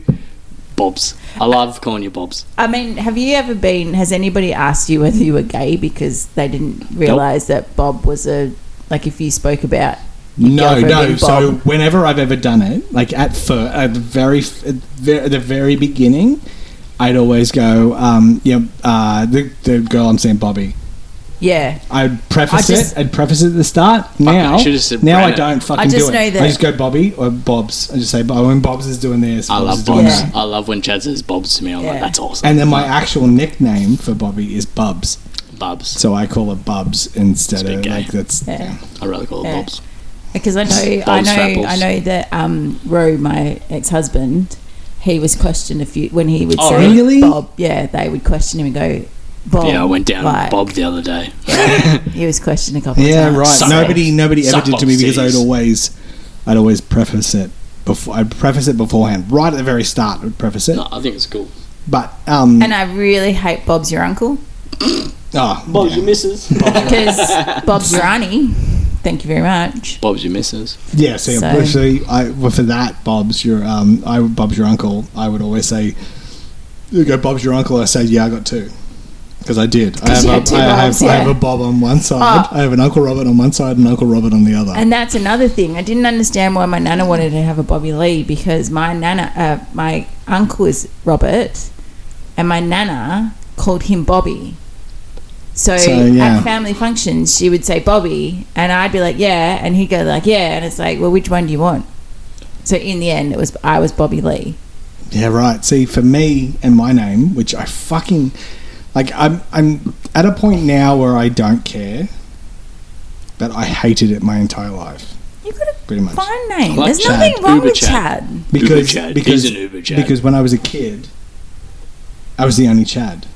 Speaker 2: Bob's. I love calling you Bob's.
Speaker 3: I mean, have you ever been? Has anybody asked you whether you were gay because they didn't realize that Bob was a like if you spoke about
Speaker 1: No,
Speaker 3: girlfriend
Speaker 1: no.
Speaker 3: named
Speaker 1: So
Speaker 3: Bob.
Speaker 1: whenever I've ever done it, like at fir- at the very f- at ver- at the very beginning, I'd always go, um, yeah, uh, the the girl I'm saying, Bobby.
Speaker 3: yeah.
Speaker 1: I'd preface
Speaker 3: I just-
Speaker 1: it. I'd preface it at the start. Now,
Speaker 2: I should've said
Speaker 1: now I
Speaker 2: Brennan.
Speaker 1: don't fucking
Speaker 3: I just
Speaker 1: do it.
Speaker 3: know that-
Speaker 1: I just go Bobby or Bob's. I just say, oh, when Bob's is doing this,
Speaker 2: I
Speaker 1: Bob's
Speaker 2: love
Speaker 1: is doing
Speaker 2: Bob's.
Speaker 1: that.
Speaker 2: I love when Chad says Bob's to me. I'm
Speaker 3: Yeah.
Speaker 2: like, that's awesome.
Speaker 1: And then my actual nickname for Bobby is Bubs,
Speaker 2: Bob's.
Speaker 1: so I call it Bubs instead
Speaker 2: It's a
Speaker 1: of
Speaker 2: bit gay.
Speaker 1: like that's.
Speaker 3: Yeah.
Speaker 2: I really call it
Speaker 3: Yeah.
Speaker 2: Bob's.
Speaker 3: Because I know, I
Speaker 2: Bob's
Speaker 3: know,
Speaker 2: Frapples.
Speaker 3: I know that um, Roe, my ex-husband, he was questioned a few when he would
Speaker 2: Oh,
Speaker 3: say
Speaker 1: really?
Speaker 3: Bob. Yeah, they would question him and go, Bob.
Speaker 2: yeah, I went down
Speaker 3: like,
Speaker 2: Bob the other day.
Speaker 3: He was questioned a couple of
Speaker 1: Yeah,
Speaker 3: times.
Speaker 1: right.
Speaker 2: Suck
Speaker 1: nobody,
Speaker 2: off.
Speaker 1: nobody ever
Speaker 2: Suck
Speaker 1: did to
Speaker 2: off,
Speaker 1: me because I'd
Speaker 2: cities.
Speaker 1: always, I'd always preface it before. I'd preface it beforehand, right at the very start. I would preface it,
Speaker 2: No, I think it's cool.
Speaker 1: but um,
Speaker 3: And I really hate Bob's your uncle
Speaker 1: oh,
Speaker 2: Bob's
Speaker 1: yeah.
Speaker 2: your missus.
Speaker 3: because
Speaker 2: <laughs>
Speaker 3: Bob's your auntie. Thank you very much.
Speaker 2: Bob's your missus.
Speaker 1: Yeah, so,
Speaker 3: So-
Speaker 1: actually, I well, for that, Bob's your um, I Bob's your uncle. I would always say, "You go, Bob's your uncle." I say, "Yeah, I got two. because I did.
Speaker 3: <laughs>
Speaker 1: I have,
Speaker 3: you
Speaker 1: a,
Speaker 3: had two
Speaker 1: I,
Speaker 3: Bobs,
Speaker 1: have, I
Speaker 3: yeah. Ah.
Speaker 1: have a Bob on one side. I have an Uncle Robert on one side and Uncle Robert on the other.
Speaker 3: And that's another thing. I didn't understand why my nana wanted to have a Bobby Lee because my nana, uh, my uncle is Robert, and my nana called him Bobby. So,
Speaker 1: So, yeah.
Speaker 3: at family functions, she would say Bobby, and I'd be like, yeah, and he'd go like, yeah, and it's like, well, which one do you want? So in the end, it was I was Bobby Lee.
Speaker 1: Yeah, right. See, for me and my name, which I fucking like, I'm I'm at a point now where I don't care, but I hated it my entire life,
Speaker 3: You got a
Speaker 1: pretty much.
Speaker 3: fine name.
Speaker 2: like
Speaker 3: There's
Speaker 2: Chad.
Speaker 3: nothing wrong
Speaker 2: Uber
Speaker 3: with
Speaker 2: Chad.
Speaker 3: Chad.
Speaker 2: Uber
Speaker 1: because
Speaker 2: Chad.
Speaker 1: because
Speaker 2: He's an Uber Chad.
Speaker 1: because when I was a kid, I was the only Chad,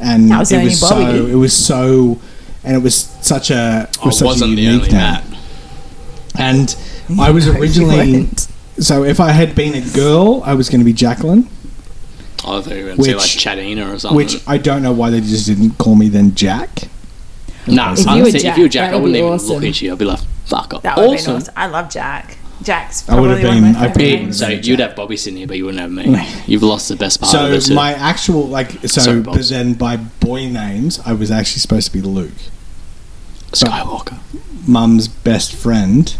Speaker 1: and
Speaker 3: I was the
Speaker 1: it
Speaker 3: only
Speaker 1: was
Speaker 3: Bobby.
Speaker 1: so it was so, and it was such a it
Speaker 2: I
Speaker 1: was such
Speaker 2: Oh, wasn't
Speaker 1: a
Speaker 2: the
Speaker 1: unique
Speaker 2: only
Speaker 1: name.
Speaker 2: Matt.
Speaker 1: and I was
Speaker 3: <laughs> No, you
Speaker 1: originally
Speaker 3: weren't.
Speaker 1: so if I had been a girl, I was going to be Jacqueline,
Speaker 2: I thought you were going to say like
Speaker 1: Which-
Speaker 2: Chadina or something.
Speaker 1: which I don't know why they just didn't call me then Jack.
Speaker 2: no,
Speaker 3: If you were
Speaker 2: honestly,
Speaker 3: Jack,
Speaker 2: if you were Jack, I
Speaker 3: that would
Speaker 2: wouldn't
Speaker 3: be
Speaker 2: even
Speaker 3: awesome.
Speaker 2: look at you. I'd be like, fuck off.
Speaker 3: That would have been awesome. I love Jack. Jack's
Speaker 1: I would
Speaker 3: probably
Speaker 1: have
Speaker 3: one of my
Speaker 1: been- I
Speaker 3: favorite
Speaker 1: probably
Speaker 2: Yeah,
Speaker 1: would
Speaker 3: names.
Speaker 2: so you'd have Bobby sitting here, but you wouldn't have me. You've lost the best part of
Speaker 1: So
Speaker 2: it. too.
Speaker 1: my actual like so,
Speaker 2: Sorry,
Speaker 1: but
Speaker 2: Bobs.
Speaker 1: then by boy names, I was actually supposed to be Luke.
Speaker 2: Skywalker.
Speaker 1: Mum's best friend.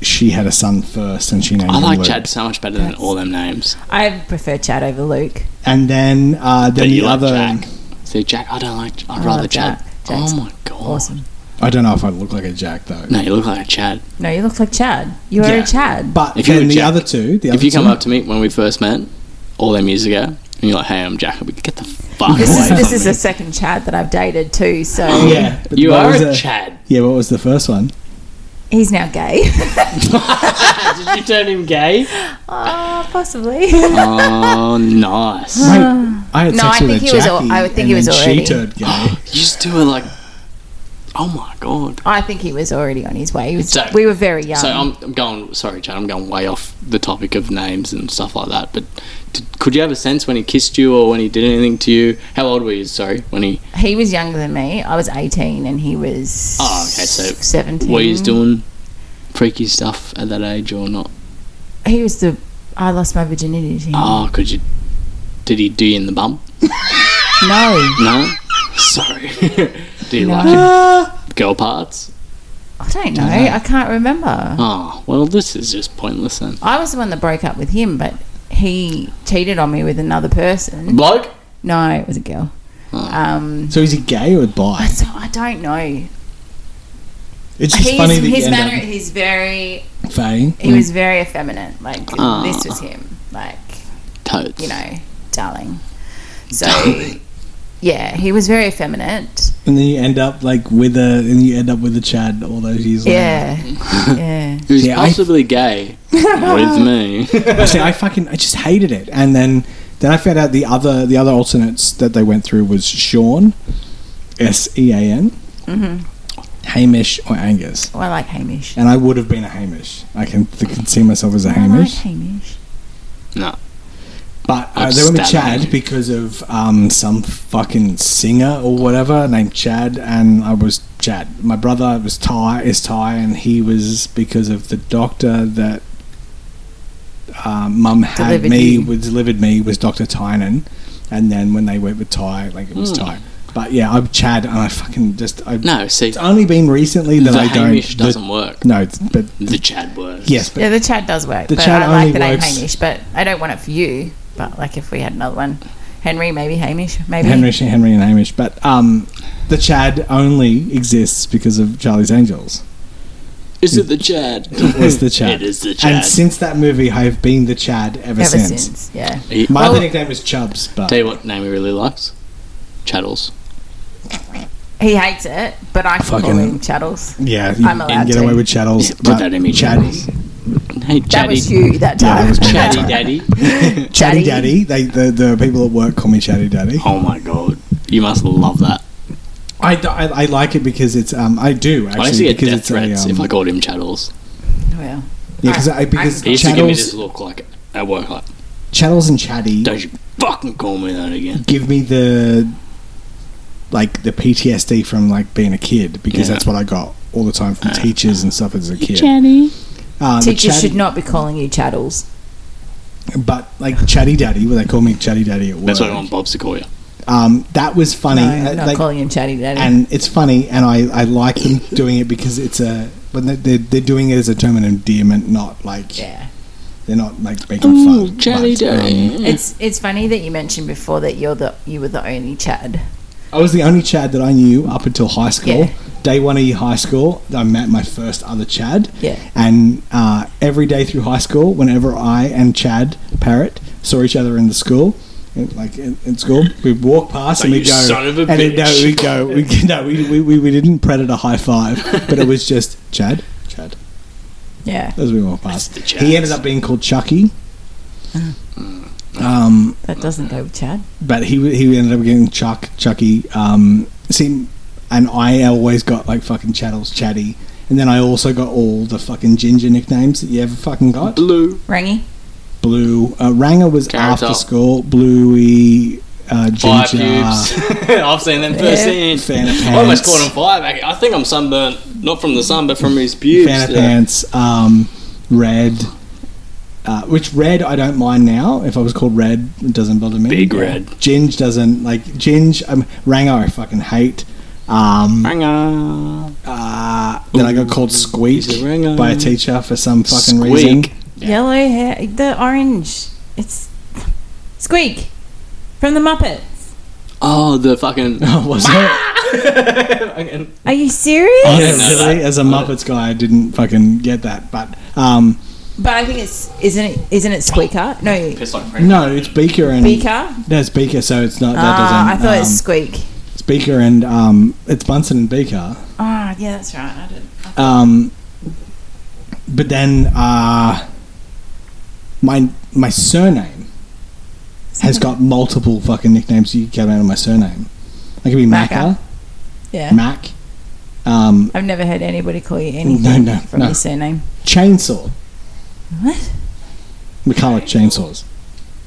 Speaker 1: She had a son first, and she named
Speaker 2: I
Speaker 1: him
Speaker 2: like
Speaker 1: Luke.
Speaker 2: Chad so much better than all them names.
Speaker 3: I prefer Chad over Luke.
Speaker 1: And then, uh, then
Speaker 2: But
Speaker 1: the
Speaker 2: you like
Speaker 1: other.
Speaker 2: Jack. See, Jack, I don't like. I'd
Speaker 3: I
Speaker 2: rather
Speaker 3: love
Speaker 2: Chad.
Speaker 3: Jack. Jack's
Speaker 2: Oh my god.
Speaker 3: Awesome.
Speaker 1: I don't know if I look like a Jack though.
Speaker 2: No, you look like a Chad.
Speaker 3: No, you look like Chad. You are
Speaker 1: Yeah.
Speaker 2: <laughs>
Speaker 3: a Chad.
Speaker 1: But
Speaker 2: If you
Speaker 1: then
Speaker 2: were
Speaker 1: the
Speaker 2: Jack-
Speaker 1: other two, the other
Speaker 2: If you come
Speaker 1: two,
Speaker 2: up to me when we first met, all them years ago, and you're like, "Hey, I'm Jack," I'll be get the fuck
Speaker 3: This is
Speaker 2: away
Speaker 3: this
Speaker 2: from
Speaker 3: is
Speaker 2: me.
Speaker 3: the second Chad that I've dated too, so
Speaker 1: <laughs>
Speaker 2: <laughs>
Speaker 1: yeah, but
Speaker 2: You
Speaker 1: what
Speaker 2: are
Speaker 1: was
Speaker 2: a
Speaker 1: the-
Speaker 3: <laughs>
Speaker 2: Chad.
Speaker 1: Yeah, what was the first
Speaker 3: <sighs>
Speaker 1: one?
Speaker 3: he's now gay. <laughs>
Speaker 2: Did you turn him gay?
Speaker 3: Ah, possibly.
Speaker 2: <laughs> oh, nice. <gasps>
Speaker 1: Mate, I had
Speaker 3: No,
Speaker 1: sex
Speaker 3: I
Speaker 1: with
Speaker 3: think
Speaker 1: a
Speaker 3: he was al-
Speaker 1: Jackie,
Speaker 3: I would think
Speaker 1: and
Speaker 3: he was
Speaker 1: then
Speaker 3: already-
Speaker 1: She turned gay.
Speaker 2: you just do it like, oh my god.
Speaker 3: I think he was already on his way. He was,
Speaker 2: So-
Speaker 3: we were very young.
Speaker 2: So um, I'm, I'm going. Sorry, Chad. I'm going way off the topic of names and stuff like that. But did, could you have a sense when he kissed you or when he did anything to you? How old were you? Sorry, when he.
Speaker 3: he was younger than me. I was 18 and he was
Speaker 2: Oh, okay. So
Speaker 3: 17.
Speaker 2: were you doing freaky stuff at that age or not?
Speaker 3: He was the I lost my virginity to him.
Speaker 2: Oh, could you? Did he do you in the bump? <laughs>
Speaker 3: No.
Speaker 2: <gasps> No. sorry. do you like girl parts?
Speaker 3: I don't know. I can't remember.
Speaker 2: Oh, well, this is just pointless then.
Speaker 3: I was the one that broke up with him, but he cheated on me with another person.
Speaker 2: Bloke?
Speaker 3: No, it was a girl.
Speaker 2: Oh.
Speaker 3: Um,
Speaker 1: So is he gay or bi?
Speaker 3: so I don't know.
Speaker 1: It's just
Speaker 3: He's,
Speaker 1: funny that
Speaker 3: his
Speaker 1: you
Speaker 3: manner.
Speaker 1: end Mm.
Speaker 3: He's very.
Speaker 1: up fading.
Speaker 3: He was very effeminate. Like
Speaker 2: Ah.
Speaker 3: this was him. Like
Speaker 2: Toads.
Speaker 3: you know, darling. So yeah, he was very effeminate.
Speaker 1: And then you end up like with a, and you end up with a Chad all those years <laughs> later.
Speaker 3: Yeah, yeah.
Speaker 2: Who's
Speaker 1: Yeah, I-
Speaker 2: possibly
Speaker 3: <laughs>
Speaker 2: gay with
Speaker 1: <laughs>
Speaker 2: me.
Speaker 1: Actually, I fucking, I just hated it. And then, then I found out the other, the other alternates that they went through was Sean, S E A N, Hamish or Angus.
Speaker 3: Well, I like Hamish.
Speaker 1: And I would have been a Hamish. I can, I can see myself as a
Speaker 3: I like
Speaker 1: Hamish.
Speaker 3: Hamish.
Speaker 2: No.
Speaker 1: But uh,
Speaker 2: I'd
Speaker 1: they went with
Speaker 2: stab
Speaker 1: Chad
Speaker 2: him.
Speaker 1: because of um, some fucking singer or whatever named Chad, and I was Chad. My brother was Ty, is Ty, and he was because of the doctor that uh, Mum had
Speaker 3: Delivered
Speaker 1: me
Speaker 3: you.
Speaker 1: was delivered me was Doctor Tynan, and then when they went with Ty, like it was
Speaker 2: Hmm.
Speaker 1: Ty. But yeah, I'm Chad, and I fucking just I.
Speaker 2: No, see,
Speaker 1: It's only been recently that
Speaker 2: the
Speaker 1: I don't.
Speaker 2: Hamish
Speaker 1: the-
Speaker 2: doesn't work.
Speaker 1: No, but
Speaker 2: The Chad works.
Speaker 1: yes, but
Speaker 3: Yeah, the chat does work.
Speaker 1: The
Speaker 3: but
Speaker 1: chat
Speaker 3: I like
Speaker 1: only
Speaker 3: the name
Speaker 1: works-
Speaker 3: Hamish, but I don't want it for you. But like if we had another one, Henry, maybe Hamish, maybe.
Speaker 1: Henry, Henry, and Hamish. But um, the Chad only exists because of Charlie's Angels.
Speaker 2: Is it the Chad?
Speaker 1: It was the Chad.
Speaker 2: It is the Chad.
Speaker 1: And since that movie, I have been the Chad ever,
Speaker 3: Ever
Speaker 1: since.
Speaker 3: since. yeah.
Speaker 2: He-
Speaker 1: My
Speaker 3: Well-
Speaker 1: other nickname was Chubbs, but
Speaker 2: Tell you what name he really likes. Chattels.
Speaker 3: He hates it, but I can call
Speaker 1: Fucking-
Speaker 3: him Chattels.
Speaker 1: yeah, you
Speaker 3: I'm
Speaker 1: can
Speaker 3: allowed
Speaker 1: get
Speaker 3: to.
Speaker 1: away with Chattels.
Speaker 2: Yeah, put
Speaker 1: but
Speaker 2: that in me,
Speaker 1: Chaddy,
Speaker 3: <laughs>
Speaker 2: Hey,
Speaker 3: That
Speaker 2: Chatty.
Speaker 3: was you <laughs> that
Speaker 1: Yeah, that
Speaker 3: time.
Speaker 1: was me.
Speaker 2: Chatty
Speaker 1: Sorry.
Speaker 2: Daddy.
Speaker 1: Chatty Daddy. They, the, the people at work call me Chatty Daddy.
Speaker 2: Oh my god. You must love that.
Speaker 1: I, I, I like it because it's um I do actually
Speaker 2: I used to get
Speaker 1: because
Speaker 2: death
Speaker 1: it's a,
Speaker 2: threats
Speaker 1: um,
Speaker 2: if I called him Chattels.
Speaker 3: Well,
Speaker 1: yeah, 'cause I, because
Speaker 2: He used to give me this
Speaker 1: Chattels,
Speaker 2: look like at work like,
Speaker 1: Chattels and Chatty
Speaker 2: don't you fucking call me that again.
Speaker 1: give me the like the PTSD from like being a kid because
Speaker 2: Yeah.
Speaker 1: that's what I got all the time from
Speaker 2: Uh,
Speaker 1: teachers and stuff as a kid.
Speaker 2: Chatty.
Speaker 1: Uh, the
Speaker 3: teachers
Speaker 1: Chatty-
Speaker 3: should not be calling you Chattels.
Speaker 1: but like Chatty Daddy, when they call me Chatty Daddy at work,
Speaker 2: That's what I want Bobs to call you.
Speaker 1: um, that was funny.
Speaker 3: No,
Speaker 1: Uh,
Speaker 3: not
Speaker 1: like-
Speaker 3: calling him Chatty Daddy.
Speaker 1: and it's funny, and I, I like them <laughs> doing it because it's a when they- they're, they're doing it as a term of endearment, not like
Speaker 3: yeah.
Speaker 1: they're not like making
Speaker 2: Ooh,
Speaker 1: fun.
Speaker 2: Chatty
Speaker 1: but, um,
Speaker 2: Daddy.
Speaker 3: It's it's funny that you mentioned before that you're the you were the only Chad.
Speaker 1: I was the only Chad that I knew up until high school.
Speaker 3: Yeah.
Speaker 1: Day one of year high school, I met my first other Chad.
Speaker 3: Yeah.
Speaker 1: And uh, every day through high school, whenever I and Chad Parrot saw each other in the school, in- like in, in school, we'd walk past
Speaker 2: So
Speaker 1: and
Speaker 2: you
Speaker 1: we'd go.
Speaker 2: son of a
Speaker 1: and then, no,
Speaker 2: bitch.
Speaker 1: we'd go. We'd, no, we, <laughs> we, we, we didn't predator high five, but it was just Chad, Chad,
Speaker 3: Yeah,
Speaker 1: as we walked past.
Speaker 2: the
Speaker 1: He ended
Speaker 2: Chads.
Speaker 1: up being called Chucky.
Speaker 3: Uh-huh.
Speaker 1: Um,
Speaker 3: that doesn't go with Chad.
Speaker 1: but he he ended up getting Chuck Chucky. Um, see, and I always got like fucking Chattels Chatty, and then I also got all the fucking ginger nicknames that you ever fucking got.
Speaker 2: Blue.
Speaker 3: Rangy.
Speaker 1: Blue uh, Ranger was
Speaker 2: Carrot
Speaker 1: after
Speaker 2: Top.
Speaker 1: school. Bluey uh,
Speaker 2: Five
Speaker 1: Ginger.
Speaker 2: cubes. <laughs> I've seen them firsthand.
Speaker 1: Fan of
Speaker 2: I almost
Speaker 1: pants.
Speaker 2: called him five. I I think I'm sunburnt, not from the sun, but from his pubes.
Speaker 1: Fan of
Speaker 2: Yeah.
Speaker 1: pants. Um, red. Uh, which red I don't mind now. If I was called red, it doesn't bother me.
Speaker 2: Big Red.
Speaker 1: Ginge doesn't like Ginge. Um, Rango I fucking hate. Um,
Speaker 2: Ringer.
Speaker 1: Uh, then I got called Squeak
Speaker 2: he's a ringer.
Speaker 1: by a teacher for some fucking
Speaker 2: Squeak. <laughs>
Speaker 1: reason.
Speaker 3: Yellow hair, the orange. It's Squeak from the Muppets.
Speaker 2: Oh, the <laughs> fucking.
Speaker 1: Oh, was <laughs> it?
Speaker 3: Are you serious?
Speaker 1: Yeah,
Speaker 2: didn't know
Speaker 1: really? As a Muppets guy, I didn't fucking get that. But um,
Speaker 3: But I think it's isn't it isn't it Squeaker? No,
Speaker 2: Piss like Frank.
Speaker 1: no, it's Beaker and
Speaker 3: Beaker.
Speaker 1: No, it's Beaker, so it's not. That
Speaker 3: Ah, I
Speaker 1: doesn't.
Speaker 3: thought
Speaker 1: um,
Speaker 3: it's Squeak.
Speaker 1: it's Beaker and um, it's Bunsen and Beaker.
Speaker 3: Ah, yeah, that's right. I did.
Speaker 1: Um, but then uh, my my surname has got multiple fucking nicknames. You can get out of my surname. I could be Macca,
Speaker 3: Macca. Yeah,
Speaker 1: Mac. Um,
Speaker 3: I've never heard anybody call you anything
Speaker 1: No, no,
Speaker 3: from
Speaker 1: no.
Speaker 3: your surname.
Speaker 1: chainsaw.
Speaker 3: What?
Speaker 1: McCulloch chainsaws.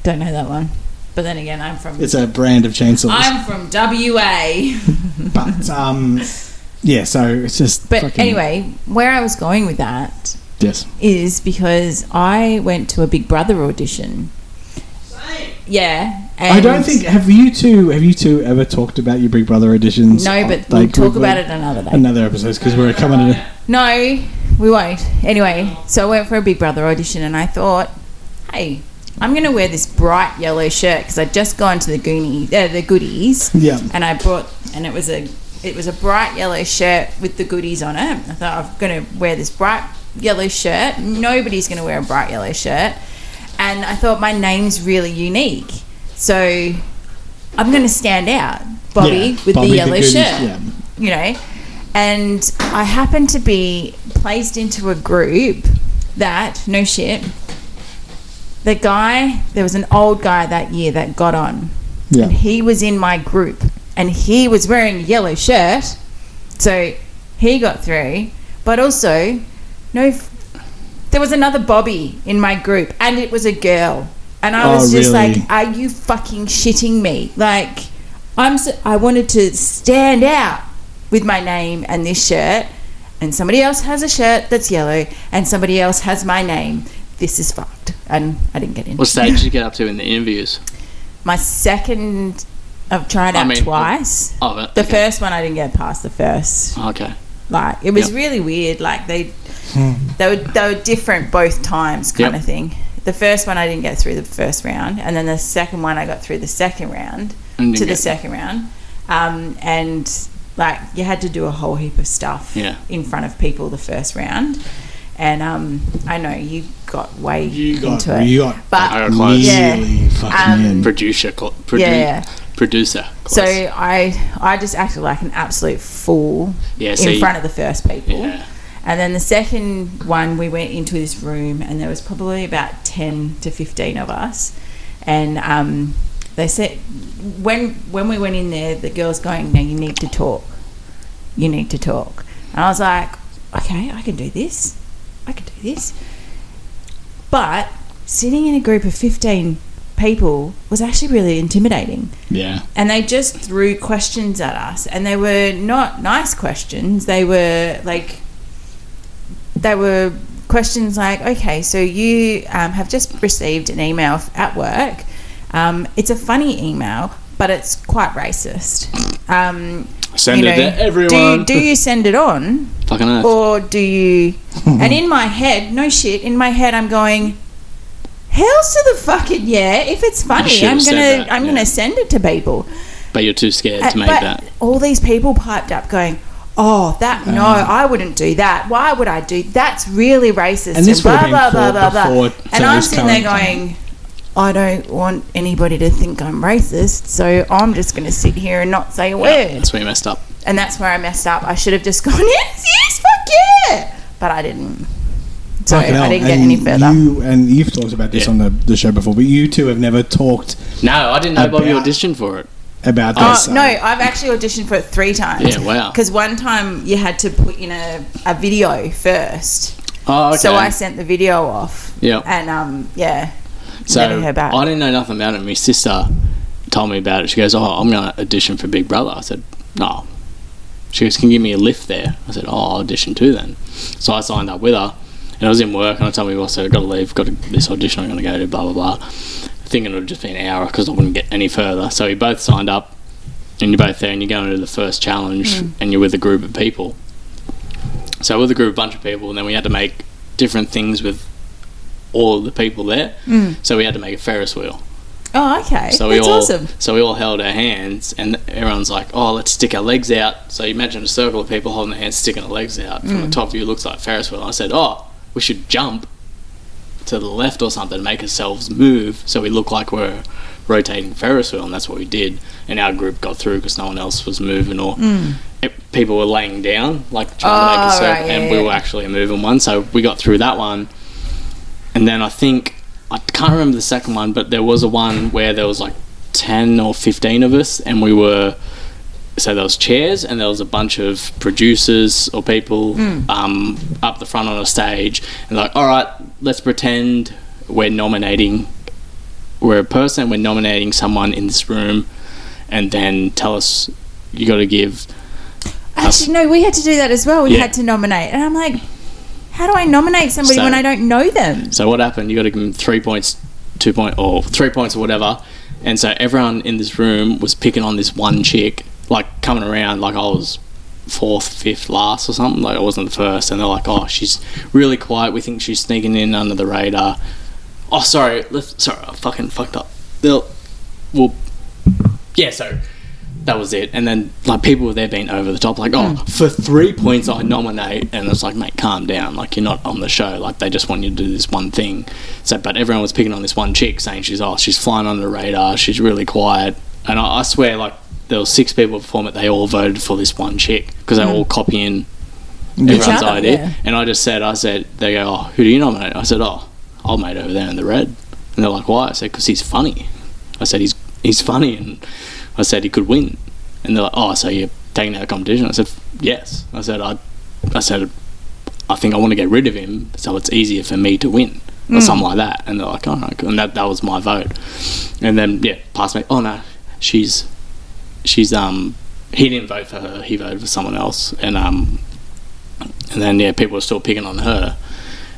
Speaker 3: Don't know that one. But then again, I'm from
Speaker 1: It's a brand of chainsaws.
Speaker 3: I'm from WA.
Speaker 1: but um, yeah, so it's just.
Speaker 3: But
Speaker 1: fucking-
Speaker 3: anyway, where I was going with that
Speaker 1: yes,
Speaker 3: is because I went to a Big Brother audition. Yeah,
Speaker 1: I don't think. Have you two? Have you two ever talked about your Big Brother editions?
Speaker 3: No,
Speaker 1: on-
Speaker 3: but we'll
Speaker 1: like,
Speaker 3: talk
Speaker 1: with-
Speaker 3: about it another day.
Speaker 1: another episode because we're coming. In a,
Speaker 3: No, we won't. Anyway, so I went for a Big Brother audition and I thought, hey, I'm going to wear this bright yellow shirt because I'd just gone to the Goonies, uh, the goodies.
Speaker 1: Yeah.
Speaker 3: And I brought, and it was a, it was a bright yellow shirt with the goodies on it. I thought I'm going to wear this bright yellow shirt. Nobody's going to wear a bright yellow shirt, and I thought my name's really unique, so I'm going to stand out, Bobby,
Speaker 1: Yeah,
Speaker 3: with
Speaker 1: Bobby
Speaker 3: the
Speaker 1: the
Speaker 3: yellow
Speaker 1: Goodies,
Speaker 3: shirt
Speaker 1: yeah.
Speaker 3: you know. And I happened to be placed into a group that, no shit, the guy, there was an old guy that year that got on.
Speaker 1: Yeah.
Speaker 3: And he was in my group and he was wearing a yellow shirt. So he got through. But also, no, f- there was another Bobby in my group and it was a girl. And I
Speaker 1: Oh,
Speaker 3: was just
Speaker 1: really?
Speaker 3: like, are you fucking shitting me? Like, I'm s I wanted to stand out with my name and this shirt, and somebody else has a shirt that's yellow, and somebody else has my name. This is fucked, and I didn't get in.
Speaker 2: What stage did you get up to in the interviews?
Speaker 3: My second, I've tried
Speaker 2: I
Speaker 3: out
Speaker 2: mean,
Speaker 3: twice.
Speaker 2: Oh, but-
Speaker 3: the
Speaker 2: okay.
Speaker 3: first one I didn't get past the first.
Speaker 2: Oh, Okay.
Speaker 3: Like it was
Speaker 2: Yep.
Speaker 3: really weird. Like they, they were they were different both times, kind
Speaker 2: Yep.
Speaker 3: of thing. The first one I didn't get through the first round, and then the second one I got through the second round
Speaker 2: And didn't
Speaker 3: to the
Speaker 2: get-
Speaker 3: second round, um, and like you had to do a whole heap of stuff
Speaker 2: Yeah.
Speaker 3: in front of people the first round, and um, I know you got way
Speaker 1: You got-
Speaker 3: into it, Um,
Speaker 1: you got
Speaker 3: but
Speaker 2: I got close.
Speaker 1: Really fucking in.
Speaker 2: Producer. Cl- produ-
Speaker 3: Yeah.
Speaker 2: Producer. Close.
Speaker 3: So I I just acted like an absolute fool
Speaker 2: Yeah,
Speaker 3: in
Speaker 2: so you-
Speaker 3: front of the first people.
Speaker 2: Yeah.
Speaker 3: And then the second one, we went into this room, and there was probably about ten to fifteen of us. And um, they said when when we went in there, the girls going, "Now you need to talk. You need to talk." And I was like, "Okay, I can do this. I can do this." But sitting in a group of fifteen people was actually really intimidating
Speaker 1: yeah,
Speaker 3: and they just threw questions at us and they were not nice questions they were like they were questions like okay so you um, have just received an email f- at work um, it's a funny email but it's quite racist um,
Speaker 2: Send
Speaker 3: you
Speaker 2: it
Speaker 3: know,
Speaker 2: to everyone.
Speaker 3: do you, do you send it on
Speaker 2: <laughs> Fucking earth.
Speaker 3: or
Speaker 2: <laughs>
Speaker 3: do you and in my head no shit in my head i'm going hell's to the fucking yeah if it's funny
Speaker 2: should've
Speaker 3: i'm
Speaker 2: said
Speaker 3: gonna
Speaker 2: that,
Speaker 3: i'm
Speaker 2: yeah.
Speaker 3: gonna send it to people
Speaker 2: but you're too scared
Speaker 3: uh,
Speaker 2: to make
Speaker 3: but
Speaker 2: that.
Speaker 3: all these people piped up going, "Oh, that no,
Speaker 1: Mm.
Speaker 3: I wouldn't do that. Why would I do? That's really racist."
Speaker 1: And this
Speaker 3: blah
Speaker 1: would've
Speaker 3: blah
Speaker 1: been
Speaker 3: blah
Speaker 1: for-
Speaker 3: blah blah.
Speaker 1: before
Speaker 3: And I'm
Speaker 1: Sarah's
Speaker 3: sitting there
Speaker 1: current-
Speaker 3: going, "I don't want anybody to think I'm racist, so I'm just going to sit here and not say a word."
Speaker 2: That's where you messed up.
Speaker 3: And that's where I messed up. I should have just <laughs> gone, "Yes, yes, fuck yeah," but I didn't. So
Speaker 1: Fucking
Speaker 3: I
Speaker 1: hell.
Speaker 3: didn't get
Speaker 1: And
Speaker 3: any further.
Speaker 1: You and you've talked about this
Speaker 2: Yeah.
Speaker 1: on the, the show before, but you two have never talked
Speaker 2: No, I didn't know Bobby
Speaker 1: About-
Speaker 2: auditioned for it.
Speaker 1: about this.
Speaker 3: Oh,
Speaker 1: uh, so-
Speaker 3: no, I've actually auditioned for it three times.
Speaker 2: Yeah, wow.
Speaker 3: Because one time you had to put in a, a video first.
Speaker 2: Oh, okay.
Speaker 3: So I sent the video off.
Speaker 2: Yep.
Speaker 3: And um, yeah.
Speaker 2: So
Speaker 3: never heard back.
Speaker 2: I didn't know nothing about it. My sister told me about it. She goes, "Oh, I'm going to audition for Big Brother." I said, "No." She goes, "Can you give me a lift there?" I said, "Oh, I'll audition too then." So I signed up with her, and I was in work, and I told me, "Well, so I've got to leave. Got to, this audition I'm going to go to." Blah blah blah. Thinking it would just be an hour because I wouldn't get any further. So we both signed up, and you're both there, and you're going to the first challenge,
Speaker 3: Mm.
Speaker 2: and you're with a group of people. So with a group, a bunch of people, and then we had to make different things with all of the people there. So we had to make a Ferris wheel.
Speaker 3: Oh, okay.
Speaker 2: So we
Speaker 3: That's
Speaker 2: all
Speaker 3: awesome.
Speaker 2: so we all held our hands, and everyone's like, "Oh, let's stick our legs out." So you imagine a circle of people holding their hands, sticking their legs out. From
Speaker 3: Mm.
Speaker 2: the top view, it looks like Ferris wheel. I said, "Oh, we should jump to the left or something, to make ourselves move, so we look like we're rotating Ferris wheel." And that's what we did. And our group got through because no one else was moving or. it- People were laying down, like trying to make a
Speaker 3: Hmm. Oh,
Speaker 2: circle,
Speaker 3: right, yeah,
Speaker 2: and
Speaker 3: yeah,
Speaker 2: we
Speaker 3: yeah.
Speaker 2: were actually moving one. So we got through that one, and then I think I can't remember the second one, but there was a one where there was like ten or fifteen of us, and we were so there was chairs and there was a bunch of producers or people
Speaker 3: Hmm.
Speaker 2: um, up the front on a stage, and like, all right, let's pretend we're nominating, we're a person, we're nominating someone in this room, and then tell us you got to give
Speaker 3: Actually, no, we had to do that as well. We
Speaker 2: Yeah.
Speaker 3: had to nominate. And I'm like, how do I nominate somebody
Speaker 2: So-
Speaker 3: when I don't know them?
Speaker 2: So what happened? You got to give them three points, two point, or three points or whatever, And so everyone in this room was picking on this one chick, like coming around like I was fourth, fifth, last or something. Like I wasn't the first. And they're like, oh, she's really quiet. We think she's sneaking in under the radar. Oh, sorry. Let's, sorry, I fucking fucked up. They'll, well, yeah, so that was it. And then like people were there being over the top, like, oh,
Speaker 3: Mm.
Speaker 2: for three points I nominate, and it's like, mate, calm down. Like you're not on the show. Like they just want you to do this one thing. So, but everyone was picking on this one chick, saying she's oh, she's flying under the radar. She's really quiet. And I, I swear, like there were six people perform it. They all voted for this one chick because they all copy in everyone's
Speaker 3: Mm. other,
Speaker 2: idea.
Speaker 3: yeah.
Speaker 2: And I just said, I said, they go, oh, who do you nominate? I said, oh, I'll mate over there in the red. And they're like, why? I said, because he's funny. I said, he's he's funny, and I said he could win. And they're like, oh, so you're taking out the competition? I said, yes. I said, I, I said, I think I want to get rid of him, so it's easier for me to win, or something like that. And they're like, all right, cool. and that that was my vote. And then yeah, past me. Oh no, she's she's um he didn't vote for her. He voted for someone else, and um and then yeah, people were still picking on her.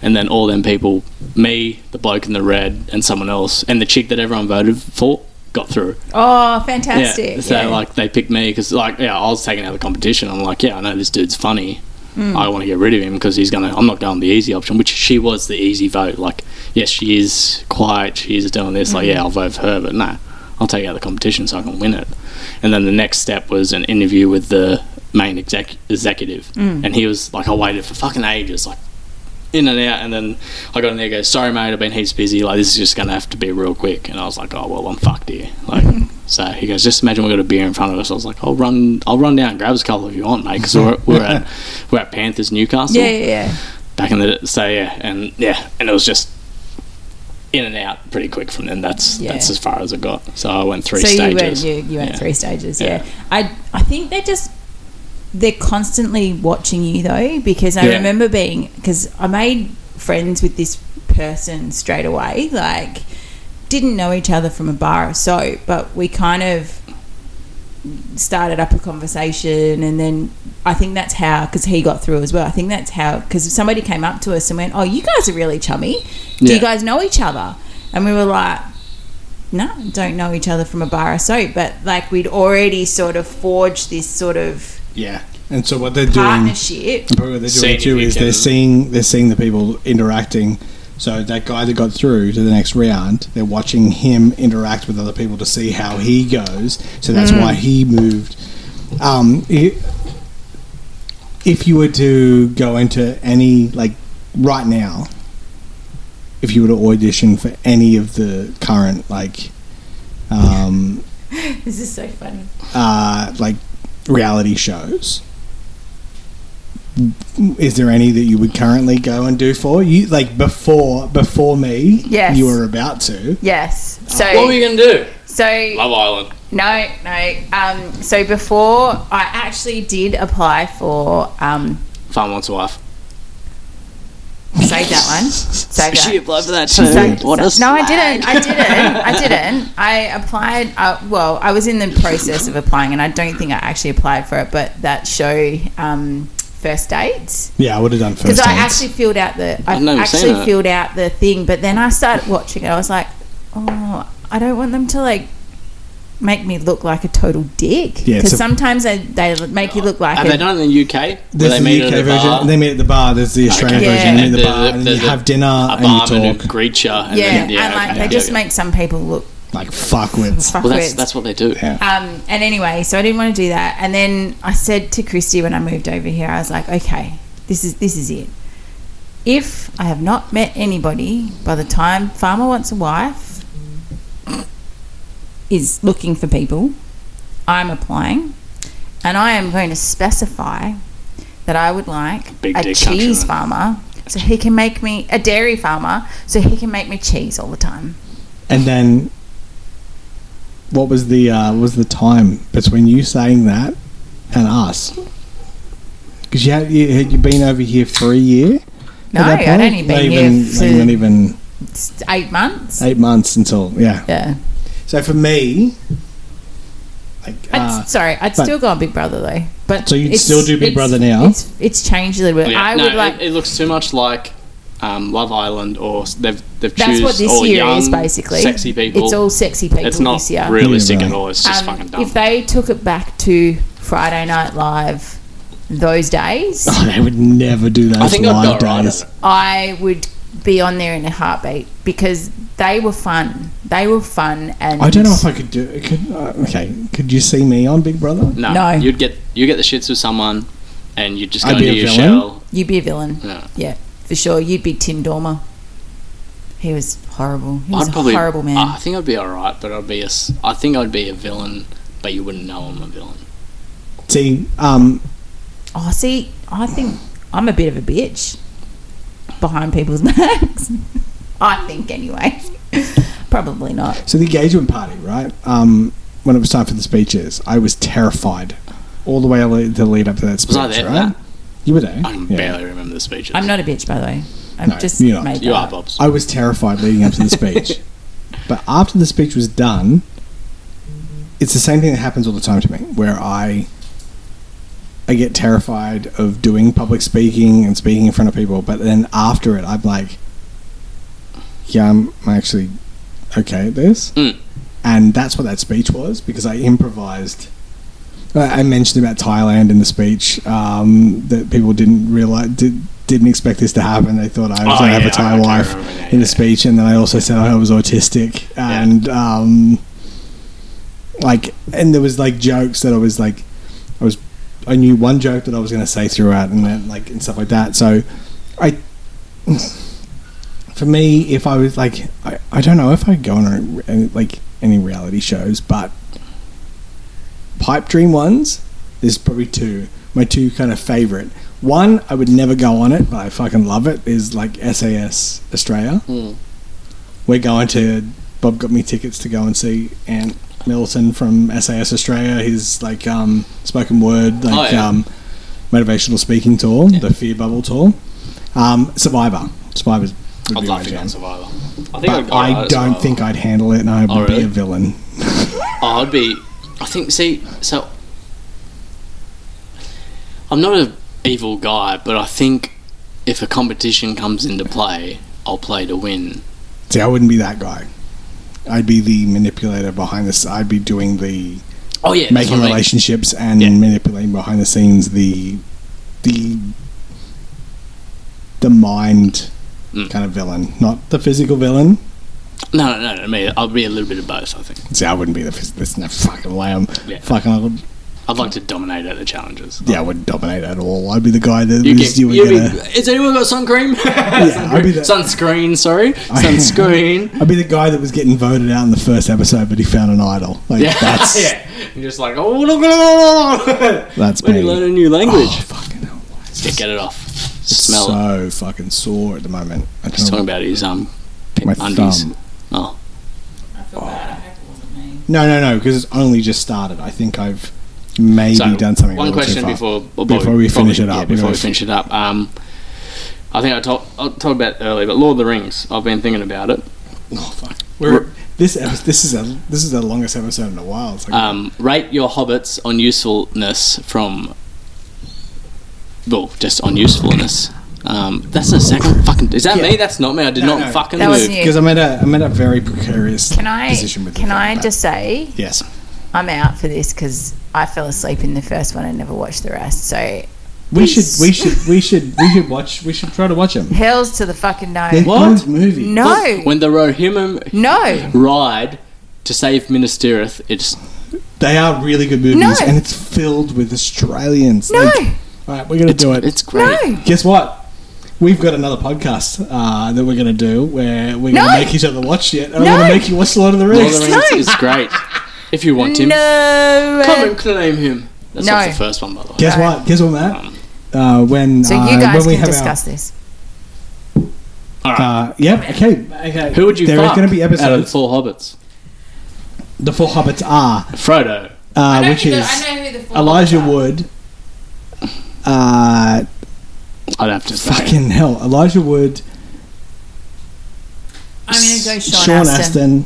Speaker 2: And then all them people, me, the bloke in the red, and someone else, and the chick that everyone voted for, got through.
Speaker 3: Oh,
Speaker 2: Yeah.
Speaker 3: fantastic.
Speaker 2: So
Speaker 3: yeah.
Speaker 2: like they picked me because like yeah, I was taking out the competition. I'm like, yeah, I know this dude's funny.
Speaker 3: Mm.
Speaker 2: I want to get rid of him because he's gonna. I'm not going the easy option, which she was the easy vote. Like, yes, she is quiet. She is doing this.
Speaker 3: Mm.
Speaker 2: Like, yeah, I'll vote for her, but no, I'll take out the competition so I can win it. And then the next step was an interview with the main exec- executive,
Speaker 3: Mm.
Speaker 2: and he was like, I waited for fucking ages, like in and out, and then I got in there and goes, sorry mate, I've been heaps busy, like this is just gonna have to be real quick and I was like, Oh well I'm fucked here.
Speaker 3: <laughs>
Speaker 2: Like so he goes, Just imagine we got a beer in front of us. I was like, I'll run I'll run down and grab us a couple if you want, mate, because we're, we're
Speaker 3: <laughs>
Speaker 2: at we're at Panthers Newcastle
Speaker 3: yeah, yeah, yeah.
Speaker 2: back in the day. So yeah, and yeah, and it was just in and out pretty quick from then. That's
Speaker 3: Yeah.
Speaker 2: that's as far as I got. So I went three
Speaker 3: so
Speaker 2: stages.
Speaker 3: you went you, you went
Speaker 2: Yeah.
Speaker 3: three stages. Yeah.
Speaker 2: Yeah.
Speaker 3: I I think they just they're constantly watching you though because I
Speaker 2: Yeah.
Speaker 3: remember being because I made friends with this person straight away like didn't know each other from a bar or so but we kind of started up a conversation and then I think that's how because he got through as well I think that's how because somebody came up to us and went oh you guys are really chummy do
Speaker 2: Yeah.
Speaker 3: you guys know each other and we were like no, don't know each other from a bar or so, but like we'd already sort of forged this sort of
Speaker 1: Yeah. And so what they're doing
Speaker 3: partnership. <laughs>
Speaker 1: And probably what they're doing
Speaker 2: Seeing if
Speaker 1: too
Speaker 2: you
Speaker 1: is
Speaker 2: can-
Speaker 1: they're seeing they're seeing the people interacting. So that guy that got through to the next round, they're watching him interact with other people to see how he goes. So that's why he moved. Um, i- if you were to go into any like right now, if you were to audition for any of the current like um,
Speaker 3: This is so funny.
Speaker 1: uh, like reality shows. Is there any that you would currently go and do for you? Like before, before me,
Speaker 3: Yes.
Speaker 1: you were about to.
Speaker 3: Yes. So
Speaker 2: What were you gonna do?
Speaker 3: so
Speaker 2: Love Island.
Speaker 3: No, no. Um, so before I actually did apply for um,
Speaker 2: Farm wants a wife.
Speaker 3: save that one. Save that.
Speaker 4: She applied for that
Speaker 3: So-
Speaker 4: too. What a
Speaker 3: so- no, I
Speaker 4: slag.
Speaker 3: didn't. I
Speaker 2: <laughs>
Speaker 3: didn't. I didn't. I applied. Uh, well, I was in the process of applying, and I don't think I actually applied for it. But that show, um, first dates.
Speaker 1: Yeah, I would have done first.
Speaker 3: because I
Speaker 1: dates.
Speaker 3: actually filled out the I
Speaker 2: I've never seen
Speaker 3: actually
Speaker 2: that.
Speaker 3: filled out the thing, but then I started watching it. I was like, oh, I don't want them to like make me look like a total dick because
Speaker 1: Yeah, it's a-
Speaker 3: sometimes they, they make you look like
Speaker 2: Have
Speaker 3: a,
Speaker 2: they done it in the UK? Where
Speaker 1: There's
Speaker 2: they
Speaker 1: the
Speaker 2: meet at
Speaker 1: UK
Speaker 2: a
Speaker 1: version.
Speaker 2: bar?
Speaker 1: They meet at the bar. There's the Australian
Speaker 3: Okay.
Speaker 1: version.
Speaker 3: Yeah.
Speaker 1: You meet at the bar,
Speaker 2: there's a-
Speaker 1: and you
Speaker 2: there's a-
Speaker 1: have dinner,
Speaker 2: a
Speaker 1: and
Speaker 2: barman
Speaker 1: you
Speaker 2: who
Speaker 1: talk
Speaker 2: greets you. And
Speaker 3: yeah,
Speaker 2: then,
Speaker 3: and like
Speaker 2: okay,
Speaker 3: they
Speaker 2: yeah,
Speaker 3: just
Speaker 2: yeah.
Speaker 3: make some people look
Speaker 1: like
Speaker 3: <laughs>
Speaker 1: fuckwits.
Speaker 3: fuckwits.
Speaker 2: Well, that's that's what they do.
Speaker 1: Yeah.
Speaker 3: Um, and anyway, so I didn't want to do that. And then I said to Christy when I moved over here, I was like, okay, this is this is it. If I have not met anybody by the time Farmer Wants a Wife is looking for people, I'm applying, and I am going to specify that I would like
Speaker 2: Big
Speaker 3: a
Speaker 2: dick country
Speaker 3: cheese
Speaker 2: man.
Speaker 3: farmer, so he can make me a dairy farmer, so he can make me cheese all the time.
Speaker 1: And then, what was the uh, what was the time between you saying that and us? Because you had you, had you been over here for a year? at
Speaker 3: No,
Speaker 1: that
Speaker 3: I'd
Speaker 1: point?
Speaker 3: only
Speaker 1: Not
Speaker 3: been here
Speaker 1: even-
Speaker 3: for-
Speaker 1: not even, even
Speaker 3: It's eight months.
Speaker 1: eight months until yeah.
Speaker 3: Yeah.
Speaker 1: So for me, like
Speaker 3: I'd,
Speaker 1: uh,
Speaker 3: sorry, I'd
Speaker 1: but-
Speaker 3: still go on Big Brother though. But
Speaker 1: So you'd
Speaker 3: it's-
Speaker 1: still do Big
Speaker 3: it's-
Speaker 1: Brother now?
Speaker 3: It's, it's changed a little bit.
Speaker 2: Yeah,
Speaker 3: I
Speaker 2: no,
Speaker 3: would like.
Speaker 2: it, it looks too much like um, Love Island, or s- they've they've
Speaker 3: That's
Speaker 2: choose
Speaker 3: what this
Speaker 2: all
Speaker 3: year
Speaker 2: young,
Speaker 3: is basically.
Speaker 2: sexy people.
Speaker 3: It's all sexy people
Speaker 2: It's not
Speaker 3: this year.
Speaker 2: realistic
Speaker 1: Yeah, right.
Speaker 2: at all. It's just
Speaker 3: Um,
Speaker 2: fucking dumb.
Speaker 3: If they took it back to Friday Night Live those days,
Speaker 1: <laughs> Oh, they would never do that.
Speaker 2: I
Speaker 1: It's
Speaker 2: think I've
Speaker 1: live
Speaker 2: got it right.
Speaker 1: days.
Speaker 3: I would be on there in a heartbeat because they were fun. They were fun, and
Speaker 1: I don't know if I could do. Could uh, okay? Could you see me on Big Brother?
Speaker 2: No,
Speaker 3: No.
Speaker 2: you'd get you get the shits with someone, and you just go
Speaker 1: I'd
Speaker 2: into
Speaker 1: be a
Speaker 2: your
Speaker 1: villain.
Speaker 2: shell.
Speaker 3: you'd be a villain.
Speaker 2: Yeah.
Speaker 3: for sure. You'd be Tim Dormer. He was horrible. He was
Speaker 2: I'd probably
Speaker 3: a horrible man.
Speaker 2: I think I'd be all right, but I'd be a. s- I think I'd be a villain, but you wouldn't know I'm a villain.
Speaker 1: See, um,
Speaker 3: oh, see, I think I'm a bit of a bitch behind people's <laughs> backs. I think, anyway. Probably not.
Speaker 1: so the engagement party, right? Um, when it was time for the speeches, I was terrified all the way le- to lead up to that speech.
Speaker 2: Was I there for
Speaker 1: Right?
Speaker 2: that?
Speaker 1: You were there.
Speaker 2: I can
Speaker 1: yeah.
Speaker 2: barely remember the speeches.
Speaker 3: I'm not a bitch, by the way. I'm
Speaker 1: No,
Speaker 3: just
Speaker 1: you're not.
Speaker 3: made
Speaker 2: You
Speaker 3: that
Speaker 2: are
Speaker 3: up.
Speaker 2: Bob's.
Speaker 1: I was terrified leading up to the speech, but after the speech was done, it's the same thing that happens all the time to me, where I I get terrified of doing public speaking and speaking in front of people, but then after it, I'm like, yeah, I'm actually okay at this,
Speaker 2: Mm.
Speaker 1: and that's what that speech was because I improvised. I I mentioned about Thailand in the speech um, that people didn't realize did, didn't expect this to happen. They thought I was
Speaker 2: Oh,
Speaker 1: going to have
Speaker 2: yeah,
Speaker 1: a Thai
Speaker 2: I- I
Speaker 1: wife
Speaker 2: remember that,
Speaker 1: in
Speaker 2: yeah.
Speaker 1: the speech, and then I also said I was autistic and um, like, and there was like jokes that I was like, I was I knew one joke that I was going to say throughout, and then, like and stuff like that. So I. For me, if I was like, I, I don't know if I go on a, any- like any reality shows, but pipe dream ones. There's probably two. My two kind of favorite. One I would never go on it, but I fucking love it. Is like SAS Australia.
Speaker 2: Mm.
Speaker 1: We're going to. Bob got me tickets to go and see Ant Middleton from SAS Australia. His like um, spoken word, like
Speaker 2: yeah.
Speaker 1: um, motivational speaking tour, the Fear Bubble tour. Um, Survivor. Survivor's. would
Speaker 2: I'd
Speaker 1: be
Speaker 2: love
Speaker 1: my
Speaker 2: to go
Speaker 1: jam.
Speaker 2: on Survivor. I think I'd
Speaker 1: But
Speaker 2: go
Speaker 1: I
Speaker 2: on
Speaker 1: don't
Speaker 2: Survivor.
Speaker 1: think I'd handle it, and I would
Speaker 2: Oh,
Speaker 1: be
Speaker 2: really?
Speaker 1: a villain.
Speaker 2: Oh, I'd be. I think. See, so I'm not an evil guy, but I think if a competition comes into play, I'll play to win.
Speaker 1: See, I wouldn't be that guy. I'd be the manipulator behind this. I'd be doing the
Speaker 2: Oh yeah, that's
Speaker 1: making
Speaker 2: what I mean.
Speaker 1: relationships and
Speaker 2: Yeah.
Speaker 1: manipulating behind the scenes the the the mind
Speaker 2: Mm.
Speaker 1: kind of villain, not the physical villain.
Speaker 2: No, no, no, no. Me, I'll be a little bit of both. I think
Speaker 1: See, I wouldn't be the phys- There's no fucking way. I'm
Speaker 2: Yeah.
Speaker 1: fucking. I would,
Speaker 2: I'd like to dominate at the challenges.
Speaker 1: yeah, I wouldn't dominate at all. I'd be the guy that
Speaker 2: You
Speaker 1: was,
Speaker 2: get,
Speaker 1: you
Speaker 2: you
Speaker 1: were
Speaker 2: be-
Speaker 1: gonna.
Speaker 2: Has anyone got sun cream? sun
Speaker 1: I'd be
Speaker 2: <laughs> cream.
Speaker 1: the- Oh,
Speaker 2: Sunscreen,
Speaker 1: <laughs>
Speaker 2: sorry, sunscreen.
Speaker 1: I'd be the guy that was getting voted out in the first episode, but he found an idol. Like
Speaker 2: <laughs> Yeah,
Speaker 1: that's
Speaker 2: yeah. You're just like, oh, look at
Speaker 1: that's
Speaker 2: When you
Speaker 1: me.
Speaker 2: learn a new language,
Speaker 1: Oh, fucking hell! why is
Speaker 2: yeah,
Speaker 1: this-
Speaker 2: get it off.
Speaker 1: It's
Speaker 2: Smell it.
Speaker 1: so fucking sore at the moment. I
Speaker 2: He's
Speaker 1: don't
Speaker 2: talking
Speaker 1: know.
Speaker 2: about his um
Speaker 1: My
Speaker 2: undies.
Speaker 1: thumb.
Speaker 2: Oh,
Speaker 4: I feel bad. I hope it wasn't me.
Speaker 1: No, no, no, because it's only just started. I think I've maybe
Speaker 2: so
Speaker 1: done something. a
Speaker 2: One
Speaker 1: little too
Speaker 2: question
Speaker 1: far.
Speaker 2: before well,
Speaker 1: Before
Speaker 2: probably-
Speaker 1: we finish
Speaker 2: probably-
Speaker 1: it
Speaker 2: yeah,
Speaker 1: up,
Speaker 2: before
Speaker 1: we
Speaker 2: we finish it up, um, I think I told I told about it earlier, but Lord of the Rings. I've been thinking about it.
Speaker 1: Oh fuck!
Speaker 2: We're-
Speaker 1: this episode, this is a this is the longest episode in a while. It's like,
Speaker 2: Um, rate your hobbits on usefulness from. Well, just on usefulness. Um, that's the second fucking. Is that
Speaker 1: Yeah.
Speaker 2: me? That's not me. I did
Speaker 1: No,
Speaker 2: not
Speaker 1: no.
Speaker 2: fucking
Speaker 3: That
Speaker 2: move.
Speaker 3: wasn't you.
Speaker 1: because I'm at a I'm at a very precarious
Speaker 3: Can I?
Speaker 1: position with the
Speaker 3: Can
Speaker 1: film,
Speaker 3: I
Speaker 1: but-
Speaker 3: just say
Speaker 1: yes?
Speaker 3: I'm out for this because I fell asleep in the first one and never watched the rest. So
Speaker 1: We should we should we should we should watch we should try to watch him.
Speaker 3: hells to the fucking no.
Speaker 1: They're
Speaker 2: What?
Speaker 1: good movie?
Speaker 3: No,
Speaker 2: When the Rohirrim
Speaker 3: no.
Speaker 2: ride to save Minas Tirith, it's
Speaker 1: They are really good movies,
Speaker 3: No.
Speaker 1: and it's filled with Australians.
Speaker 3: No.
Speaker 1: all right, we're gonna do it.
Speaker 2: it's great.
Speaker 3: No.
Speaker 1: Guess what? We've got another podcast uh, that we're going to do where we're
Speaker 3: No.
Speaker 1: going to make each other watch it. And I'm
Speaker 3: No.
Speaker 1: going to make you watch Lord of the
Speaker 2: Lord of
Speaker 1: Rings.
Speaker 2: the Rings is great. If you want him,
Speaker 3: No.
Speaker 2: come and claim him. That's
Speaker 3: No.
Speaker 2: not the first one, by the way.
Speaker 1: Guess what? Guess what, Matt? Uh, when
Speaker 3: so
Speaker 1: uh,
Speaker 3: you guys
Speaker 1: when we
Speaker 3: can
Speaker 1: have
Speaker 3: discuss this.
Speaker 2: All right.
Speaker 1: Our, uh, yeah. Okay. Okay.
Speaker 2: Who would you
Speaker 1: There is
Speaker 2: fuck
Speaker 1: going to be
Speaker 2: out of the
Speaker 1: episodes.
Speaker 2: four hobbits?
Speaker 1: The Four Hobbits are,
Speaker 2: Frodo.
Speaker 1: uh,
Speaker 4: I know
Speaker 1: which
Speaker 4: who the-
Speaker 1: is
Speaker 4: I know who the four
Speaker 1: Elijah
Speaker 4: are.
Speaker 1: Wood. Uh,
Speaker 2: I'd have to say.
Speaker 1: fucking hell, Elijah Wood,
Speaker 3: I'm gonna go Sean,
Speaker 1: Sean
Speaker 3: Astin.
Speaker 1: Astin,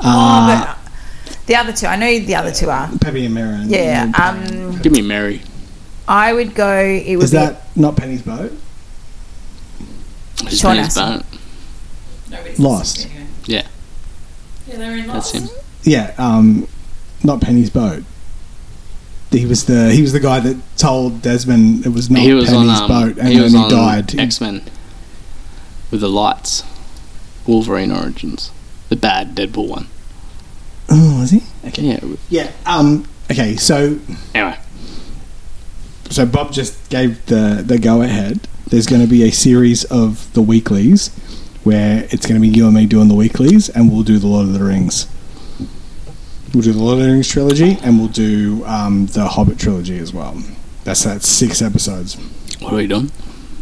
Speaker 1: uh,
Speaker 3: Oh, but the other two, I know the other two are.
Speaker 1: Peppy and Mara. and-
Speaker 3: Yeah.
Speaker 1: and-
Speaker 3: Um,
Speaker 2: Give me Mary.
Speaker 3: I would go. It would
Speaker 1: is
Speaker 3: be
Speaker 1: that not Penny's boat?
Speaker 2: His
Speaker 3: Sean
Speaker 2: name's
Speaker 3: Astin.
Speaker 2: Barnett.
Speaker 4: Nobody's
Speaker 1: Lost.
Speaker 4: listening anyway.
Speaker 2: Yeah,
Speaker 4: Yeah, they're in
Speaker 2: that's
Speaker 4: Lost.
Speaker 2: him.
Speaker 1: Yeah, um, not Penny's boat. He was the he was the guy that told Desmond it was not
Speaker 2: he was
Speaker 1: Penny's
Speaker 2: on um,
Speaker 1: boat, Oh, and
Speaker 2: he
Speaker 1: then
Speaker 2: was
Speaker 1: he
Speaker 2: on
Speaker 1: died.
Speaker 2: X Men with the lights, Wolverine Origins, the bad Deadpool one.
Speaker 1: oh, was he?
Speaker 2: Okay. Yeah. w-
Speaker 1: Yeah. Um. Okay. So
Speaker 2: Anyway,
Speaker 1: so Bob just gave the the go ahead. There's going to be a series of the weeklies where it's going to be you and me doing the weeklies, and we'll do the Lord of the Rings. We'll do the Lord of the Rings trilogy, and we'll do um, the Hobbit trilogy as well. That's that six episodes.
Speaker 2: what are we doing?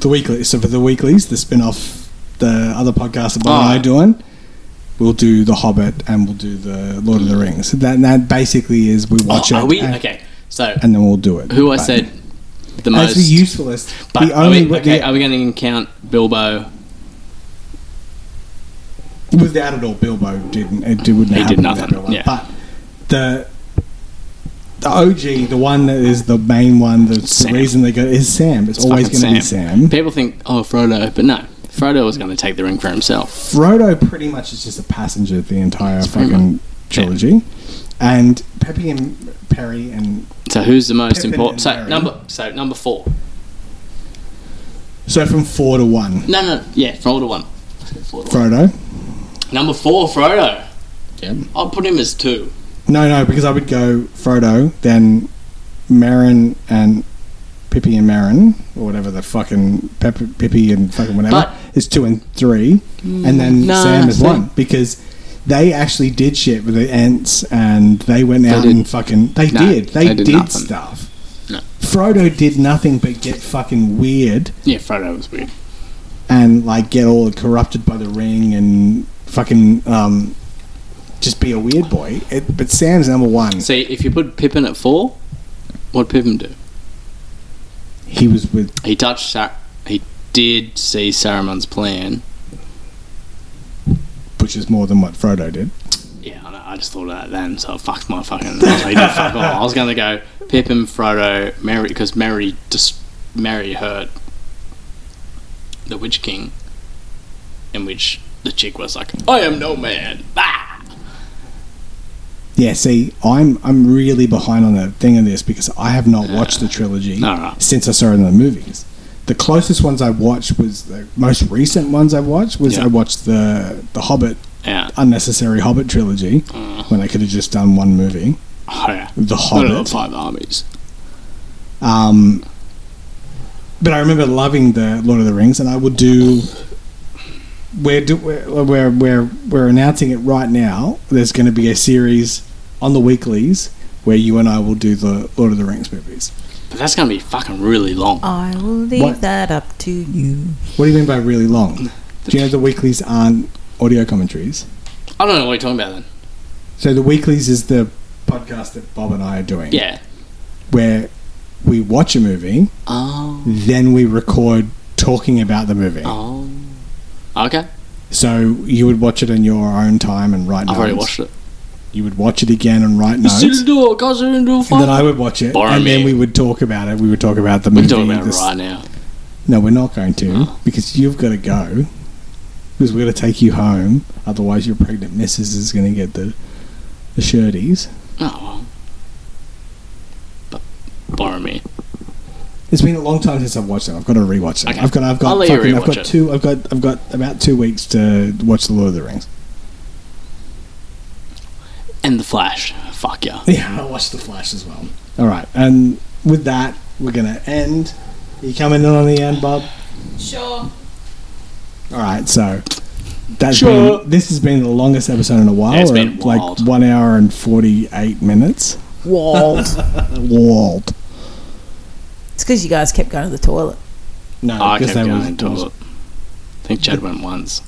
Speaker 1: the weekly. So for the weeklies, the spin off, the other podcast that Bob and I
Speaker 2: Oh.
Speaker 1: are doing, we'll do The Hobbit and we'll do The Lord of the Rings. That that basically is we watch
Speaker 2: Oh,
Speaker 1: it.
Speaker 2: are we?
Speaker 1: and,
Speaker 2: Okay. So
Speaker 1: and then we'll do it.
Speaker 2: who I
Speaker 1: But
Speaker 2: said the
Speaker 1: that's
Speaker 2: most?
Speaker 1: the usefulest.
Speaker 2: but
Speaker 1: the
Speaker 2: are
Speaker 1: only
Speaker 2: we,
Speaker 1: with,
Speaker 2: okay,
Speaker 1: the,
Speaker 2: are we going to count Bilbo?
Speaker 1: without it all, Bilbo didn't. It did- wouldn't
Speaker 2: He
Speaker 1: have
Speaker 2: did
Speaker 1: happened without
Speaker 2: nothing,
Speaker 1: Bilbo.
Speaker 2: yeah.
Speaker 1: But the the OG, the one that is the main one, that's the
Speaker 2: Sam.
Speaker 1: reason they go is Sam. It's, always
Speaker 2: fucking
Speaker 1: going to be Sam.
Speaker 2: People think, oh, Frodo, but no, Frodo was going to take the ring for himself.
Speaker 1: Frodo pretty much is just a passenger the entire
Speaker 2: pretty
Speaker 1: fucking trilogy, and Peppy and Perry and
Speaker 2: So who's the most
Speaker 1: Pippin
Speaker 2: important?
Speaker 1: and
Speaker 2: So
Speaker 1: Merry.
Speaker 2: number, so number four.
Speaker 1: so from four to one,
Speaker 2: No, no, yeah, Frodo one. Four to one.
Speaker 1: Frodo.
Speaker 2: Number four, Frodo.
Speaker 1: Yeah.
Speaker 2: I'll put him as two.
Speaker 1: No, no, because I would go Frodo, then Marin and Pippi and Marin, or whatever the fucking Pep- Pippi and fucking whatever
Speaker 2: But- Mm,
Speaker 1: is two and three, and then
Speaker 2: nah,
Speaker 1: Sam is
Speaker 2: see.
Speaker 1: one because. They actually did shit with the ants, and they went out
Speaker 2: did.
Speaker 1: and fucking. They
Speaker 2: No,
Speaker 1: did. They,
Speaker 2: they did
Speaker 1: did,
Speaker 2: nothing.
Speaker 1: stuff.
Speaker 2: No.
Speaker 1: Frodo did nothing but get fucking weird
Speaker 2: Yeah, Frodo was weird.
Speaker 1: and like get all corrupted by the ring and fucking um, just be a weird boy. It, but Sam's number one.
Speaker 2: See, if you put Pippin at four, what'd Pippin do?
Speaker 1: He was with
Speaker 2: He touched. Sar- he did see Saruman's plan.
Speaker 1: which is more than what Frodo did.
Speaker 2: Yeah, I know. I just thought of that then, so I fucked my fucking. I was like, "No, fuck off." I was going to go Pippin, Frodo, Mary, because Mary just Mary hurt the Witch King, in which the chick was like, "I am no man." Bah!
Speaker 1: Yeah, see, I'm I'm really behind on the thing of this because I have not watched the trilogy
Speaker 2: No, no.
Speaker 1: since I saw it in the movies. The closest ones I watched was the most recent ones I watched was
Speaker 2: Yeah.
Speaker 1: I watched the the Hobbit
Speaker 2: Yeah.
Speaker 1: unnecessary Hobbit trilogy
Speaker 2: Mm.
Speaker 1: when they could have just done one movie.
Speaker 2: Oh, yeah.
Speaker 1: The
Speaker 2: One of
Speaker 1: Hobbit.
Speaker 2: the five armies.
Speaker 1: Um, but I remember loving the Lord of the Rings, and I would do. We're do, we're, we're we're we're announcing it right now. There's going to be a series on the weeklies where you and I will do the Lord of the Rings movies.
Speaker 2: But that's going to be fucking really long.
Speaker 1: Oh.
Speaker 3: I will leave
Speaker 1: What?
Speaker 3: that up to you.
Speaker 1: What do you mean by really long? Do you know the weeklies aren't audio commentaries?
Speaker 2: I don't know what you're talking about then.
Speaker 1: So the weeklies is the podcast that Bob and I are doing.
Speaker 2: Yeah.
Speaker 1: where we watch a movie,
Speaker 2: Oh.
Speaker 1: then we record talking about the movie.
Speaker 2: Oh. Okay.
Speaker 1: So you would watch it in your own time and write notes.
Speaker 2: I've already watched it.
Speaker 1: You would watch it again and write notes.
Speaker 2: Still do it, guys. Still do it.
Speaker 1: And then I would watch it,
Speaker 2: Borrow
Speaker 1: and then
Speaker 2: me.
Speaker 1: we would talk about it. We would talk about the
Speaker 2: We're
Speaker 1: movie.
Speaker 2: talking about it
Speaker 1: this-
Speaker 2: right now.
Speaker 1: No, we're not going to because you've got to go because we're going to take you home. Otherwise, your pregnant missus is going to get the the shirties.
Speaker 2: Oh. Well. But borrow me.
Speaker 1: It's been a long time since I've watched it. I've got to rewatch it.
Speaker 2: Okay.
Speaker 1: I've got, I've got,
Speaker 2: I'll let you
Speaker 1: fucking, I've got
Speaker 2: rewatch it.
Speaker 1: two. I've got, I've got about two weeks to watch the Lord of the Rings.
Speaker 2: And the Flash. Fuck yeah.
Speaker 1: Yeah, I watched The Flash as well. All right, and with that, we're gonna end. you coming in on the end, Bob?
Speaker 4: Sure.
Speaker 1: All right, so that's
Speaker 2: Sure.
Speaker 1: been, this has been the longest episode in a while.
Speaker 2: Yeah, it's
Speaker 1: We're
Speaker 2: been
Speaker 1: at, like
Speaker 2: wild.
Speaker 1: one hour and forty-eight minutes.
Speaker 3: Walled.
Speaker 1: Wild.
Speaker 3: <laughs> it's because you guys kept going to the toilet.
Speaker 1: No,
Speaker 2: I
Speaker 1: because
Speaker 2: kept
Speaker 1: they
Speaker 2: going
Speaker 1: was,
Speaker 2: into
Speaker 1: it was-
Speaker 2: toilet. I think Chad went once.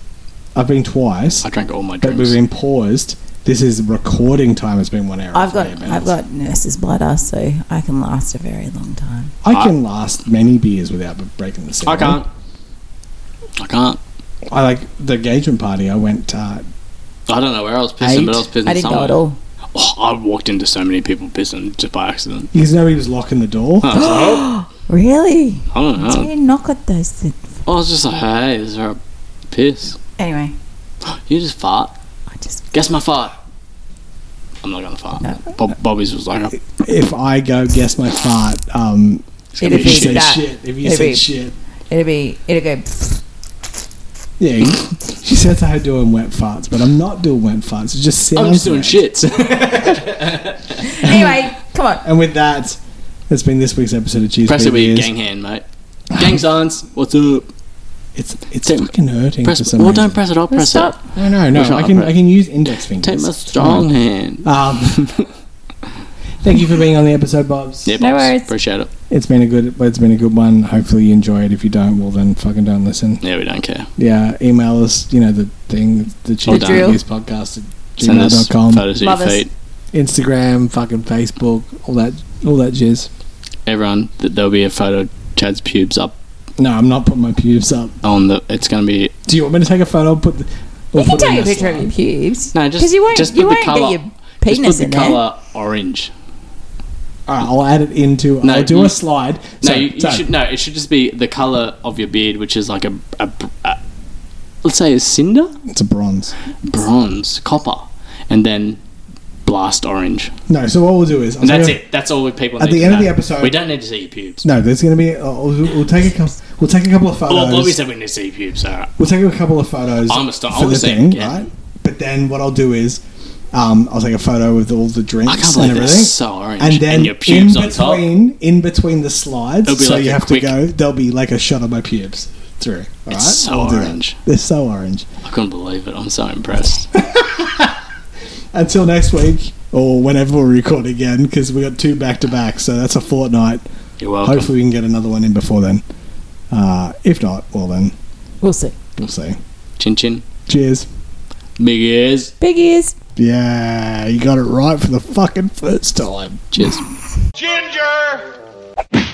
Speaker 1: I've been twice,
Speaker 2: I drank all my
Speaker 1: but we've
Speaker 2: drinks.
Speaker 1: been paused. This is recording time. It's been one hour. and
Speaker 3: I've got
Speaker 1: 48 minutes.
Speaker 3: I've got nurse's bladder, so I can last a very long time.
Speaker 1: I can last many beers without breaking the.
Speaker 2: I
Speaker 1: Segment.
Speaker 2: can't. I can't.
Speaker 1: I like the engagement party. I went. Uh,
Speaker 2: I don't know where I was pissing, but I was pissing
Speaker 3: I didn't
Speaker 2: somewhere.
Speaker 3: go at all.
Speaker 2: Oh, I walked into so many people pissing just by accident.
Speaker 1: because nobody was locking the door.
Speaker 2: I was like,
Speaker 3: Really?
Speaker 2: I don't
Speaker 3: Do
Speaker 2: know.
Speaker 3: you knock at those things?
Speaker 2: I was just like, hey, is there a Piss.
Speaker 3: Anyway,
Speaker 2: You just fart.
Speaker 3: I just
Speaker 2: Guess my fart. I'm not gonna fart.
Speaker 3: No.
Speaker 2: Bob, Bobby's was like, a,
Speaker 1: If I go guess my fart, um,
Speaker 3: it'd
Speaker 1: if you
Speaker 3: be
Speaker 1: say
Speaker 3: that.
Speaker 1: shit, if you
Speaker 3: It'd
Speaker 1: say
Speaker 3: be-
Speaker 1: shit,
Speaker 3: It'd be
Speaker 1: <laughs>
Speaker 3: it'd go.
Speaker 1: yeah, she says I doing wet farts, but I'm not doing wet farts. It just sounds
Speaker 2: I'm just doing
Speaker 1: wet.
Speaker 2: shits.
Speaker 3: Anyway, come on.
Speaker 1: And with that, that's been this week's episode of Cheese
Speaker 2: Press it with your
Speaker 1: Beers.
Speaker 2: gang hand, mate. Gang signs. What's up?
Speaker 1: It's it's
Speaker 2: Don't-
Speaker 1: fucking hurting
Speaker 2: Press.
Speaker 1: for some
Speaker 2: Well,
Speaker 1: reason.
Speaker 2: don't press it. I'll press
Speaker 3: Stop.
Speaker 2: it.
Speaker 1: No, no, no.
Speaker 2: Which one?
Speaker 1: I can I can use index fingers.
Speaker 2: Take my strong hand.
Speaker 1: Um, <laughs> thank you for being on the episode, Bobs.
Speaker 2: Yeah,
Speaker 3: No
Speaker 2: Bobs.
Speaker 3: worries.
Speaker 2: Appreciate it.
Speaker 1: It's been a good, it's been a good one. Hopefully you enjoy it. If you don't, well then fucking don't listen.
Speaker 2: Yeah, we don't care.
Speaker 1: Yeah, email us. You know the thing, the cheese
Speaker 2: done.
Speaker 1: Beers podcast at
Speaker 2: Send us
Speaker 1: gmail.com,
Speaker 2: photos of your
Speaker 3: Love us.
Speaker 2: feet.
Speaker 1: Instagram, fucking Facebook, all that, all that jizz.
Speaker 2: Everyone, th- there'll be a photo of Chad's pubes up
Speaker 1: No, I'm not putting my pubes up.
Speaker 2: on the. It's gonna be
Speaker 1: Do you want me to take a photo? and Put the, or
Speaker 3: You can
Speaker 1: put them in
Speaker 3: take a
Speaker 1: the
Speaker 3: picture of
Speaker 1: slide?
Speaker 3: your pubes.
Speaker 2: No, just-
Speaker 3: because you won't.
Speaker 2: just put
Speaker 3: you
Speaker 2: the
Speaker 3: won't
Speaker 2: colour-
Speaker 3: get your
Speaker 2: just
Speaker 3: penis
Speaker 2: put the
Speaker 3: in there.
Speaker 2: color orange.
Speaker 1: All right, I'll add it into.
Speaker 2: No,
Speaker 1: I'll do
Speaker 2: you-
Speaker 1: a slide.
Speaker 2: No,
Speaker 1: Sorry,
Speaker 2: you, you
Speaker 1: sorry.
Speaker 2: should no. It should just be the color of your beard, which is like a, a, a let's say a cinder,
Speaker 1: It's a bronze.
Speaker 2: bronze, copper, and then blast orange.
Speaker 1: No, so what we'll do is I'll
Speaker 2: And that's
Speaker 1: take a-
Speaker 2: it. That's all we people.
Speaker 1: At
Speaker 2: need
Speaker 1: the
Speaker 2: to
Speaker 1: end of
Speaker 2: know.
Speaker 1: the episode-
Speaker 2: we don't need to see your pubes.
Speaker 1: No, there's going to be. Uh, we'll, we'll take a couple. We'll take a couple of
Speaker 2: Well, Bobby
Speaker 1: photos.
Speaker 2: said we need to see your pubes. All right.
Speaker 1: We'll take a couple of photos
Speaker 2: I'm a star-
Speaker 1: for
Speaker 2: I'm
Speaker 1: the
Speaker 2: a singer,
Speaker 1: thing,
Speaker 2: yeah.
Speaker 1: right? But then what I'll do is, um, I'll take a photo with all the drinks
Speaker 2: I can't
Speaker 1: and
Speaker 2: believe they're
Speaker 1: everything,
Speaker 2: so orange.
Speaker 1: and then
Speaker 2: your pubes
Speaker 1: in
Speaker 2: on top.
Speaker 1: between, in between the slides,
Speaker 2: It'll be
Speaker 1: so
Speaker 2: like
Speaker 1: you
Speaker 2: a
Speaker 1: have
Speaker 2: quick-
Speaker 1: to go. There'll be like a shot of my pubes through. All right,
Speaker 2: It's so
Speaker 1: I'll do that.
Speaker 2: orange.
Speaker 1: They're so orange.
Speaker 2: I couldn't believe it. I'm
Speaker 1: <laughs>
Speaker 2: so impressed.
Speaker 1: Until next week or whenever we record again, because we got two back to back, so that's a fortnight.
Speaker 2: You're welcome.
Speaker 1: Hopefully, we can get another one in before then. Uh, if not, well then
Speaker 3: We'll see.
Speaker 1: we'll see.
Speaker 2: Chin chin.
Speaker 1: Cheers.
Speaker 2: Big ears.
Speaker 3: Big ears.
Speaker 1: Yeah, you got it right for the fucking first time.
Speaker 2: Cheers.
Speaker 6: Ginger!